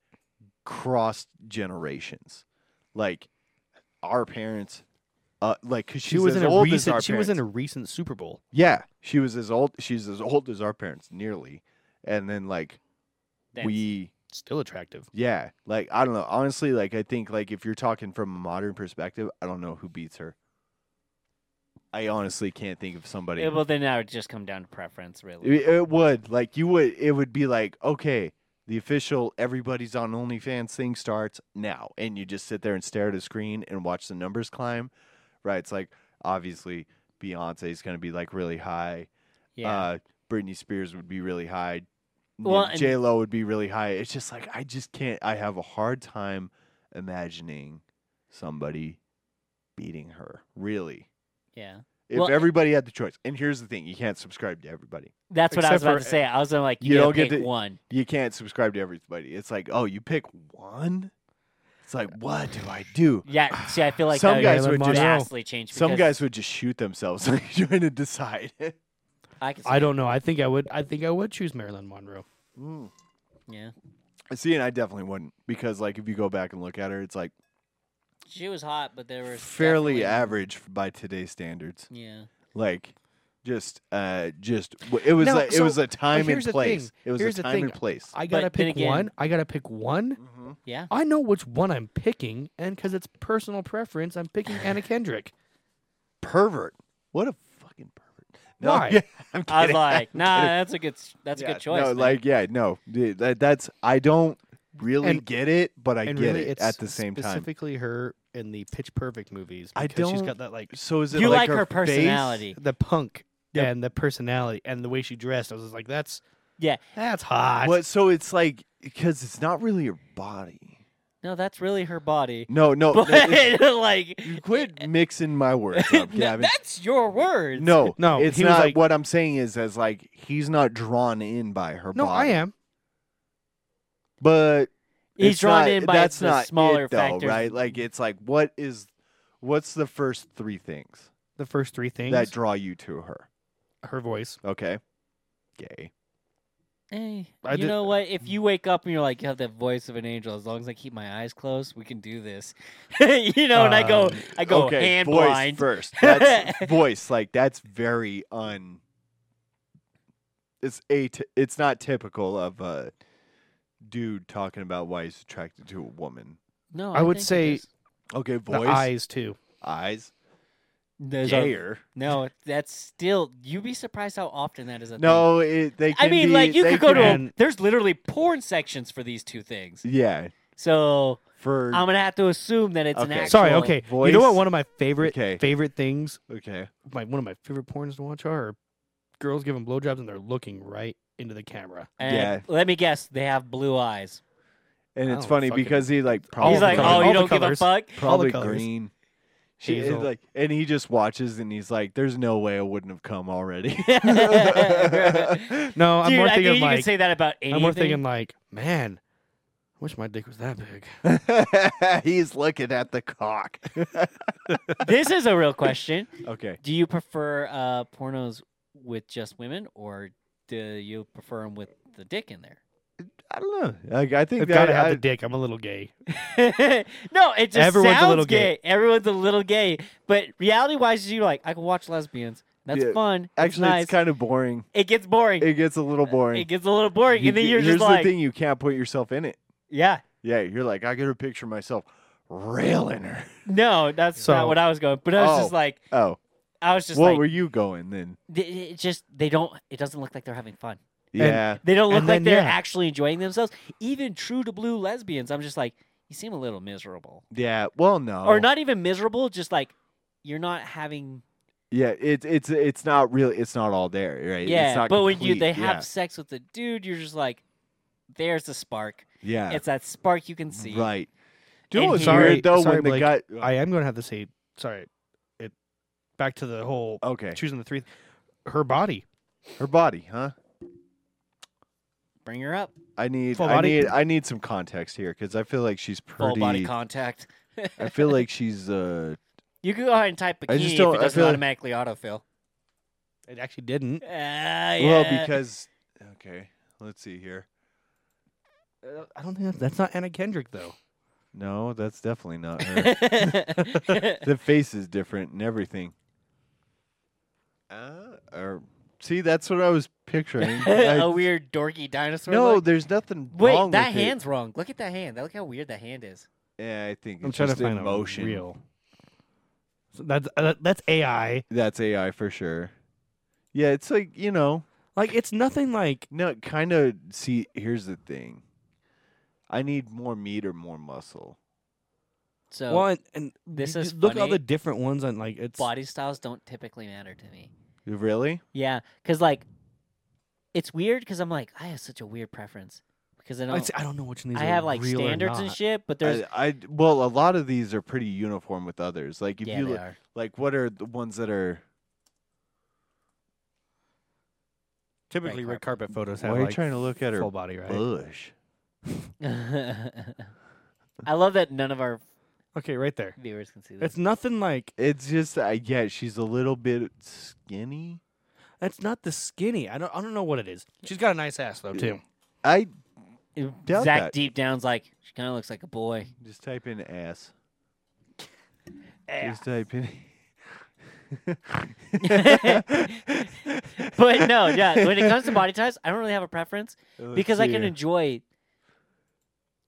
B: crossed generations, like our parents, uh, like 'cause
A: she
B: she's
A: was
B: as
A: in a
B: old as our
A: recent. She was in
B: parents.
A: a recent Super Bowl.
B: Yeah, she was as old. She's as old as our parents, nearly. And then like
D: That's-
B: we,
A: Still attractive.
B: yeah, like I don't know. Honestly, like I think like if you're talking from a modern perspective, I don't know who beats her. I honestly can't think of somebody.
D: Yeah, well, then that would just come down to preference, really.
B: It, it would like you would. It would be like okay, the official everybody's on OnlyFans thing starts now, and you just sit there and stare at a screen and watch the numbers climb. Right? It's like obviously Beyonce's going to be like really high.
D: Yeah.
B: Uh, Britney Spears would be really high.
D: Well, and-
B: J Lo would be really high. It's just like I just can't. I have a hard time imagining somebody beating her. Really,
D: yeah.
B: if
D: Well,
B: everybody had the choice. And here's the thing: you can't subscribe to everybody.
D: That's what I was
A: except
D: about
A: for-
D: to say. I was like,
B: you
D: you, gotta
B: don't get
D: pick
B: to-
D: one.
B: You can't subscribe to everybody. It's like, oh, you pick one. It's like, what do I do?
D: Yeah. See, I feel like
B: Some
D: that
B: guys
D: would
B: would just-
D: vastly change.
B: Some
D: because
B: guys would just shoot themselves trying to decide.
D: I, can see
A: I
D: it.
A: don't know. I think I would. I think I would choose Marilyn Monroe.
B: Mm.
D: Yeah.
B: See, and I definitely wouldn't because, like, if you go back and look at her, it's like
D: She was hot, but there were
B: fairly
D: definitely-
B: average by today's standards.
D: Yeah.
B: Like, just, uh, just w- it was
A: No,
B: like
A: so-
B: it was a time
A: here's
B: and
A: the
B: place.
A: thing.
B: It was
A: Here's
B: a
A: the
B: time
A: thing.
B: and place.
A: I gotta
D: But then
A: pick
D: again-
A: one. I gotta pick one.
B: mm-hmm.
D: Yeah.
A: I know which one I'm picking, and because it's personal preference, I'm picking Anna Kendrick.
B: Pervert. What a fucking pervert.
A: Why?
B: I'm
D: I was
B: kidding.
D: like,
B: I'm
D: nah,
B: kidding.
D: that's a good, s- that's
B: Yeah,
D: a good choice.
B: No,
D: man.
B: like yeah, no, dude, that, that's I don't really
A: And-
B: get it, but I
A: and
B: get
A: really,
B: it
A: it's
B: at the same time.
A: specifically her in the Pitch Perfect movies
B: I
A: because she's
B: don't-
A: got that like
B: So is it
D: you
B: like,
D: like, her,
B: face?
D: personality.
A: the punk
B: Yeah.
A: and the personality and the way she dressed. I was just like, that's
D: Yeah.
A: that's hot.
B: What? So it's like because it's not really your body.
D: No, that's really her body.
B: No, no. no,
D: But
B: it's-
D: like,
B: you quit mixing my words up,
D: no,
B: Gavin.
D: that's your words.
B: No,
A: No,
B: it's
A: he was
B: not.
A: like-
B: what I'm saying is, as like he's not drawn in by her.
A: No, I
B: body.
A: am.
B: but
D: he's
B: it's
D: drawn
B: not-
D: in by
B: that's
D: the
B: not
D: smaller
B: it, though,
D: factors,
B: right? Like it's like what is, what's the first three things
A: The first three things.
B: that draw you to her?
A: her voice.
B: Okay, gay.
D: Hey,
A: I
D: Eh, you
A: did-
D: know what? If you wake up and you're like, you have the voice of an angel, as long as I keep my eyes closed, we can do this. you know, and I go,
A: Um,
D: I go
B: okay,
D: hand
B: voice
D: blind.
B: first. That's voice. Like that's very un. It's a. It's not typical of a dude talking about why he's attracted to a woman.
D: no,
A: I would
D: think it
A: say
D: is.
B: Okay,
A: The
B: voice,
A: eyes too.
B: eyes,
D: There's a-
B: gayer.
D: no, that's still. You'd be surprised how often that is a thing.
B: No, it, they.
D: I
B: can
D: mean,
B: be-
D: like you
B: they
D: could go to.
A: can-
D: A, there's literally porn sections for these two things.
B: Yeah,
D: So
B: for
D: I'm gonna have to assume that it's an
B: Okay.
D: actual.
A: Sorry, okay. You
B: voice.
A: know what? One of my favorite
B: Okay.
A: favorite things,
B: okay.
A: my one of my favorite porns to watch are girls giving blowjobs and they're looking right into the camera.
D: And
B: Yeah.
D: Let me guess. They have blue eyes.
B: And
A: I
B: it's
A: don't
B: funny
A: fucking-
B: because he like
A: All
B: probably
D: He's
A: the
D: like,
A: colors.
D: oh,
A: All
D: you
A: the
D: don't give a
A: colors.
D: fuck.
A: All the
B: probably
A: colors.
B: green. She
A: Hazel.
B: is like, and he just watches and he's like, "There's no way I wouldn't have come already."
A: No, I'm
D: Dude,
A: more
D: I
A: thinking
D: think you can
A: like
D: say that about anything.
A: I'm more thinking like, man, I wish my dick was that big.
B: He's looking at the cock.
D: this is a real question.
B: okay.
D: Do you prefer uh, pornos with just women, or do you prefer them with the dick in there?
B: I don't know. Like, I think
A: I've
B: that
A: gotta have
B: I-
A: the dick. I'm a little gay.
D: no, it just
A: Everyone's a
D: sounds
A: little
D: gay.
A: gay.
D: Everyone's a little gay, but reality-wise, you're like, I can watch lesbians. That's
B: Yeah,
D: fun. it's
B: actually
D: nice.
B: it's kind of boring.
D: it gets boring. It,
B: It gets a little boring.
D: gets a little boring,
B: You
D: and then
B: ca-
D: you're
B: here's
D: just like,
B: the thing: you can't put yourself in it.
D: yeah,
B: Yeah, you're like, I get a picture of myself railing her.
D: no, that's not
A: So-
D: what I was going. But I was
B: Oh.
D: just like,
B: Oh,
D: I was just
B: what
D: like,
B: were you going then?
D: th- it just they don't. It doesn't look like they're having fun.
B: Yeah,
D: They don't look
A: And
D: like
A: then,
D: they're
A: yeah.
D: actually enjoying themselves. Even true to blue lesbians, I'm just like, you seem a little miserable.
B: yeah. Well, no,
D: Or not even miserable, just like you're not having
B: Yeah, it's it's it's not real. It's not all there, right?
D: Yeah.
B: it's not
D: but when you
B: complete,
D: they have
B: yeah.
D: sex with the dude, you're just like, there's the spark.
B: yeah,
D: It's that spark you can see.
B: right.
D: Do you know what's
A: Sorry,
B: weird though
A: sorry,
B: when the
A: Blake,
B: guy?
A: I am gonna have to say sorry. It back to the whole
B: okay,
A: choosing the three. Her body.
B: her body, huh?
D: Bring her up.
B: I need
A: Full
B: I
A: body?
B: need I need some context here because I feel like she's
D: Full
B: pretty.
D: body contact.
B: I feel like she's uh.
D: You can go ahead and type bikini
B: I just
D: if
B: don't-
D: it
B: I
D: doesn't
B: feel like-
D: automatically autofill.
A: It actually didn't.
D: Uh, yeah.
B: Well, because okay, let's see here.
A: I don't think that's, that's not Anna Kendrick though.
B: No, that's definitely not her. the face is different and everything. Uh, or see, that's what I was picturing. I-
D: a weird dorky dinosaur.
B: no,
D: look.
B: there's nothing
D: Wait,
B: wrong
D: that
B: with it.
D: hand's wrong. Look at that hand. Look how weird that hand is.
B: Yeah, I think it's
A: I'm trying to
B: just
A: find
B: emotion.
A: a real. So that's uh, that's AI.
B: That's AI for sure. Yeah, it's like you know,
A: Like it's nothing like
B: no, kind of. See, here's the thing. I need more meat or more muscle.
D: So
A: one. And
D: this
A: you
D: is
A: just look at all
D: funny.
A: the different ones on like it's.
D: body styles don't typically matter to me.
B: Really?
D: Yeah, because like, it's weird because I'm like, I have such a weird preference because I
A: I,
D: don't.
A: see- I don't know which one these
D: I
A: are
D: have like
A: real or
D: standards and
A: not.
D: shit, but there's
B: I, I well, a lot of these are pretty uniform with others. Like if
D: yeah,
B: you
D: they
B: look,
D: are.
B: like what are the ones that are?
A: Typically,
D: Red
A: red carpet photos
B: Why
A: have
B: are you
A: like,
B: trying to look at her
A: full body, right?
B: Bush.
D: I love that none of our
A: Okay, right there.
D: viewers can see this.
A: It's nothing like
B: It's just, I yeah, she's a little bit skinny.
A: That's not the skinny. I don't. I don't know what it is. She's got a nice ass though too.
B: I
D: It-
B: doubt
D: Zach
B: that.
D: deep down's like she kind of looks like a boy.
B: just type in ass. Just type in.
D: But no, yeah. When it comes to body types, I don't really have a preference
B: Let's
D: because I
B: see
D: can
B: here.
D: enjoy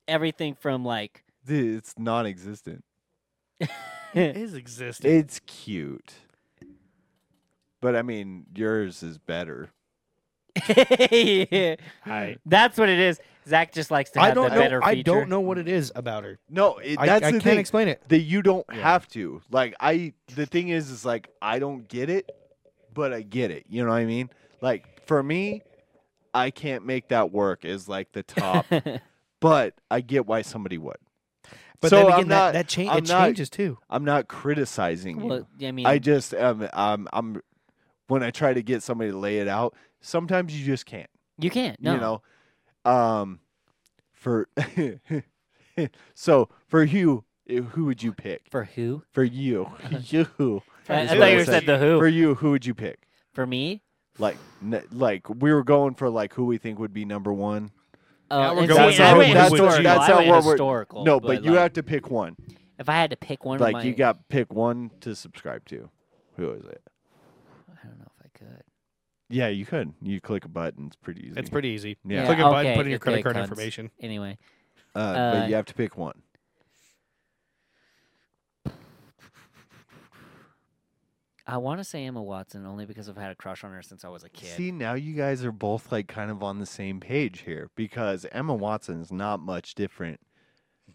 D: everything from like
B: Dude, it's non-existent.
A: It is existing.
B: It's cute. But I mean, yours is better.
A: I,
D: That's what it is. Zach just likes to have
A: I don't
D: the
A: know.
D: better feature.
A: I don't know what it is about her.
B: No, it,
A: I,
B: that's
A: I
B: the
A: can't
B: thing
A: explain it.
B: that you don't
A: Yeah.
B: have to. Like I, the thing is, is like I don't get it, but I get it. You know what I mean? Like for me, I can't make that work. Is like the top, but I get why somebody would.
A: But
B: so
A: then
B: I'm
A: again, that,
B: not,
A: that cha-
B: I'm
A: it
B: not-
A: changes too.
B: I'm not criticizing you.
D: Well, I mean,
B: I just um, um, I'm when I try to get somebody to lay it out, sometimes you just can't.
D: you can't. No.
B: You know, um, for so for you, eh, who would you pick?
D: For who?
B: For you, you.
D: I, I
B: is
D: thought
B: what
D: you
B: I
D: were
B: said.
D: said the who.
B: For
D: For,
B: you, who would you pick?
D: me?
B: Like, n- like we were going for like who we think would be number one.
D: Oh,
A: Now we're
D: and
A: going with
D: see, I
A: who
D: went
A: would you-
D: historical.
A: That's
D: I
B: not
D: went
B: where we're-
D: historical.
B: no, but, you
D: like,
B: have to pick one.
D: If I had to pick one, of
B: Like
D: my-
B: you got to pick one to subscribe to. Who is it?
D: I don't know if I could.
B: Yeah, you could. You click a button. It's pretty easy.
A: It's pretty easy.
B: Yeah,
A: Click a button,
D: okay,
A: put in your
D: okay,
A: credit card
D: cunts.
A: information.
D: Anyway,
B: Uh,
D: Uh,
B: but you have to pick one.
D: I want to say Emma Watson only because I've had a crush on her since I was a kid.
B: See, now you guys are both like kind of on the same page here because Emma Watson is not much different.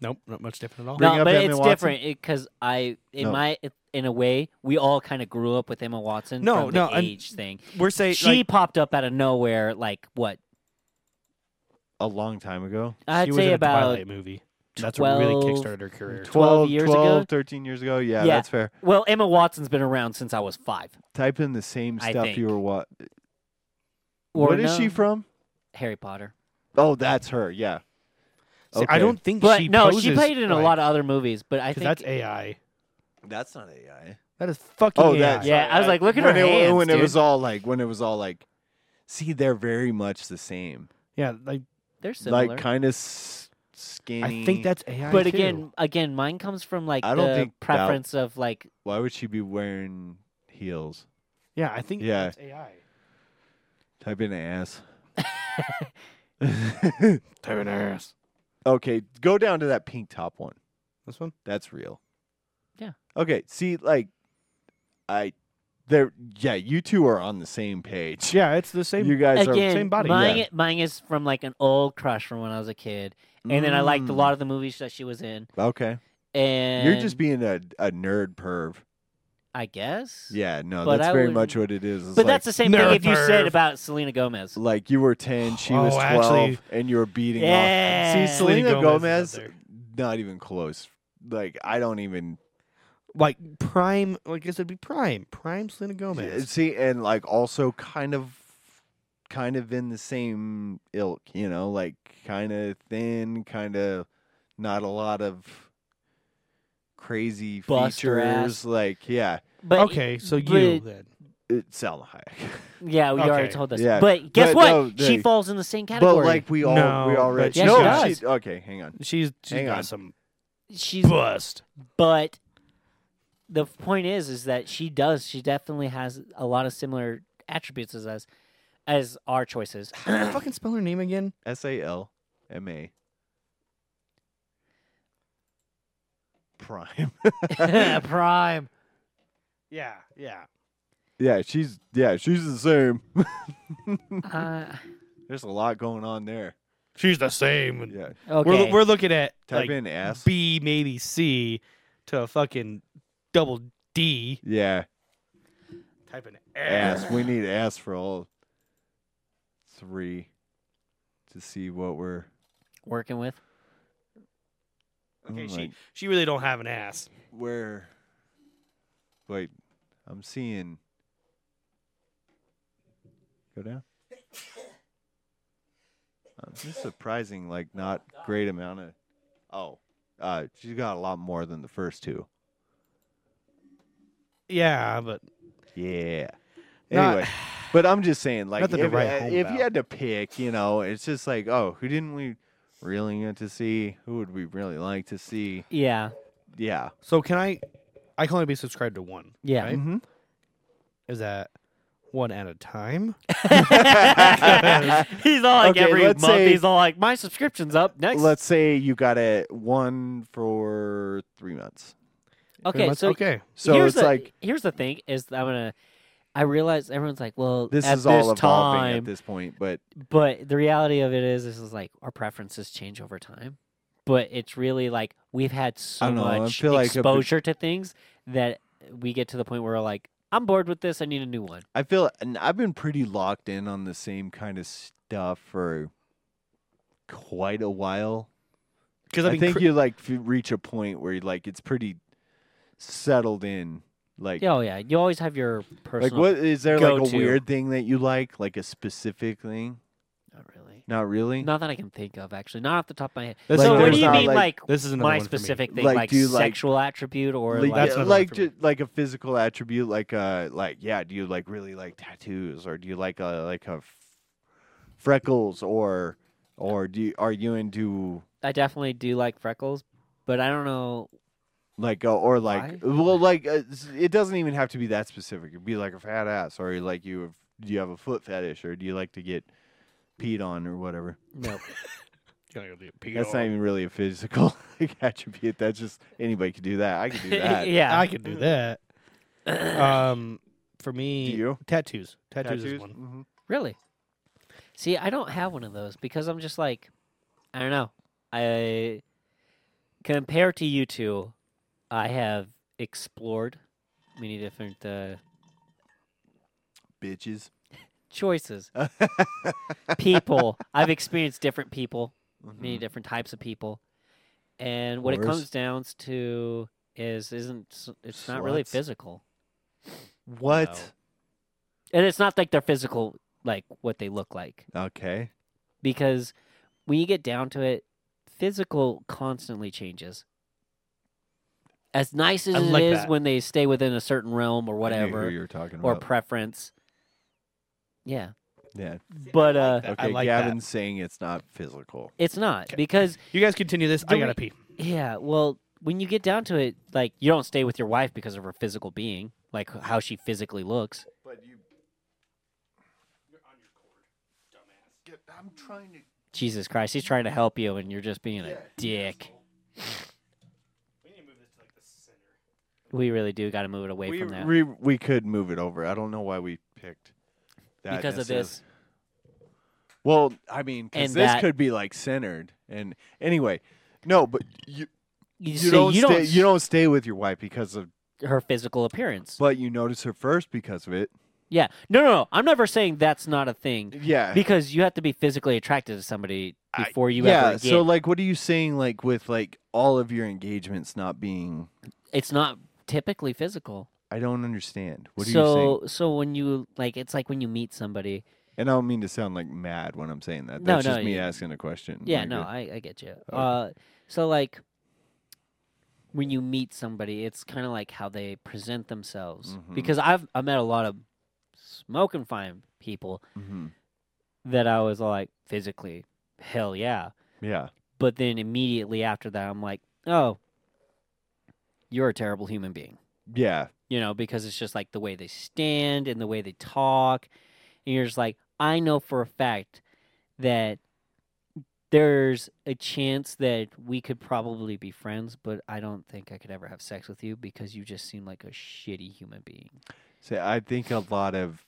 A: Nope, not much different at all.
B: Bring
D: no,
B: up
D: but
B: Emma
D: it's
B: Watson?
D: different because I, in
B: No.
D: my, in a way, we all kind of grew up with Emma Watson.
A: No,
D: from
A: no,
D: the
A: and
D: age thing.
A: We're saying
D: she popped up out of nowhere, like what?
B: A long time ago,
D: I'd
A: she was in
D: say
A: a
D: about
A: Twilight movie.
D: 12,
A: That's what really kickstarted her career.
D: 12 years ago?
B: 12, 13 years ago. Yeah,
D: Yeah.
B: that's fair.
D: Well, Emma Watson's been around since I was five.
B: Type in the same
D: I
B: stuff you
D: think.
B: were what?
D: Or
B: what is
D: no,
B: she from?
D: Harry Potter.
B: Oh, that's her. Yeah.
A: See, I
B: Okay.
A: don't think
D: But
A: she
D: no,
A: poses,
D: she played in a lot of other movies. But I think
A: that's AI.
B: That's not AI.
A: That is fucking
B: Oh,
A: AI.
B: that.
D: Yeah, I was like, look at
B: when
D: her
B: it,
D: hands,
B: When it
D: dude.
B: was uh, all like, when it was all like, see, they're very much the same.
A: Yeah, like
D: they're similar.
B: Like, kind of s- skinny.
A: I think that's AI.
D: Mm. but
A: too.
D: again, again, mine comes from like
B: I don't
D: the
B: think that-
D: preference of like
B: Why would she be wearing heels?
A: yeah, I think
B: Yeah.
A: that's AI.
B: Type in ass.
A: Turn ass.
B: Okay, go down to that pink top one.
A: This one.
B: That's real.
D: Yeah.
B: Okay. See, like, I, there. Yeah, you two are on the same page.
A: Yeah, it's the same.
B: You guys are.
D: again
A: same body,
D: Mine,
B: yeah.
D: mine is from like an old crush from when I was a kid, and then I liked a lot of the movies that she was in.
B: Mm, Okay. Mm.
D: And
B: You're just being a, a nerd perv.
D: I guess.
B: Yeah. No,
D: But
B: that's
D: I
B: very
D: would-
B: much what it is. It's
D: But
B: like,
D: that's the same thing if you said
A: Nerf.
D: about Selena Gomez.
B: like you were ten, she
A: Oh,
B: was twelve,
A: actually-
B: and you were beating
D: Yeah.
B: off. See,
A: Selena
B: Selena
A: Gomez is
B: Gomez,
A: up there.
B: not even close. Like I don't even
A: like prime. Like I guess it'd be prime. Prime Selena Gomez.
B: see, and like also kind of, kind of in the same ilk, you know, like kind of thin, kind of not a lot of crazy
D: Buster ass.
B: features. Like yeah,
D: But
A: okay, so you then.
B: it's Salma Hayek.
D: Yeah, we already
A: Okay.
D: told this.
B: Yeah.
D: But guess
B: But
D: what?
B: no,
D: she
B: they-
D: falls in the same
B: But
D: category.
B: like we all we
A: No,
B: already
A: but she
B: no
D: does.
B: okay hang on
A: She's she's
B: Hang
A: got
B: on.
A: some
D: she's
A: bust.
D: but the point is is that she does she definitely has a lot of similar attributes as us as our choices
A: How do you fucking spell her name again?
B: S A L M A prime.
D: prime
A: Yeah, yeah.
B: Yeah, she's yeah, she's the same.
D: uh,
B: There's a lot going on there.
A: She's the same.
B: Yeah.
D: okay
A: We're we're looking at
B: Type
A: like
B: in ass.
A: B maybe C to a fucking double D.
B: yeah,
A: Type in
B: ass. we need ass for all three to see what we're
D: working with
A: Okay,
B: I'm
A: she
B: like,
A: she really don't have an ass.
B: where wait, I'm seeing go down. Uh, this is surprising, like not great amount of oh. Uh she's got a lot more than the first two.
A: Yeah, but
B: Yeah.
A: Not-
B: Anyway, but I'm just saying, like,
A: Nothing to
B: if,
A: write home
B: if you
A: about.
B: had to pick, you know, it's just like, oh, who didn't we really get to see? Who would we really like to see?
D: yeah
B: Yeah. Mm-hmm.
A: so can I? I can only be subscribed to one.
D: yeah
A: Right?
B: Mhm.
A: Is that one at a time.
D: he's all like
B: Okay,
D: every month.
B: let's say-
D: he's all like, my subscription's up next.
B: Let's say you got it one for three months.
A: Pretty
D: okay,
A: much-
D: so
A: okay.
B: So
D: here's
B: it's
D: the,
B: like
D: here's the thing is I'm gonna. I realize everyone's like, well,
B: this
D: at
B: is all
D: this
B: evolving
D: time,
B: at this point, but
D: but the reality of it is, this is like our preferences change over time. But it's really like we've had so
B: don't know, I
D: much
B: feel like if it-
D: exposure to things that we get to the point where we're like, I'm bored with this. I need a new one.
B: I feel and I've been pretty locked in on the same kind of stuff for quite a while.
A: Because
B: I,
A: I, mean,
B: think
A: cri-
B: you like f- reach a point where you, like it's pretty settled in. Like,
D: Yeah, Oh yeah, you always have your personal.
B: like what is there like a
D: go-to.
B: weird thing that you like, like a specific thing?
D: Not really.
B: Not really.
D: Not that I can think of, actually. Not off the top of my head.
A: That's
D: so
A: another
D: what do you
A: one.
D: mean, like,
A: this is another
D: my
A: one for me.
D: specific thing,
B: Like,
D: like,
B: do you like-
D: sexual attribute or
B: like,
D: like,
A: That's
B: yeah,
A: another one
B: like
A: for me.
B: ju- like a physical attribute, like uh, like yeah, do you like really like tattoos, or do you like uh, like a f- freckles, or or do you, are you into
D: I definitely do like freckles, but I don't know.
B: like uh, or like well like uh, s- it doesn't even have to be that specific. It'd be like a fat ass, or like you have, do you have a foot fetish, or do you like to get peed on or whatever.
D: No,
A: Gotta go get peed
B: That's
A: on.
B: not even really a physical like, attribute. That's just anybody could do that. I could do that.
D: yeah,
A: I could do that. um, for me,
B: Do you?
A: tattoos. Tattoos,
B: Tattoos.
A: is one.
B: Mhm.
D: really. See, I don't have one of those because I'm just like, I don't know. I compared to you two, I have explored many different uh,
B: Mm-hmm. Bitches.
D: choices, people. I've experienced different people. many
B: Mhm.
D: different types of people. And what it
B: Whores.
D: comes down to is isn't s- it's not really
B: Sluts.
D: physical.
B: What?
D: And it's not like they're physical like what they look like
B: Okay.
D: because when you get down to it physical constantly changes. As nice as
A: I
D: it is
A: like that.
D: when they stay within a certain realm
B: I
D: or
B: knew who
D: whatever
B: you were talking
D: or
B: about.
D: preference. Yeah.
B: yeah.
D: But uh
A: that. I
B: Okay.
A: like that.
B: Gavin's saying it's not physical.
D: it's not
A: 'Kay.
D: because
A: You guys continue this.
D: Do
A: I gotta
D: we-
A: pee.
D: Yeah, well, when you get down to it, like you don't stay with your wife because of her physical being, like h- how she physically looks.
B: But you. You're on your cord, dumbass. I'm trying to.
D: Jesus Christ, he's trying to help you, and you're just being a dick. We really do got to move it away
B: We,
D: from that
B: we we could move it over. I don't know why we picked that
D: because of
B: necessarily.
D: this.
B: Well, I mean, because
D: And
B: this
D: that-
B: could be like centered. And anyway, no, but you
D: You,
B: you
D: so
B: don't
D: you
B: stay,
D: don't
B: you don't stay with your wife because of,
D: her physical appearance.
B: but you notice her first because of it.
D: yeah, no, no, no. I'm never saying that's not a thing
B: Yeah,
D: because you have to be physically attracted to somebody
B: I-
D: before you
B: yeah.
D: ever get.
B: So like, what are you saying? Like with like all of your engagements not being,
D: it's not typically physical.
B: I don't understand. What are
D: so
B: you saying?
D: so when you like, it's like when you meet somebody
B: And I don't mean to sound like mad when I'm saying that.
D: No,
B: That's
D: no,
B: just me
D: you-
B: asking a question.
D: Yeah,
B: Like,
D: no,
B: uh,
D: I, I get you.
B: Okay.
D: Uh, so like when you meet somebody, it's kind of like how they present themselves.
B: Mhm.
D: Because I've I met a lot of smoking fine people
B: mhm.
D: that I was like physically, hell yeah.
B: Yeah.
D: But then immediately after that, I'm like, oh, you're a terrible human being.
B: Yeah.
D: You know, because it's just like the way they stand and the way they talk, and you're just like, I know for a fact that there's a chance that we could probably be friends, but I don't think I could ever have sex with you because you just seem like a shitty human being.
B: So I think a lot of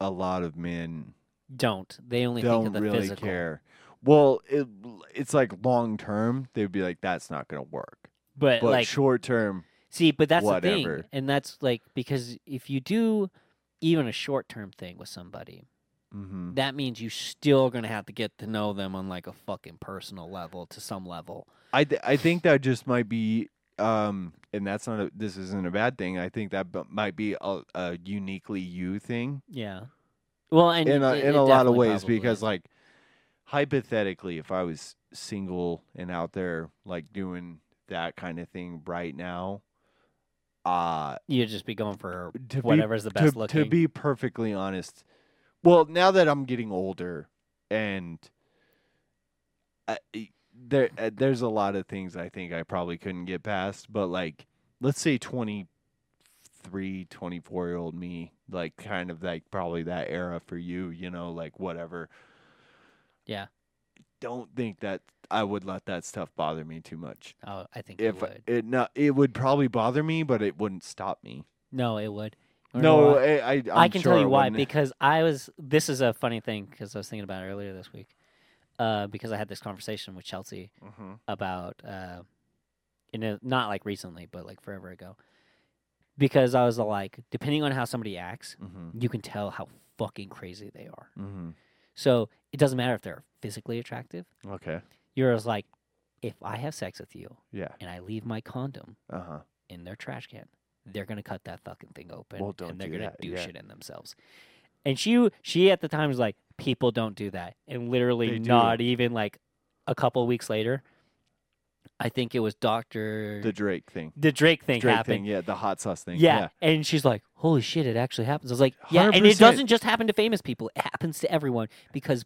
B: a lot of men
D: Don't. They only think
B: don't
D: of the
B: really
D: physical.
B: care. Well, it, it's like long term, they'd be like, "That's not going to work."
D: But,
B: But
D: Eh, like,
B: short term,
D: see, but that's the
B: whatever.
D: thing, and that's like because if you do even a short term thing with somebody,
B: hmm
D: that means you still gonna have to get to know them on like a fucking personal level to some level.
B: I th- I think that just might be, um, and that's not a, this isn't a bad thing. I think that bu- might be a, a uniquely you thing
D: Yeah. Well, and
B: in a,
D: it-
B: in
D: it
B: a lot of
D: definitely
B: ways
D: probably
B: because
D: is.
B: like hypothetically, if I was single and out there like doing that kind of thing right now, uh
D: you'd just be going for
B: to be
D: whatever's the best
B: to,
D: looking.
B: To be perfectly honest, well, now that I'm getting older, and I, I- there uh, there's a lot of things I think I probably couldn't get past, but like let's say 20, 23, 24 year old me, like kind of like probably that era for you, you know, like whatever.
D: Yeah.
B: Don't think that I would let that stuff bother me too much.
D: Oh, I think
B: If
D: it would.
B: it no, it would probably bother me, but it wouldn't stop me.
D: No, it would. You wanna know
B: No,
D: why?
B: I, I, I'm
D: I can
B: sure
D: tell
B: it
D: you why
B: wouldn't.
D: because I was. This is a funny thing because I was thinking about it earlier this week. Uh, because I had this conversation with Chelsea
B: Mhm.
D: about, uh, you know, not like recently, but like forever ago. Because I was like, depending on how somebody acts,
B: Mhm.
D: you can tell how fucking crazy they are.
B: Mhm.
D: So it doesn't matter if they're physically attractive.
B: Mm-hmm. Okay.
D: You're just like, if I have sex with you
B: Yeah.
D: and I leave my condom
B: Uh huh.
D: in their trash can. They're gonna cut that fucking thing open,
B: Well, don't
D: and they're
B: do
D: gonna
B: that,
D: do
B: yeah.
D: shit in themselves. And she, she at the time was like, "People don't do that," and literally
B: They do.
D: not even like a couple weeks later, I think it was Doctor
B: The
D: the,
B: Drake thing.
D: Drake thing
B: Drake
D: happened.
B: thing. Yeah. The hot sauce thing.
D: yeah. and she's like, "Holy shit, it actually happens." I was like, "Yeah," and it
B: 100%.
D: doesn't just happen to famous people; it happens to everyone because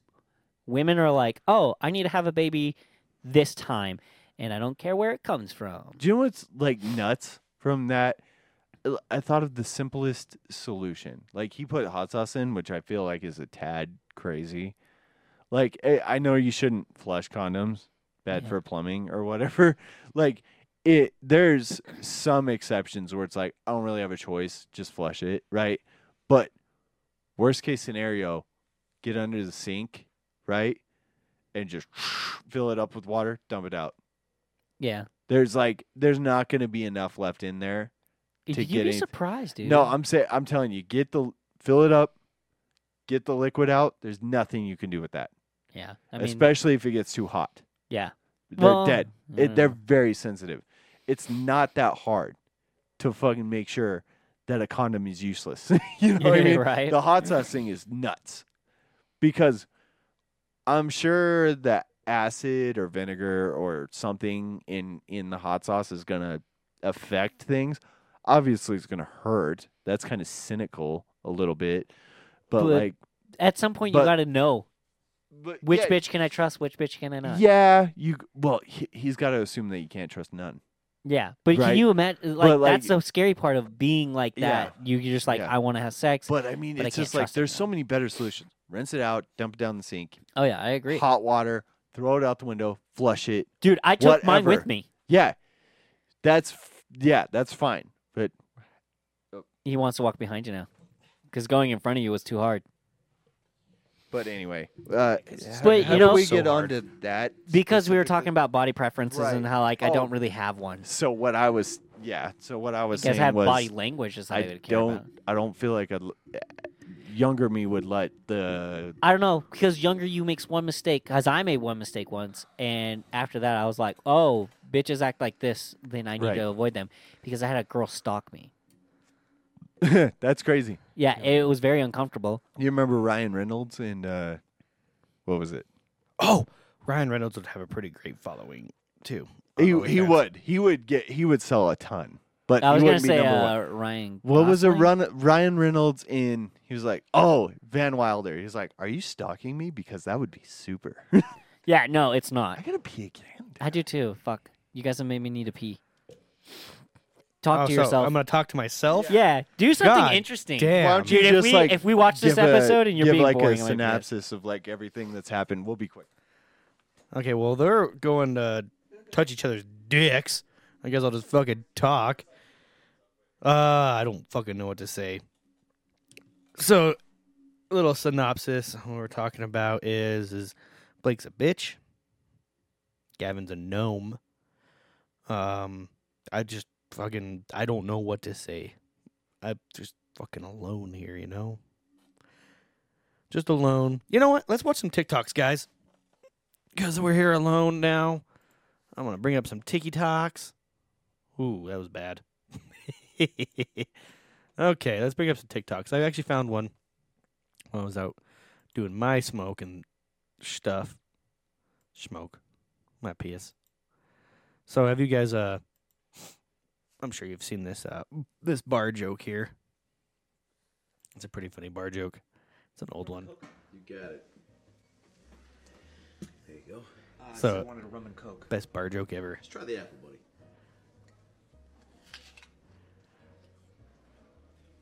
D: women are like, "Oh, I need to have a baby this time." And I don't care where it comes from.
B: Do you know what's like nuts from that? L- I thought of the simplest solution. Like he put hot sauce in, which I feel like is a tad crazy. Like I I know you shouldn't flush condoms, bad
D: Yeah.
B: for plumbing or whatever. Like it, there's some exceptions where it's like I don't really have a choice, just flush it, right? But worst case scenario, get under the sink, right, and just fill it up with water, dump it out
D: Yeah,
B: there's like there's not going to be enough left in there. to
D: You'd
B: get
D: be
B: anyth-
D: surprised, dude.
B: No, I'm saying I'm telling you, get the fill it up, get the liquid out. There's nothing you can do with that,
D: yeah. I mean,
B: especially if it gets too hot.
D: yeah. Mm.
B: They're
D: Well,
B: dead.
D: I
B: It,
D: don't
B: they're
D: know.
B: very sensitive. It's not that hard to fucking make sure that a condom is useless. you know what I mean?
D: Right.
B: The hot sauce thing is nuts because I'm sure that acid or vinegar or something in in the hot sauce is gonna affect things. Obviously, it's gonna hurt. That's kind of cynical a little bit, but,
D: But-
B: like,
D: At some point,
B: but-
D: you got to know
B: but
D: which
B: yeah,
D: bitch can I trust, which bitch can I not.
B: Yeah, you. Well, he, he's got to assume that you can't trust none.
D: Yeah, But
B: Right.
D: can you imagine? Like,
B: But, like-
D: that's the scary part of being like
B: Yeah.
D: that. You, you're just like,
B: Yeah.
D: I want to have sex.
B: But I mean,
D: But I
B: it's
D: can't
B: just like
D: trust it
B: there's
D: now.
B: so many better solutions. Rinse it out, dump it down the sink,
D: oh yeah, I agree,
B: hot water, throw it out the window, flush it.
D: dude. I took mine with
B: whatever.
D: me.
B: Yeah, that's f- yeah, that's fine. But
D: He wants to walk behind you now because going in front of you was too hard.
B: but anyway, uh, how,
D: But,
B: how
D: you
B: do
D: know-
B: we
D: So
B: get
G: hard.
B: onto that?
D: Because we were
B: specifically?
D: talking about body preferences
B: Right.
D: and how like I
B: Oh.
D: don't really have one.
B: So what I was yeah. So what I was
D: Because
B: saying
D: I have
B: was
D: body language is
B: I
D: I would care
B: don't
D: about.
B: I don't feel like a l- eh, younger me would let the
D: I don't know because younger you makes one mistake. Cause I made one mistake once, and after that I was like, "Oh, bitches act like this, then I need
B: Right.
D: to avoid them." Because I had a girl stalk me.
B: that's crazy.
D: Yeah, it was very uncomfortable.
B: You remember Ryan Reynolds and uh, what was it?
A: Oh, Ryan Reynolds would have a pretty great following too.
B: He
A: Although
B: he
A: has-
B: would he would get he would sell a ton, but
D: I was
B: he
D: gonna
B: wouldn't be
D: say
B: number one.
D: uh, Ryan.
B: What was it?
D: Gosling?
B: Run, Ryan Reynolds in? He was like, "Oh, Van Wilder." He's like, "Are you stalking me? Because that would be super."
D: Yeah, no, it's
B: I
D: not.
B: gotta pee again.
D: I do too. Fuck, you guys have made me need to pee. Talk
A: Oh,
D: to
A: so
D: yourself.
A: I'm gonna talk to myself.
D: yeah, do something
A: God
D: interesting.
A: Damn.
B: Why don't you
D: Dude, if
B: just
D: we-
B: like
D: if we watch this
B: give a-
D: episode and you're
B: give
D: being
B: like
D: boring,
B: a
D: I'm like, yes.
B: synopsis of like everything that's happened, we'll be quick.
A: Okay, well they're going to touch each other's dicks. I guess I'll just fucking talk. Uh, I don't fucking know what to say. So, little synopsis. What we're talking about is is Blake's a bitch. Gavin's a gnome. Um, I just fucking I don't know what to say. I'm just fucking alone here, you know. Just alone. You know what? Let's watch some TikToks, guys. Because we're here alone now, I'm going to bring up some Tiki Talks. Ooh, that was bad. okay, let's bring up some TikToks. I actually found one when I was out doing my smoke and stuff. Smoke. My piss. So have you guys, uh, I'm sure you've seen this, uh, this bar joke here. It's a pretty funny bar joke. It's an old one.
F: You got it. There you go. I
A: So-
F: wanted a rum and coke.
A: Best bar joke ever.
F: Let's try the apple, buddy.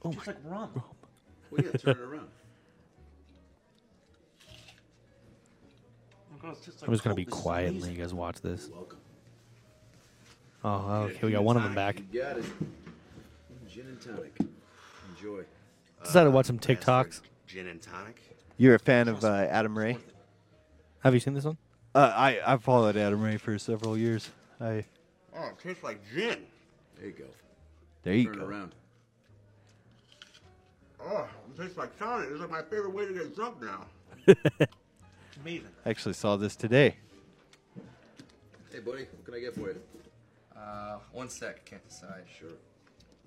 G: Oh Just like rum.
F: Well, yeah, turn it around.
G: Oh, God, it's just like
A: I'm just gonna be
G: Coke. This is
A: quiet and
G: amazing.
A: let you guys watch this.
F: Welcome.
A: Oh, okay, we got one of them back.
F: You got it. Gin and tonic. Enjoy.
A: Decided to watch some TikToks.
F: Gin and tonic.
B: You're a fan of uh, Adam Ray?
A: Have you seen this one?
B: Uh, I I followed Adam Ray for several years. I
F: Oh, it tastes like gin. There you go.
B: there you
F: turn
B: go.
F: it around.
I: Oh, it tastes like tonic. This is my favorite way to get drunk now.
G: It's amazing.
B: Actually saw this today.
F: Hey, buddy, what can I get for you? Uh, one sec. Can't decide. Sure.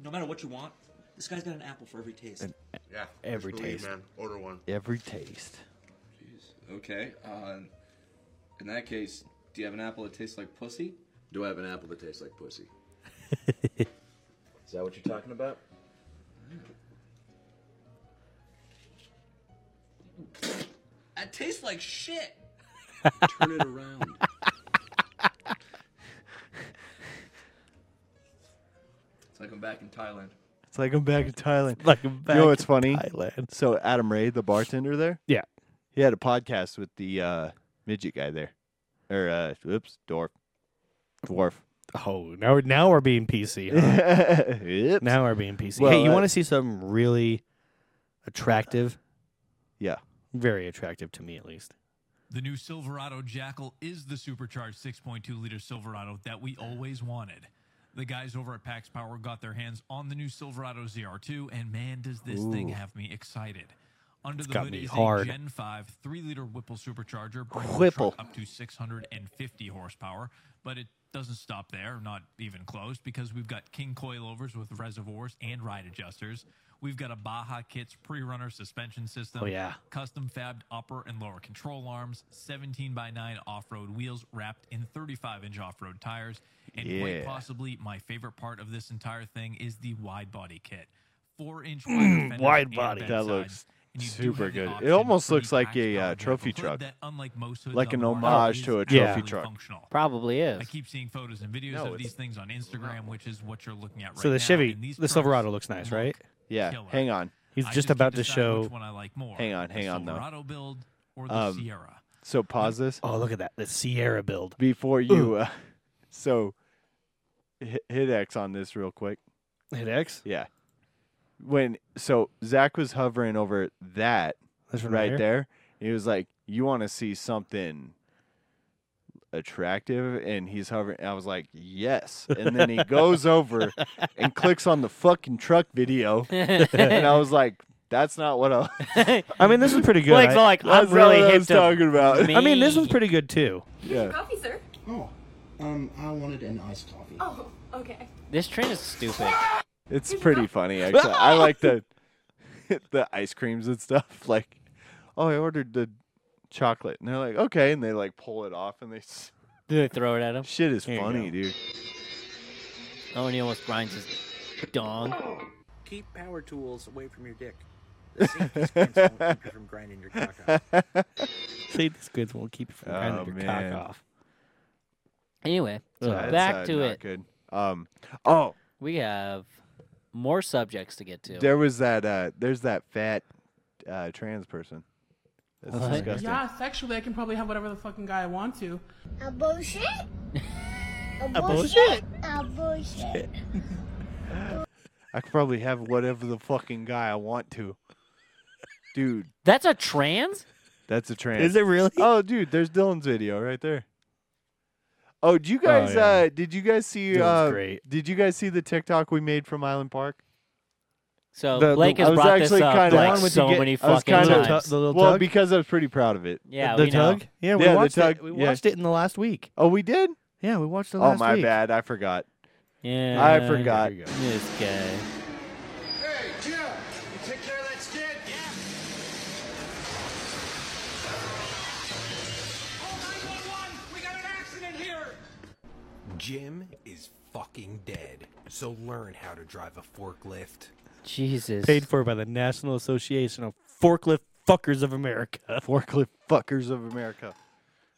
G: No matter what you want, this guy's got an apple for every taste.
I: Yeah.
A: Every
I: just believe,
A: taste.
I: man. Order one.
B: Every taste.
J: Jeez. Okay. Uh, in that case, do you have an apple that tastes like pussy?
F: Do I have an apple that tastes like pussy? Is that what you're talking about?
J: That tastes like shit.
F: Turn it around.
J: It's like I'm back in Thailand.
B: It's like I'm back in Thailand.
A: Like
B: you know what's funny?
A: Thailand.
B: So Adam Ray, the bartender there,
A: Yeah.
B: he had a podcast with the uh, midget guy there, or uh, whoops, dwarf, dwarf.
A: Oh, now we're now we're being PC. huh?
B: Oops.
A: now we're being PC.
B: Well,
A: hey, you
B: uh,
A: want to see something really attractive?
B: yeah.
A: Very attractive to me, at least.
K: The new Silverado Jackal is the supercharged 6.2 liter Silverado that we always wanted. The guys over at Pax Power got their hands on the new Silverado ZR2, and man, does this thing have me excited. Under the
A: got
K: hood
A: me
K: is
A: hard.
K: a Gen 5 3 liter Whipple supercharger, bringing the
B: Whipple.
K: truck up to 650 horsepower, but it doesn't stop there, not even close, because we've got King coilovers with reservoirs and ride adjusters. We've got a Baja Kits pre runner suspension system
A: Oh, yeah.
K: custom fabbed upper and lower control arms, 17 by 9 off road wheels wrapped in 35 inch off road tires, and
B: Yeah.
K: quite possibly my favorite part of this entire thing is the wide body kit. Four inch wide,
A: wide body.
B: Mm, That looks super good. It almost looks like a, uh, trophy truck.
K: unlike most hoods
B: Like
K: on
B: an
K: the market,
B: homage
K: is
B: to a
A: Yeah.
K: actually
B: trophy truck.
K: functional.
D: Probably
K: I
D: is.
K: keep seeing photos and videos
B: No,
K: of
B: it's-
K: these things on Instagram, which is what you're looking at right
A: So the
K: now,
A: Chevy-
K: and these
A: the
K: trucks
A: Silverado looks nice,
K: look
A: right?
B: Yeah.
K: killer.
B: Hang on.
A: He's
K: I
A: just
K: can't
A: about to
K: decide
A: show.
K: Which one I like more,
B: Hang on,
K: the
B: hang on, though.
K: Silverado build or the
B: Um,
K: Sierra?
B: So pause this
A: Oh, look at that. The Sierra build.
B: before you. Uh, so hit, hit X on this real quick.
A: Hit X.
B: Yeah. When so Zach was hovering over that
A: This one
B: right
A: here?
B: there, he was like, "You want to see something attractive?" And he's hovering. I was like, "Yes." And then he goes over and clicks on the fucking truck video, and I was like, "That's not what I."
A: I mean, this is pretty good.
D: Blake's
A: I-
D: all like,
B: That's not
D: I'm really
B: what I
D: hip
B: was
D: to
B: talking about.
A: I mean, this one's
D: me.
A: pretty good too.
B: Yeah.
E: Coffee, sir.
F: Oh, um, I wanted an iced coffee.
E: Oh, okay.
D: This train is stupid.
B: It's pretty funny actually. I like the the ice creams and stuff. Like, oh, I ordered the chocolate, and they're like, okay, and they like pull it off, and they s-
D: Do they throw it at him?
B: shit is
A: you
B: funny, dude.
D: Oh, and he almost grinds his dong.
G: Keep power tools away from your dick. Safety screens won't keep you from grinding your cock out.
A: See, these goods won't keep you from grinding
B: Oh,
A: your
B: man.
A: cock off.
D: Anyway, so
B: That's,
D: back
B: uh,
D: to
B: not
D: it.
B: Good. Um. Oh,
D: We have more subjects to get to.
B: there was that. Uh, there's that fat uh, trans person. That's
D: What?
B: disgusting.
I: sexually, I can probably have whatever the fucking guy I want to.
H: bullshit.
A: A bullshit.
H: A bullshit.
B: I could probably have whatever the fucking guy I want to. Dude,
D: That's a trans?
B: that's a trans.
A: Is it really?
B: Oh, dude, there's Dylan's video right there. Oh, did you guys?
A: yeah.
B: uh Did you guys see?
A: Dylan's
B: Uh,
A: great.
B: Did you guys see the TikTok we made from Island Park?
D: So
A: The- the-
D: Blake
B: I
D: has
B: was
D: brought this
B: actually
D: up
B: kinda- The
D: like
B: one with
D: so
A: the ga-
D: many
B: I was
D: fucking
B: kinda-
D: times.
A: The little
B: well,
A: tug?
B: because I was pretty proud of it.
D: yeah,
A: the
D: we know.
A: tug. Yeah, we
B: Yeah, the
A: watched
B: tug,
A: it. We
B: yeah.
A: watched it in the last week.
B: Oh, we did.
A: Yeah, we watched it
B: Oh
A: last
B: my
A: week.
B: bad, I forgot.
D: Yeah,
B: I forgot.
A: There you go.
D: This guy.
F: Hey, Jim, you take care of that skid. Yeah.
I: Jim is fucking dead. So learn how to drive a forklift.
D: Jesus.
A: Paid for by the National Association of Forklift Fuckers of America.
B: Forklift fuckers of America.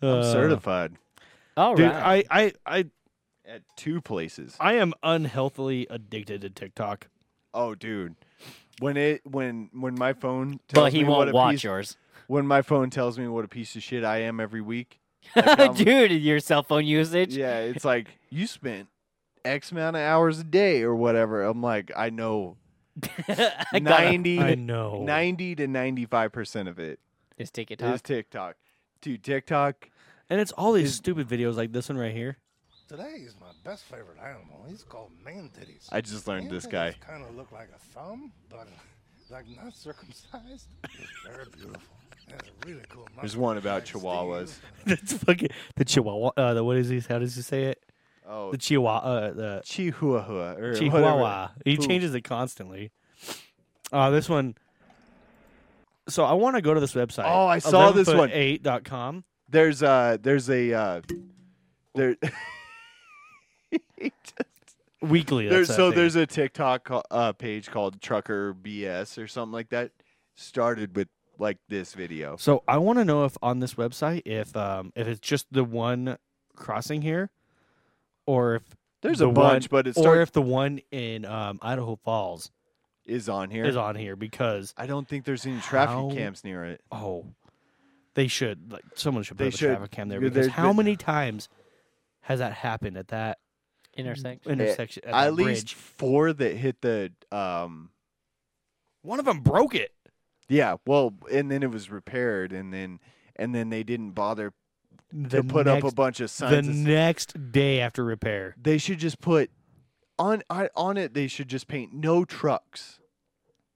B: I'm
A: Uh,
B: certified
D: All
A: Dude,
D: right.
A: I, I, I,
B: at two places.
A: I am unhealthily addicted to TikTok.
B: Oh, dude, When it when when my phone tells
D: but he
B: me what
D: won't
B: a
D: watch
B: piece,
D: yours.
B: when my phone tells me what a piece of shit I am every week. like, I'm-
D: Dude, your cell phone usage.
B: Yeah, it's like you spent X amount of hours a day or whatever. I'm like, I know
D: I got it.
B: 90,
A: I know.
B: 90 to 95% of it
D: Just take it
B: is TikTok. Dude, TikTok.
A: And it's all these stupid videos like this one right here.
L: Today is my best favorite animal. He's called man titties.
B: I just learned this guy.
L: Kind of look like a thumb, but uh, like not circumcised. It's very beautiful. That's a really cool.
B: There's one about chihuahuas.
A: That's fucking the Chihuahua. Uh, the, what is he? How does he say it?
B: Oh,
A: The Chihuahua. Uh, the
B: Chihuahua. Or
A: Chihuahua.
B: whatever.
A: He
B: Who-
A: changes it constantly. Uh, this one. So I want to go to this website.
B: Oh, I saw this one.
A: 8.com.
B: There's uh there's a uh there
A: Weekly.
B: there's
A: that's
B: so
A: that thing.
B: there's a TikTok ca- uh, page called Trucker BS or something like that. Started with like this video.
A: So I want to know if on this website, if um, if it's just the one crossing here, or if
B: There's
A: the
B: a bunch,
A: one,
B: but it
A: or
B: start-
A: if the one in um, Idaho Falls
B: Is on here.
A: is on here because
B: I don't think there's any traffic
A: How-
B: cams near it.
A: oh, they should like someone should put
B: They
A: up a
B: should.
A: traffic cam there
B: There-
A: because
B: there's
A: how
B: been-
A: many times has that happened at that
D: Intersection.
A: intersection? At,
B: Eh, At
A: that
B: least
A: bridge?
B: four that hit the um
A: one of them broke it.
B: yeah, well, and then it was repaired and then and then they didn't bother
A: The
B: to put up a
A: next-
B: bunch of
A: The
B: signs. that said-
A: next day after repair,
B: they should just put on I, on it they should just paint no trucks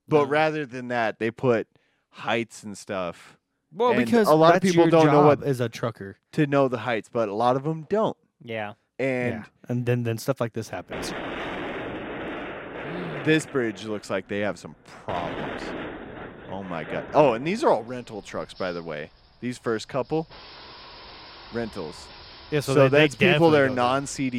B: but rather than that they put heights and stuff
A: well,
B: And
A: because
B: a lot of
A: that's
B: people
A: your
B: don't know
A: job
B: what
A: as a trucker,
B: to know the heights but a lot of them don't
D: Yeah.
B: and
A: Yeah. and then then stuff like this happens.
B: this bridge looks like they have some problems oh my god oh and these are all rental trucks by the way these first couple rentals
A: Yeah, so,
B: so
A: they,
B: that's
A: they
B: people that are
A: definitely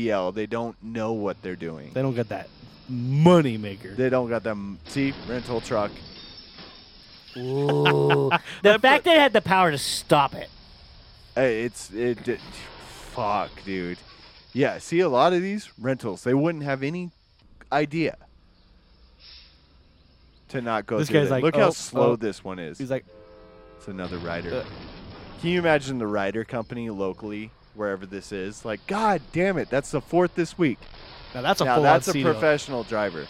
A: don't-
B: non-cdl they don't know what they're doing
A: They don't get that money maker.
B: they don't got them see rental truck
D: Ooh. the fact that it had the power to stop it.
B: Hey, it's it, it- Fuck, dude. Yeah, see a lot of these rentals, they wouldn't have any idea to not go.
A: This
B: through
A: guy's
B: there.
A: like,
B: look how
A: "Oh,
B: slow
A: oh."
B: this one is.
A: He's like,
B: it's another rider.
A: uh,
B: Can you imagine the rider company locally, wherever this is? Like, god damn it, that's the fourth this week.
A: now that's a
B: now
A: full
B: that's a professional driver.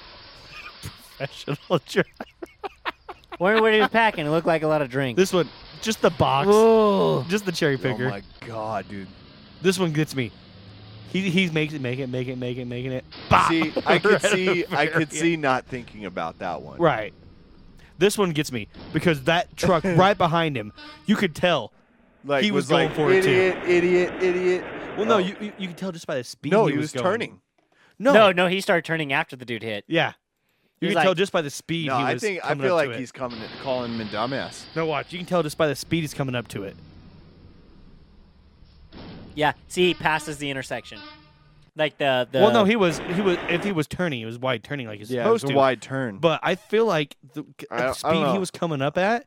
A: professional drive.
D: Wonder what he was packing. It looked like a lot of drink.
A: This one, just the box,
D: Ooh.
A: just the cherry
B: Oh
A: picker.
B: my god, dude.
A: This one gets me. He he makes it, make it, make it, make it, making it. Bah!
B: See, I
A: Ah, Right
B: could
A: at
B: see,
A: the
B: I could
A: very
B: see
A: end.
B: not thinking about that one.
A: Right. This one gets me because that truck right behind him, you could tell.
B: Like
A: He was going
B: like,
A: for it, too.
B: idiot, idiot, idiot.
A: Well, no,
B: Oh.
A: you you, you could tell just by the speed.
B: no,
A: he,
B: he was
A: going.
B: turning.
A: No,
D: No, no, he started turning after the dude hit.
A: yeah, you
D: He's
A: could tell
D: like-
A: just by the speed.
B: No,
A: he
B: I
A: was
B: think I
A: coming
B: feel
A: up to
B: like
A: it.
B: he's coming at calling him a dumbass.
A: No, watch. You can tell just by the speed he's coming up to it.
D: Yeah. See, he passes the intersection. Like the the.
A: well, no, he was he was if he was turning, he was wide turning like he's
B: Yeah,
A: supposed
B: it was a
A: to.
B: wide turn. But
A: But I feel like the, g-
B: I-
A: at the
B: I don't
A: speed he
B: know.
A: was coming up at,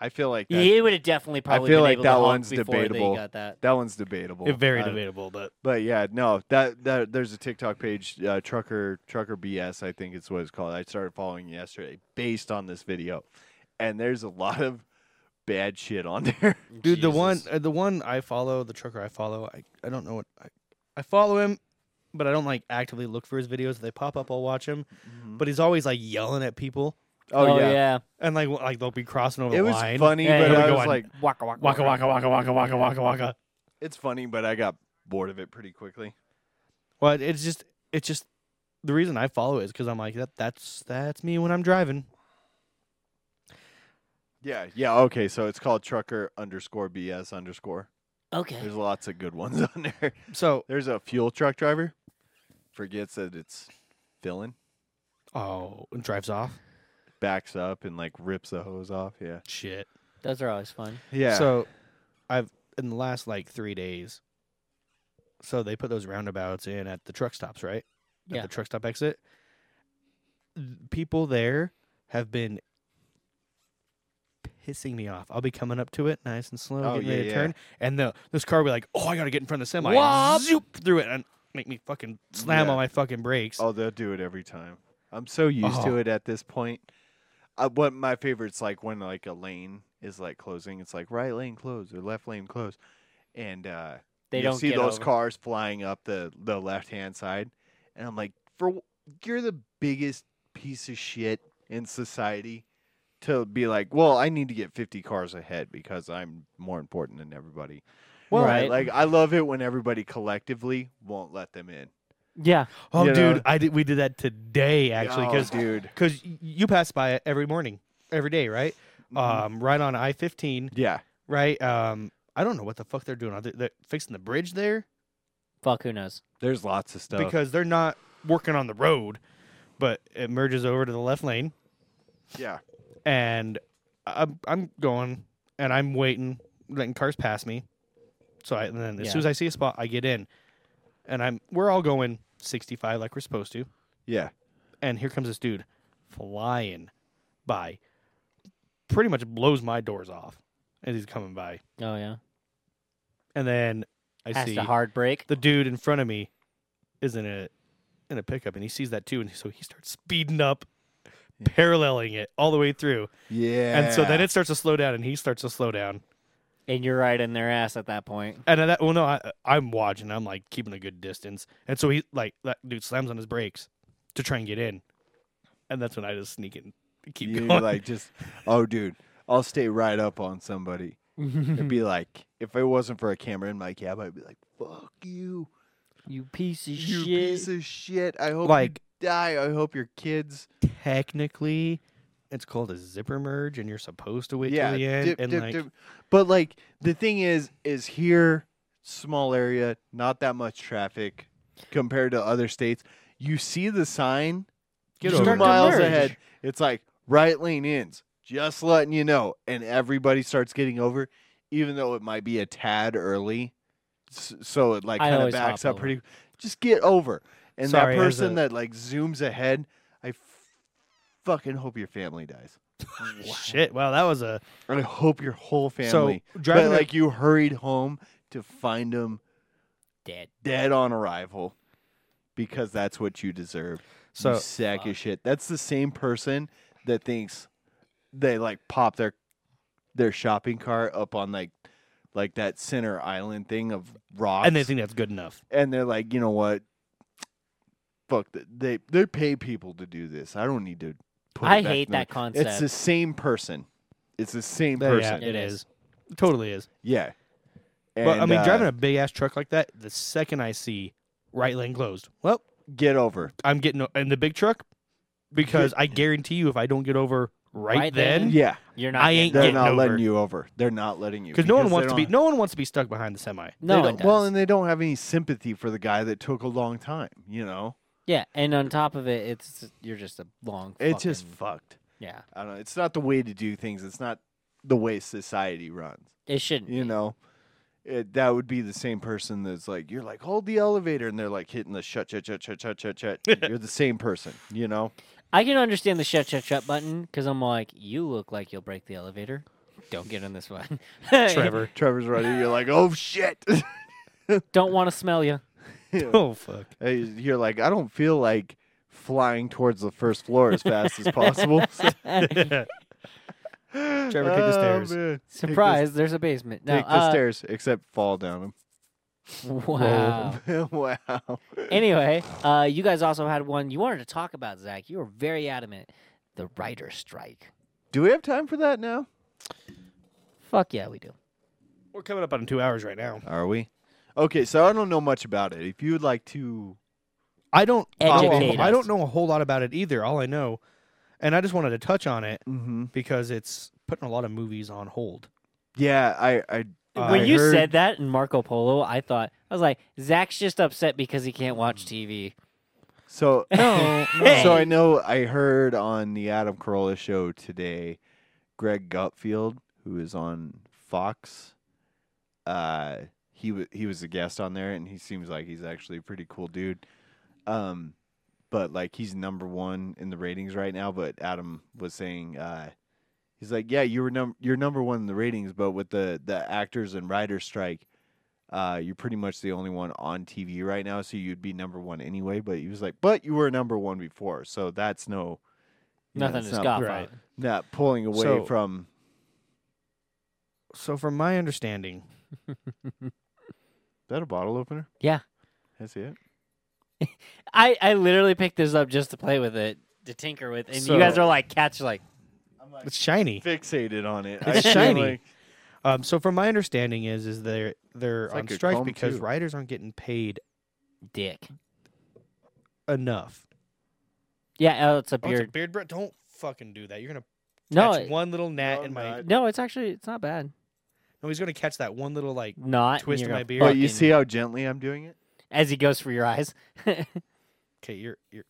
B: I feel like that,
D: He would have definitely
B: I
D: probably.
B: feel
D: been
B: like
D: able
B: that
D: to honk
B: one's
D: before they
B: debatable.
D: Got that.
B: one's debatable.
A: it very
B: Uh,
A: debatable. But
B: But yeah, no, that that there's a TikTok page, uh, trucker trucker BS, I think it's what it's called. I started following yesterday based on this video, and there's a lot of bad shit on there.
A: dude, the one uh, the one I follow, the trucker I follow, I, I don't know what I, I follow him, but I don't like actively look for his videos. If they pop up, I'll watch him. But he's always like yelling at people,
B: Oh, yeah.
A: and like w- like they'll be crossing over
B: it
A: the
B: was
A: line.
B: funny,
D: Yeah,
B: but
D: yeah,
B: I
A: go
B: was
A: on.
B: like,
D: Waka waka
A: Waka waka waka waka waka waka waka.
B: it's funny, but I got bored of it pretty quickly.
A: Well, it- it's just it's just the reason I follow it is because I'm like that that's that's me when I'm driving.
B: Yeah, yeah, okay. So it's called trucker underscore BS underscore.
D: Okay.
B: There's lots of good ones on there.
A: So
B: There's a fuel truck driver forgets that it's filling,
A: oh, and drives off.
B: backs up and like rips the hose off. Yeah.
A: Shit.
D: Those are always fun.
B: Yeah.
A: So I've in the last like three days. So they put those roundabouts in at the truck stops, right? At
D: Yeah.
A: the truck stop exit. Th- People there have been pissing me off. I'll be coming up to it nice and slow,
B: Oh,
A: getting
B: yeah,
A: ready to
B: yeah.
A: turn. And the this car will be like, Oh, I gotta get in front of the semi.
D: Whoop!
A: and Zoop through it and make me fucking slam
B: Yeah.
A: on my fucking brakes.
B: oh, they'll do it every time. I'm so used
A: Oh.
B: to it at this point. uh, what my favorite's like when like a lane is like closing. It's like right lane close or left lane close, and uh,
D: They
B: you
D: don't
B: see
D: get
B: those
D: over.
B: cars flying up the the left hand side, and I'm like, for wh- you're the biggest piece of shit in society to be like, well, I need to get 50 cars ahead because I'm more important than everybody.
D: Well-
B: right?
D: Right.
B: like I love it when everybody collectively won't let them in.
D: Yeah.
A: Oh,
B: You know?
A: dude, I did. We did that today actually,
B: Oh,
A: because
B: dude.
A: because you pass by it every morning, every day, right?
B: Mm-hmm.
A: Um, right on I fifteen.
B: Yeah.
A: Right. Um, I don't know what the fuck they're doing. Are they they're fixing the bridge there?
D: Fuck, who knows?
B: There's lots of stuff.
A: Because they're not working on the road, but it merges over to the left lane,
B: yeah.
A: and I'm I'm going and I'm waiting, letting cars pass me. So I, and then as
D: Yeah.
A: soon as I see a spot, I get in, and I'm we're all going 65 like we're supposed to.
B: Yeah.
A: and here comes this dude flying by pretty much blows my doors off as he's coming by
D: Oh yeah.
A: and then i
D: Has
A: see
D: the hard break.
A: the dude in front of me is in a in a pickup and he sees that too and so he starts speeding up paralleling it all the way through
B: Yeah.
A: and so then it starts to slow down and he starts to slow down
D: And you're right in their ass at that point.
A: and at that well no I, i'm watching i'm like keeping a good distance and so he like that dude slams on his brakes to try and get in and that's when i just sneak in keep
B: you
A: going
B: like just oh dude i'll stay right up on somebody and be like if it wasn't for a camera in my cab i'd be like fuck you
D: You piece of
B: you
D: shit.
B: piece of shit i hope
A: Like-
B: you die i hope your kids
A: technically it's called a zipper merge and you're supposed to wait
B: yeah
A: till the end
B: dip,
A: and
B: dip,
A: like
B: dip. but like the thing is is here small area not that much traffic compared to other states you see the sign
A: Get
B: two
A: over it.
B: miles
A: Merge.
B: ahead it's like right lane ends just letting you know and everybody starts getting over even though it might be a tad early S- so it like
D: I
B: kind of
D: always
B: backs
D: hop
B: up pretty just get over and
A: Sorry,
B: that
A: as
B: person
A: a-
B: that like zooms ahead i f- fucking hope your family dies
A: shit wow that was a
B: and I hope your whole
A: So,
B: family.
A: driving
B: but
A: a-
B: like you hurried home to find them
D: Dead.
B: dead on arrival, because that's what you deserve.
A: So-
B: you sack of shit. That's the same person that thinks they like pop their their shopping cart up on like like that center island thing of rocks,
A: and they think that's good enough
B: and they're like, you know what? Fuck, th- they they pay people to do this. I don't need to. Put it
D: I
B: back
D: hate
B: to them."
D: that
B: It's the
D: concept.
B: same person. It's the same
A: But yeah
B: person.
A: it
D: It
A: is.
D: is.
A: totally is
B: Yeah.
A: but i
B: And,
A: mean
B: uh,
A: driving a big ass truck like that the second i see right lane closed well
B: get over.
A: i'm getting o- in the big truck because i guarantee you if i don't get over right,
D: Right
A: then
D: then?
B: Yeah.
D: You're not.
A: i
D: getting-
A: ain't
B: They're
A: getting
B: not
A: over
B: letting you over. They're not letting you.
A: because no one
B: they
A: wants to be
B: don't-
A: no one wants to be stuck behind the semi
B: they
D: No one
B: don't-
D: does.
B: Well, and they don't have any sympathy for the guy that took a long time, you know?
D: yeah, and on top of it, it's you're just a long.
B: It's just
D: fucking-
B: fucked.
D: yeah.
B: I don't know. It's not the way to do things. It's not the way society runs,
D: It shouldn't.
B: you know? It, that would be the same person that's like, you're like, hold the elevator. And they're like hitting the shut, shut, shut, shut, shut, shut, shut. you're the same person, you know?
D: I can understand the shut shut shut button because I'm like, you look like you'll break the elevator. Don't get in this one,
A: trevor
B: Trevor's running. You're like, oh, shit.
D: Don't want to smell you.
A: oh fuck
B: Uh, You're like, I don't feel like flying towards the first floor as fast as possible.
A: Trevor, take the stairs.
D: Surprise! there's a
B: Take
D: basement.
B: the,
D: No,
B: take the
D: uh,
B: stairs, except fall down
D: Wow.
A: uh,
B: them. wow.
D: anyway, uh, you guys also had one you wanted to talk about, Zach. You were very adamant. The writer strike.
B: Do we have time for that now?
D: Fuck yeah, we do.
A: we're coming up on two hours right now
B: Are we? Okay, so I don't know much about it. If you would like to,
A: I don't know a-
D: Educate
A: I
D: us.
A: don't know a whole lot about it either. All I know, and I just wanted to touch on it
B: Mm-hmm.
A: because it's putting a lot of movies on hold.
B: yeah, I, I
D: when
B: I
D: you
B: heard-
D: said that in Marco Polo, I thought I was like, Zach's just upset because he can't watch TV.
B: so,
A: Mm. No,
B: so I know I heard on the Adam Carolla show today, Greg Gutfield, who is on Fox, uh, he was he was a guest on there, and he seems like he's actually a pretty cool dude. Um, but like he's number one in the ratings right now. But Adam was saying, uh, he's like, yeah, you were num- you're number one in the ratings, but with the the actors and writers strike, uh, you're pretty much the only one on TV right now, so you'd be number one anyway. But he was like, but you were number one before, so that's no,
D: Nothing
B: it's
D: to
B: not-
D: scoff
A: Right.
D: at.
B: Not pulling away
A: So-
B: from
A: So, from my understanding,
B: Is that a bottle opener?
D: Yeah.
B: That's it.
D: I, I literally picked this up just to play with it, to tinker with, and
A: So-
D: you guys are like cats, like
A: it's shiny.
B: Fixated on it. I
A: It's
B: feel
A: shiny.
B: like-
A: um, so, from my understanding, is is they're they're
B: It's
A: on
B: like a
A: strike
B: comb,
A: because
B: too.
A: writers aren't getting paid
D: dick.
A: enough.
D: Yeah, oh, it's
A: Oh, it's
D: a
A: a
D: beard.
A: beard bro. Don't fucking do that. You're gonna
D: No,
A: catch
D: it-
A: one little gnat
B: No,
A: in my.
B: not.
D: no, it's actually it's not bad.
A: No, he's gonna catch that one little like
D: Not and
A: twist
D: you're
A: in my
D: gonna
A: beard.
B: Oh, you
D: fucking-
B: see how gently I'm doing it?
D: As he goes for your eyes,
A: Okay, you're you're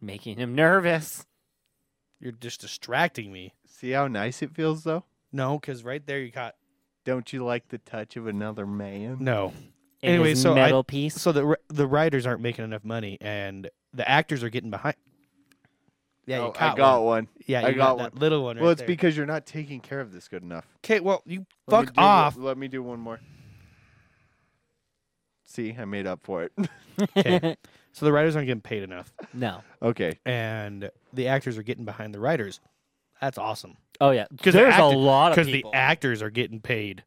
D: making him nervous.
A: you're just distracting me.
B: See how nice it feels though?
A: No, because right there you caught.
B: Don't you like the touch of another man?
A: No.
D: In
A: Anyway,
D: his
A: so I-
D: metal piece.
A: So the ri- the writers aren't making enough money, and the actors are getting behind. Yeah, you
B: Oh,
A: caught
B: I got
A: one.
B: one.
A: Yeah, you
B: I got
A: that
B: one.
A: little one.
B: well, it's because you're not taking care of this good enough.
A: okay. Well, you
B: Let me
A: fuck
B: do one-
A: off.
B: let me do one more. See, I made up for it.
A: Okay. so the writers aren't getting paid enough,
D: No.
B: okay.
A: and the actors are getting behind the writers. That's awesome
D: Oh yeah,
A: the
D: there's a
A: actor-
D: lot of
A: because the
D: people.
A: actors are getting paid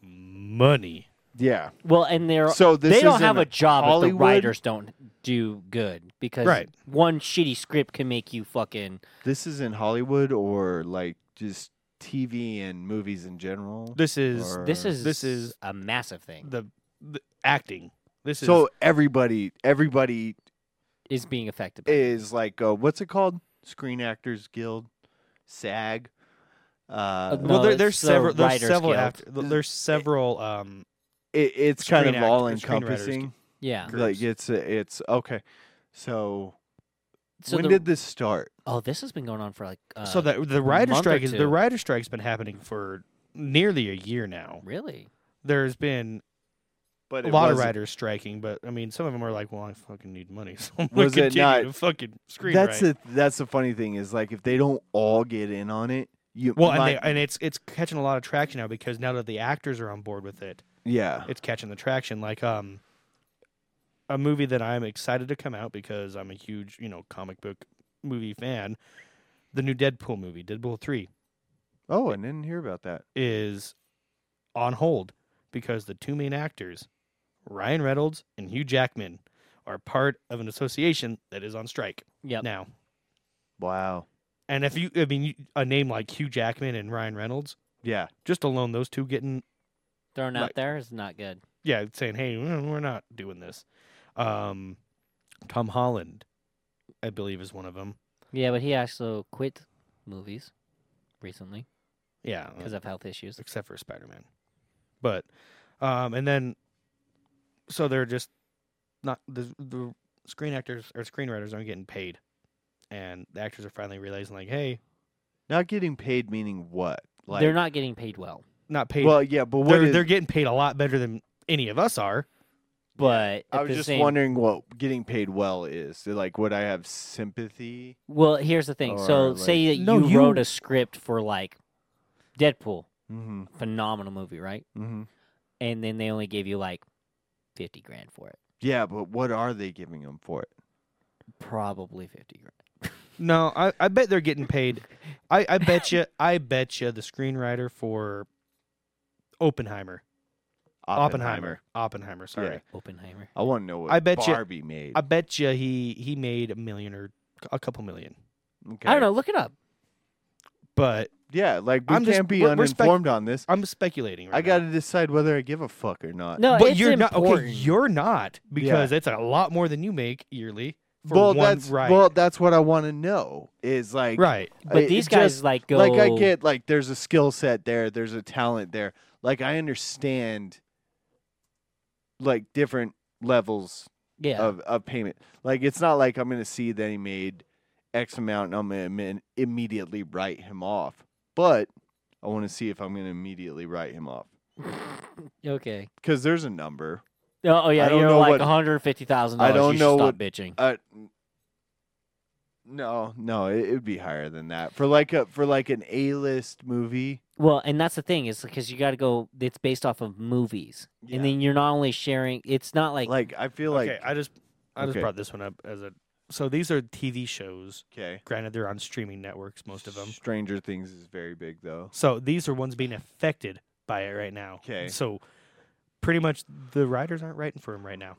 A: money.
B: Yeah.
D: well, and they're
B: So this
D: they don't
B: isn't
D: have a job if the
B: Hollywood?
D: writers don't do good because
A: Right.
D: one shitty script can make you fucking
B: This is in Hollywood or like just TV and movies in general.
A: This is
B: Or-
D: this is
A: This is-
D: a massive thing
A: the, the acting. This is
B: so everybody everybody
D: is being affected. By. it.
B: is like uh, what's it called? Screen Actors Guild, SAG. Uh,
D: no,
A: well. there,
D: it's
A: there's
D: the
A: several. There's
D: Writers
A: several.
D: Guild.
A: After, there's several. Um,
B: it, it's kind
A: Screen
B: of
A: act- or
B: all
A: screenwriters
B: encompassing.
D: yeah.
B: Like
A: groups.
B: it's it's okay. So,
D: So
B: when
D: the-
B: did this start?
D: Oh, this has been going on for like uh,
A: so the the writer
D: month or
A: strike is the
D: two.
A: writer strike's been happening for nearly a year now.
D: really
A: There's been
B: But
A: a
B: it
A: lot of
B: wasn't-
A: writers striking, but I mean, some of them are like, "Well, I fucking need money, so I'm
B: Was
A: gonna
B: it
A: give
B: not-
A: you a fucking screen."
B: That's
A: right.
B: the that's the funny thing is like if they don't all get in on it, you
A: Well,
B: might-
A: and, they, and it's it's catching a lot of traction now because now that the actors are on board with it,
B: yeah,
A: it's catching the traction. Like um, a movie that I'm excited to come out because I'm a huge you know comic book movie fan. The new Deadpool movie, Deadpool three,
B: oh, I didn't hear about that.
A: is on hold because the two main actors, Ryan Reynolds and Hugh Jackman, are part of an association that is on strike
D: Yep.
A: now.
B: Wow,
A: And if you, I mean, you, a name like Hugh Jackman and Ryan Reynolds,
B: yeah,
A: just alone those two getting,
D: thrown out
A: Like-
D: there is not good.
A: yeah, saying, hey, mm, we're not doing this. Um, Tom Holland, I believe, is one of them.
D: Yeah, but he also quit movies recently
A: Yeah,
D: because of health issues.
A: except for Spider Man. But, um, and then, so they're just not the the screen actors or screenwriters aren't getting paid, and the actors are finally realizing like, hey,
B: not getting paid meaning what? Like
D: They're not getting paid well,
A: not paid.
B: well, yeah, but what
A: they're,
B: is-
A: they're getting paid a lot better than any of us are.
D: but
B: I
D: at
B: was
D: the
B: just
D: same-
B: wondering what getting paid well is. Like, would I have sympathy?
D: Well, here's the thing.
B: Or,
D: so
B: like-
D: say that
A: No,
D: you, wrote
A: you-
D: a script for like Deadpool,
B: Mm-hmm.
D: phenomenal movie, right?
B: Mm-hmm.
D: And then they only gave you like fifty grand for it,
B: Yeah, but what are they giving them for it?
D: probably fifty grand.
A: No, I, I bet they're getting paid. I, I bet you. I bet you the screenwriter for Oppenheimer. Oppenheimer. Oppenheimer. Sorry.
B: Yeah.
D: Oppenheimer.
B: I want to know what
A: I bet ya-
B: Barbie made.
A: I bet you he he made a million or a couple million.
B: okay.
D: I don't know. Look it up.
A: But
B: Yeah, like we
A: I'm
B: can't
A: just-
B: be
A: we're- we're spec-
B: uninformed on this.
A: I'm speculating. Right
B: I got
A: now.
B: to decide whether I give a fuck or Uh, not.
D: No,
A: but
D: it's
A: you're not okay.
D: important.
A: You're not because it's a lot more than you make yearly for
B: well,
A: one
B: that's
A: right.
B: well, that's what I want to know. Is like
A: right.
B: I-
D: But these
B: it
D: guys
B: just-
D: like go
B: like I get like there's a skill set there, there's a talent there. Like I understand like different levels
D: yeah.
B: of, of payment. Like it's not like I'm gonna see that he made X amount and I'm gonna imme- immediately write him off. But I want to see if I'm gonna immediately write him off
D: okay.
B: because there's a number.
D: Oh, oh, yeah,
B: don't
D: you're
B: know
D: like
B: what-
D: one hundred fifty thousand
B: I
D: dollars.
B: don't
D: you should
B: know
D: stop
B: what-
D: bitching.
B: Uh, n- no, no, it, it'd be higher than that for like a for like an A list movie.
D: Well, and that's the thing is because you got to go. It's based off of movies,
B: Yeah.
D: and then you're not only sharing. It's not like,
B: Like I feel
A: Okay,
B: like
A: I just I just
B: Okay.
A: brought this one up as a so these are TV shows.
B: Okay.
A: Granted, they're on streaming networks, most of them.
B: Stranger Things is very big though.
A: So these are ones being affected by it right now.
B: 'Kay.
A: So pretty much the writers aren't writing for him right now.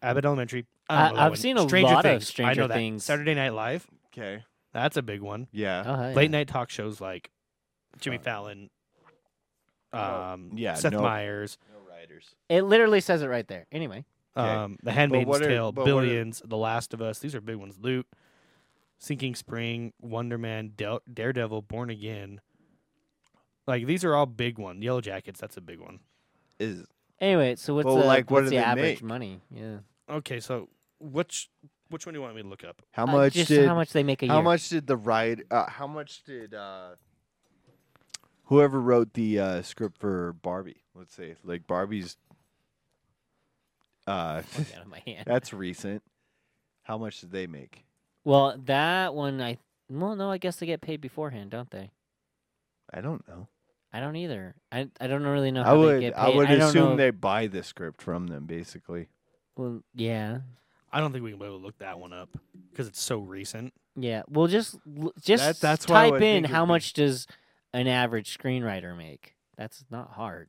A: Abbott Elementary. I
D: I-
A: don't know that
D: I've
A: one.
D: seen a
A: Stranger
D: lot of
A: Things. I
D: Stranger
A: know that.
D: Things.
A: Saturday Night Live.
B: Okay.
A: That's a big one.
B: Yeah. Uh,
D: Oh, yeah.
A: Late night talk shows like Jimmy Fallon, um,
B: oh, yeah,
A: Seth
B: no-
A: Meyers,
B: No writers.
D: It literally says it right there. Anyway,
B: Okay.
A: um, The
B: But
A: Handmaid's
B: what are-
A: Tale,
B: but what are-
A: Billions, The Last of Us. These are big ones. Loot, Sinking Spring, Wonder Man, Del- Daredevil, Born Again. Like these are all big ones. Yellow Jackets, that's a big one.
B: Is
D: anyway. So what's
B: Well,
D: the,
B: like, what
D: what's
B: do
D: the
B: they make?
D: average money? Yeah.
A: Okay, so which which one do you want me to look up?
B: how
D: Uh,
B: much
D: just
B: did
D: how much they make a
B: how
D: year.
B: much did the ride uh, how much did uh whoever wrote the uh script for Barbie, let's say like Barbie's uh
D: Fuck out of my hand.
B: that's recent. How much did they make?
D: Well, that one I well no, I guess they get paid beforehand, don't they?
B: I don't know.
D: I don't either. I I don't really know
B: I
D: how
B: would
D: they get
B: I
D: paid.
B: would
D: don't
B: assume
D: know-
B: they buy the script from them basically.
D: Well, yeah,
A: I don't think we can be able to look that one up because it's so recent.
D: yeah. Well, just l- just
B: That- that's what I
D: type
B: would
D: in
B: think
D: how
B: would be-
D: much does an average screenwriter make. That's not hard.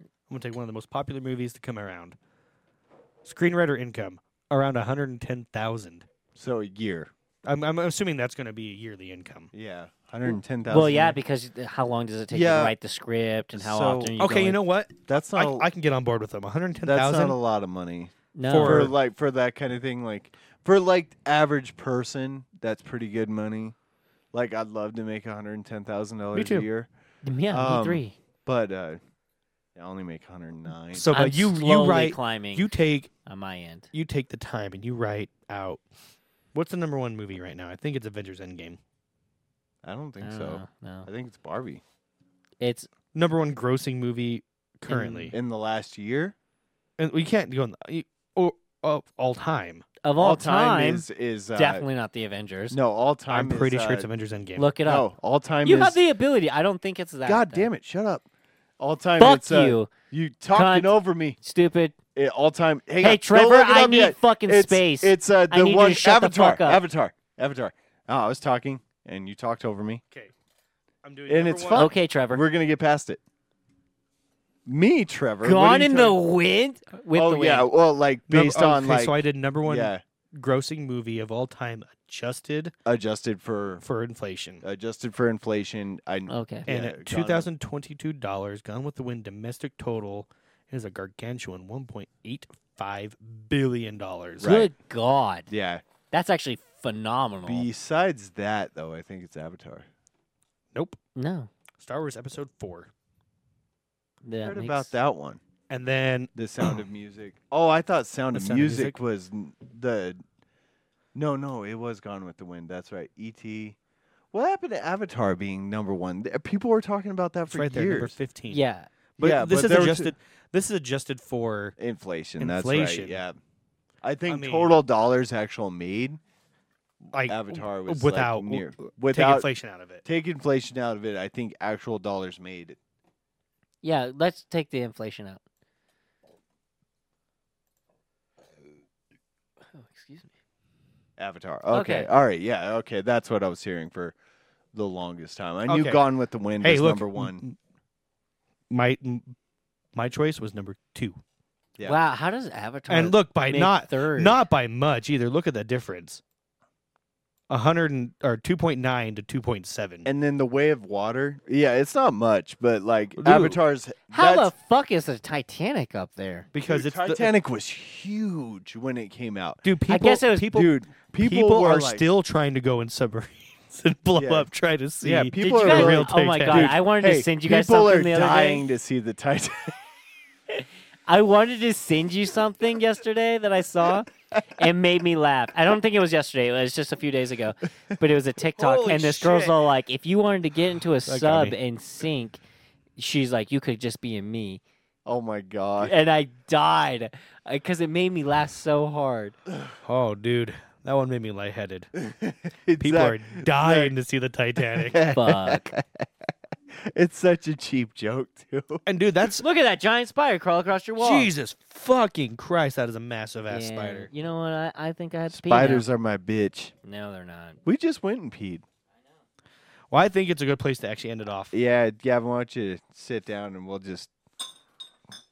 A: I'm gonna take one of the most popular movies to come around. Screenwriter income around 110,000.
B: So a year.
A: I'm I'm assuming that's gonna be a yearly income.
B: Yeah. 110,000.
D: Well, yeah, because th- how long does it take
B: Yeah.
D: to write the script and how
B: So-
D: often? You
A: okay, you
D: going-
A: know what?
B: that's
A: I,
B: not
A: I can get on board with them.
B: that's not a
A: 110,000.
B: lot of money.
D: no.
A: for-
B: for like for that kind of thing like for like average person that's pretty good money like i'd love to make
A: Me
B: $110000
A: too.
B: a year
D: yeah,
B: um,
D: me three.
B: but uh i only make 109
A: So
D: I'm
A: but you you
D: slowly
A: write
D: climbing
A: you take
D: on my end.
A: you take the time and you write out what's the number one movie right now? I think it's Avengers Endgame.
B: i don't think
D: I don't
B: so
D: know,
B: i
D: No,
B: think it's barbie
D: it's
A: Number one grossing movie currently.
B: in the last year
A: and we can't go on the, or of all time.
D: of all,
B: is is uh,
D: definitely not the Avengers.
B: no all time
A: I'm pretty
B: is,
A: sure it's
B: uh,
A: Avengers Endgame.
D: Look it up.
B: no all time
D: You
B: is
D: have the ability. I don't think it's that.
B: god
D: though.
B: damn it shut up all time
D: Fuck
B: it's, uh,
D: you.
B: you talking
D: Cunt.
B: over me
D: Stupid.
B: It, all time. Hang
D: Hey,
B: on. Don't
D: Trevor,
B: look it
D: I
B: up
D: need
B: yet.
D: fucking
B: It's-
D: space.
B: It's uh, the
D: I need you
B: one
D: to shut the
B: Avatar.
D: fuck up.
B: Avatar. Avatar. Oh, I was talking and you talked over me.
A: Okay. I'm doing
B: And
A: number
B: it's
A: one.
B: fun.
D: Okay, Trevor.
B: We're gonna get past it. Me, Trevor. what are
D: Gone
B: you
D: in the
B: talking-
D: wind with
B: oh
D: the wind.
B: yeah. Well, like
A: Num-
B: based
A: oh, okay,
B: on like
A: so I did number one
B: yeah,
A: grossing movie of all time adjusted
B: adjusted for
A: for inflation.
B: adjusted for inflation. I
D: Okay.
A: and
B: yeah,
A: at
B: Gone with-
A: $2,022, Gone with the Wind domestic total is a gargantuan $1.85 billion.
D: Good God.
B: yeah.
D: That's actually phenomenal.
B: Besides that, though, I think it's Avatar.
A: Nope.
D: no.
A: Star Wars Episode 4.
D: That
B: Heard
D: makes-
B: about that one.
A: And then
B: The Sound of Music. Oh, I thought Sound,
A: The
B: of,
A: Sound of Music?
B: music was n- the. No, no, it was Gone with the Wind. That's right. E.T. What happened to Avatar being number one? Th- People were talking about that
A: it's
B: for
A: right there, number
B: years.
A: 15.
D: Yeah.
A: But
B: Yeah,
A: this
B: but
A: is
B: there were two-
A: adjusted. This is adjusted for Inflation.
B: Inflation, That's right. Yeah. I think
A: mean-
B: total dollars actual made
A: like
B: Avatar was like,
A: without
B: near
A: take
B: without
A: inflation out of it.
B: take inflation out of it. I think actual dollars made.
D: Yeah. Let's take the inflation out. Oh, excuse me.
B: Avatar. Okay.
D: Okay.
B: All right. Yeah. Okay. That's what I was hearing for the longest time. I knew
A: Okay.
B: Gone with the Wind
A: Hey,
B: was
A: look,
B: number
A: m-
B: one.
A: m- My m- my choice was number two,
B: Yeah.
D: Wow. How does Avatar
A: and look by
D: make
A: not
D: third?
A: not by much either. Look at the difference, a hundred and or two point nine to two point seven.
B: and then the way of water yeah it's not much but like
A: Dude,
B: avatars
D: How
B: that's-
D: the fuck is the Titanic up there?
A: because
B: dude,
A: it's the,
B: titanic was huge when it came out
A: dude. People,
D: I guess it was-
A: people,
B: dude
A: people,
B: people, were
A: are
B: like-
A: still trying to go in submarines and blow
B: Yeah.
A: up, trying to see.
B: yeah
D: Did
B: people
D: you
B: are
D: guys-
B: really-
A: real
D: oh my
A: Titanic.
D: god!
B: Dude,
D: I wanted
B: hey,
D: to send you guys
B: people
D: something
B: are
D: the other
B: dying
D: day.
B: to see the titanic
D: I wanted to send you something yesterday that I saw and made me laugh. I don't think it was yesterday. It was just a few days ago. But it was a TikTok
A: Holy
D: and this girl's
A: shit.
D: all like, if you wanted to get into a
A: got
D: sub
A: me.
D: and sink, she's like, you could just be in me.
B: oh my god
D: And I died because it made me laugh so hard.
A: Oh, dude, that one made me lightheaded.
B: It's
A: People
B: like-
A: are dying to see the Titanic.
D: Fuck.
B: it's such a cheap joke too.
A: And dude, that's
D: look at that giant spider crawl across your wall.
A: Jesus fucking Christ, that is a massive ass
D: Yeah,
A: spider.
D: You know what? I, I think I had to pee now.
B: Spiders are my bitch.
D: No, they're not.
B: We just went and peed.
A: Well, I think it's a good place to actually end it off.
B: Yeah, Gavin, why don't you sit down and we'll just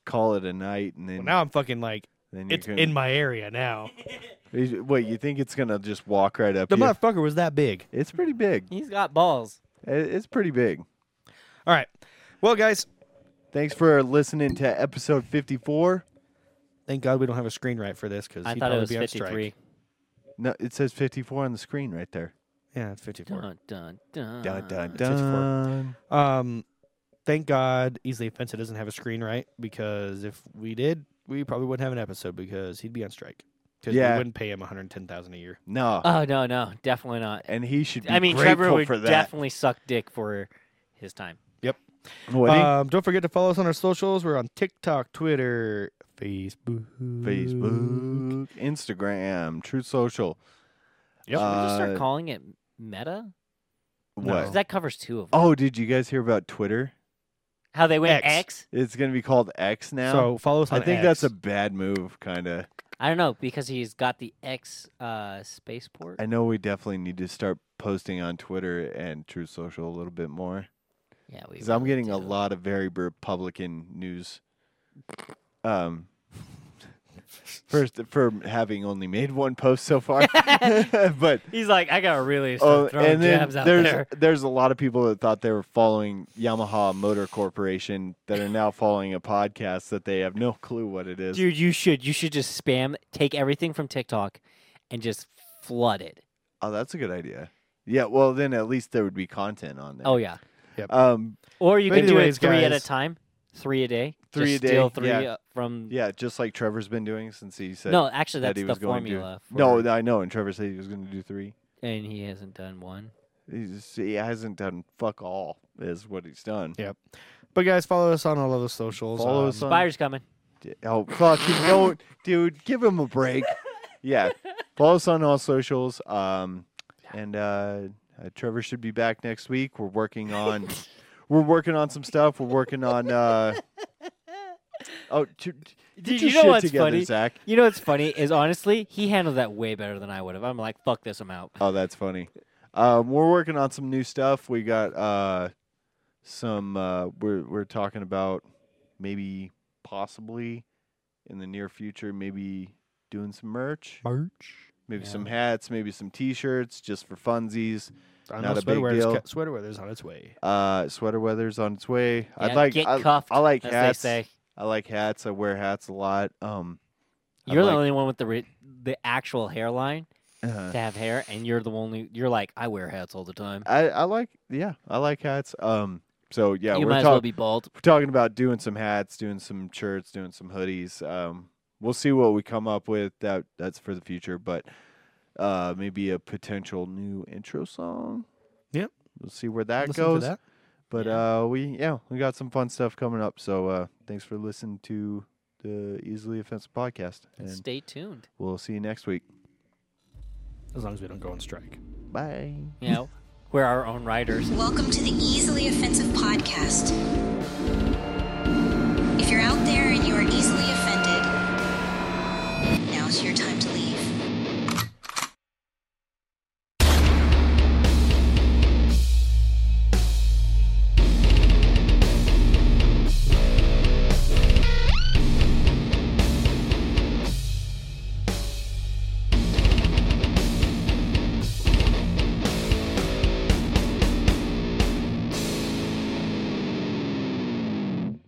B: call it a night and then
A: Well, now I'm fucking like,
B: then you
A: it's
B: can-
A: in my area now.
B: Is- Wait, you think it's gonna just walk right up?
A: The
B: you?
A: motherfucker was that big.
B: It's pretty big.
D: He's got balls.
B: I- It's pretty big.
A: All right. Well, guys,
B: Thanks for listening to episode fifty-four.
A: thank God we don't have a screen right for this because
D: I
A: he'd
D: thought it
A: probably
D: was
A: be on
D: 53.
A: strike.
B: No, it says fifty-four on the screen right there.
A: Yeah, it's 54.
D: Dun, dun, dun.
B: Dun dun
A: It's 54.
B: dun.
A: Um, thank God easily offensive doesn't have a screen right because if we did, we probably wouldn't have an episode because he'd be on strike because
B: Yeah.
A: we wouldn't pay him one hundred ten thousand a year.
B: No,
D: Oh, no, no. Definitely not.
B: and he should be
D: I mean,
B: grateful
D: Trevor would
B: for that.
D: definitely suck dick for his time.
A: Yep.
B: Would he?
A: Um, don't forget to follow us on our socials. We're on TikTok, Twitter, Facebook.
B: Facebook, Instagram, Truth Social.
A: Yep.
D: Should we just
B: Uh,
D: start calling it meta?
B: What?
D: 'Cause that covers two of them.
B: Oh, did you guys hear about Twitter?
D: How they went
A: X.
D: X?
B: It's going to be called X now.
A: So follow us
B: I
A: on.
B: think that's a
A: X.
B: bad move, kind of.
D: I don't know because he's got the X uh, spaceport.
B: I know we definitely need to start posting on Twitter and True Social a little bit more
D: yeah, we.
B: because I'm
D: really
B: getting a
D: do.
B: lot of very Republican news. Um, first for having only made one post so far, but
D: He's like, I gotta really start
B: Oh,
D: throwing
B: and then
D: jabs out
B: there's
D: there.
B: there's a lot of people that thought they were following Yamaha Motor Corporation that are now following a podcast that they have no clue what it is.
D: Dude, you should you should just spam take everything from TikTok and just flood it.
B: Oh, that's a good idea. Yeah, well then at least there would be content on there.
D: Oh yeah.
B: Um
D: Or you
A: But
D: can do it
A: anyways,
D: three at a
A: guys-
D: time. Three a day.
B: Three
D: Just
B: a day,
D: Steal three
B: yeah.
D: uh, from
B: yeah, just like Trevor's been doing since he said
D: No, actually
B: that
D: that's
B: he
D: the
B: was going to-
D: formula. for-
B: No, I know, and Trevor said he was going to do 3.
D: and he hasn't done one.
B: He's, he hasn't done fuck all is what he's done.
A: Yep. But guys, follow us on all of the socials.
B: Follow
A: um,
B: us on-
D: Spire's coming.
B: D- Oh, fuck, you don't, dude. Give him a break. Yeah. Follow us on all socials. Um, and uh, uh, Trevor should be back next week. We're working on, we're working on some stuff. We're working on. Uh, oh, t- t- get
D: Dude,
B: your
D: you know
B: shit
D: what's
B: together,
D: funny?
B: Zach.
D: You know what's funny is honestly he handled that way better than I would have. I'm like, fuck this, I'm out.
B: Oh, that's funny. Um, we're working on some new stuff. We got uh, some. Uh, we're we're talking about maybe possibly in the near future, maybe doing some merch.
A: merch.
B: maybe
D: Yeah.
B: some hats, maybe some T-shirts, just for funsies.
A: I
B: Not
A: know
B: a
A: sweater
B: big
A: weather's,
B: deal.
A: ca- sweater weather's on its way.
B: Uh, sweater weather's on its way. I'd
D: Yeah,
B: like.
D: get
B: I,
D: cuffed,
B: I like
D: as
B: hats.
D: they say.
B: I like hats. I wear hats a lot. Um, I'd
D: You're
B: like-
D: the only one with the re- the actual hairline
B: uh,
D: to have hair, and you're the only. You're like, I wear hats all the time.
B: I I like. Yeah, I like hats. Um, so yeah,
D: you
B: we're
D: might as
B: talk-
D: well be bald.
B: we're talking about doing some hats, doing some shirts, doing some hoodies. Um, we'll see what we come up with. That that's for the future, but uh, maybe a potential new intro song.
A: Yep.
B: We'll see where that
A: Listen for
B: goes.
A: that.
B: But uh, we yeah we got some fun stuff coming up. So uh, thanks for listening to the Easily Offensive podcast, and
D: Stay tuned.
B: we'll see you next week.
A: As long as we don't go on strike.
B: Bye.
D: You know, we're our own writers.
C: Welcome to the Easily Offensive Podcast.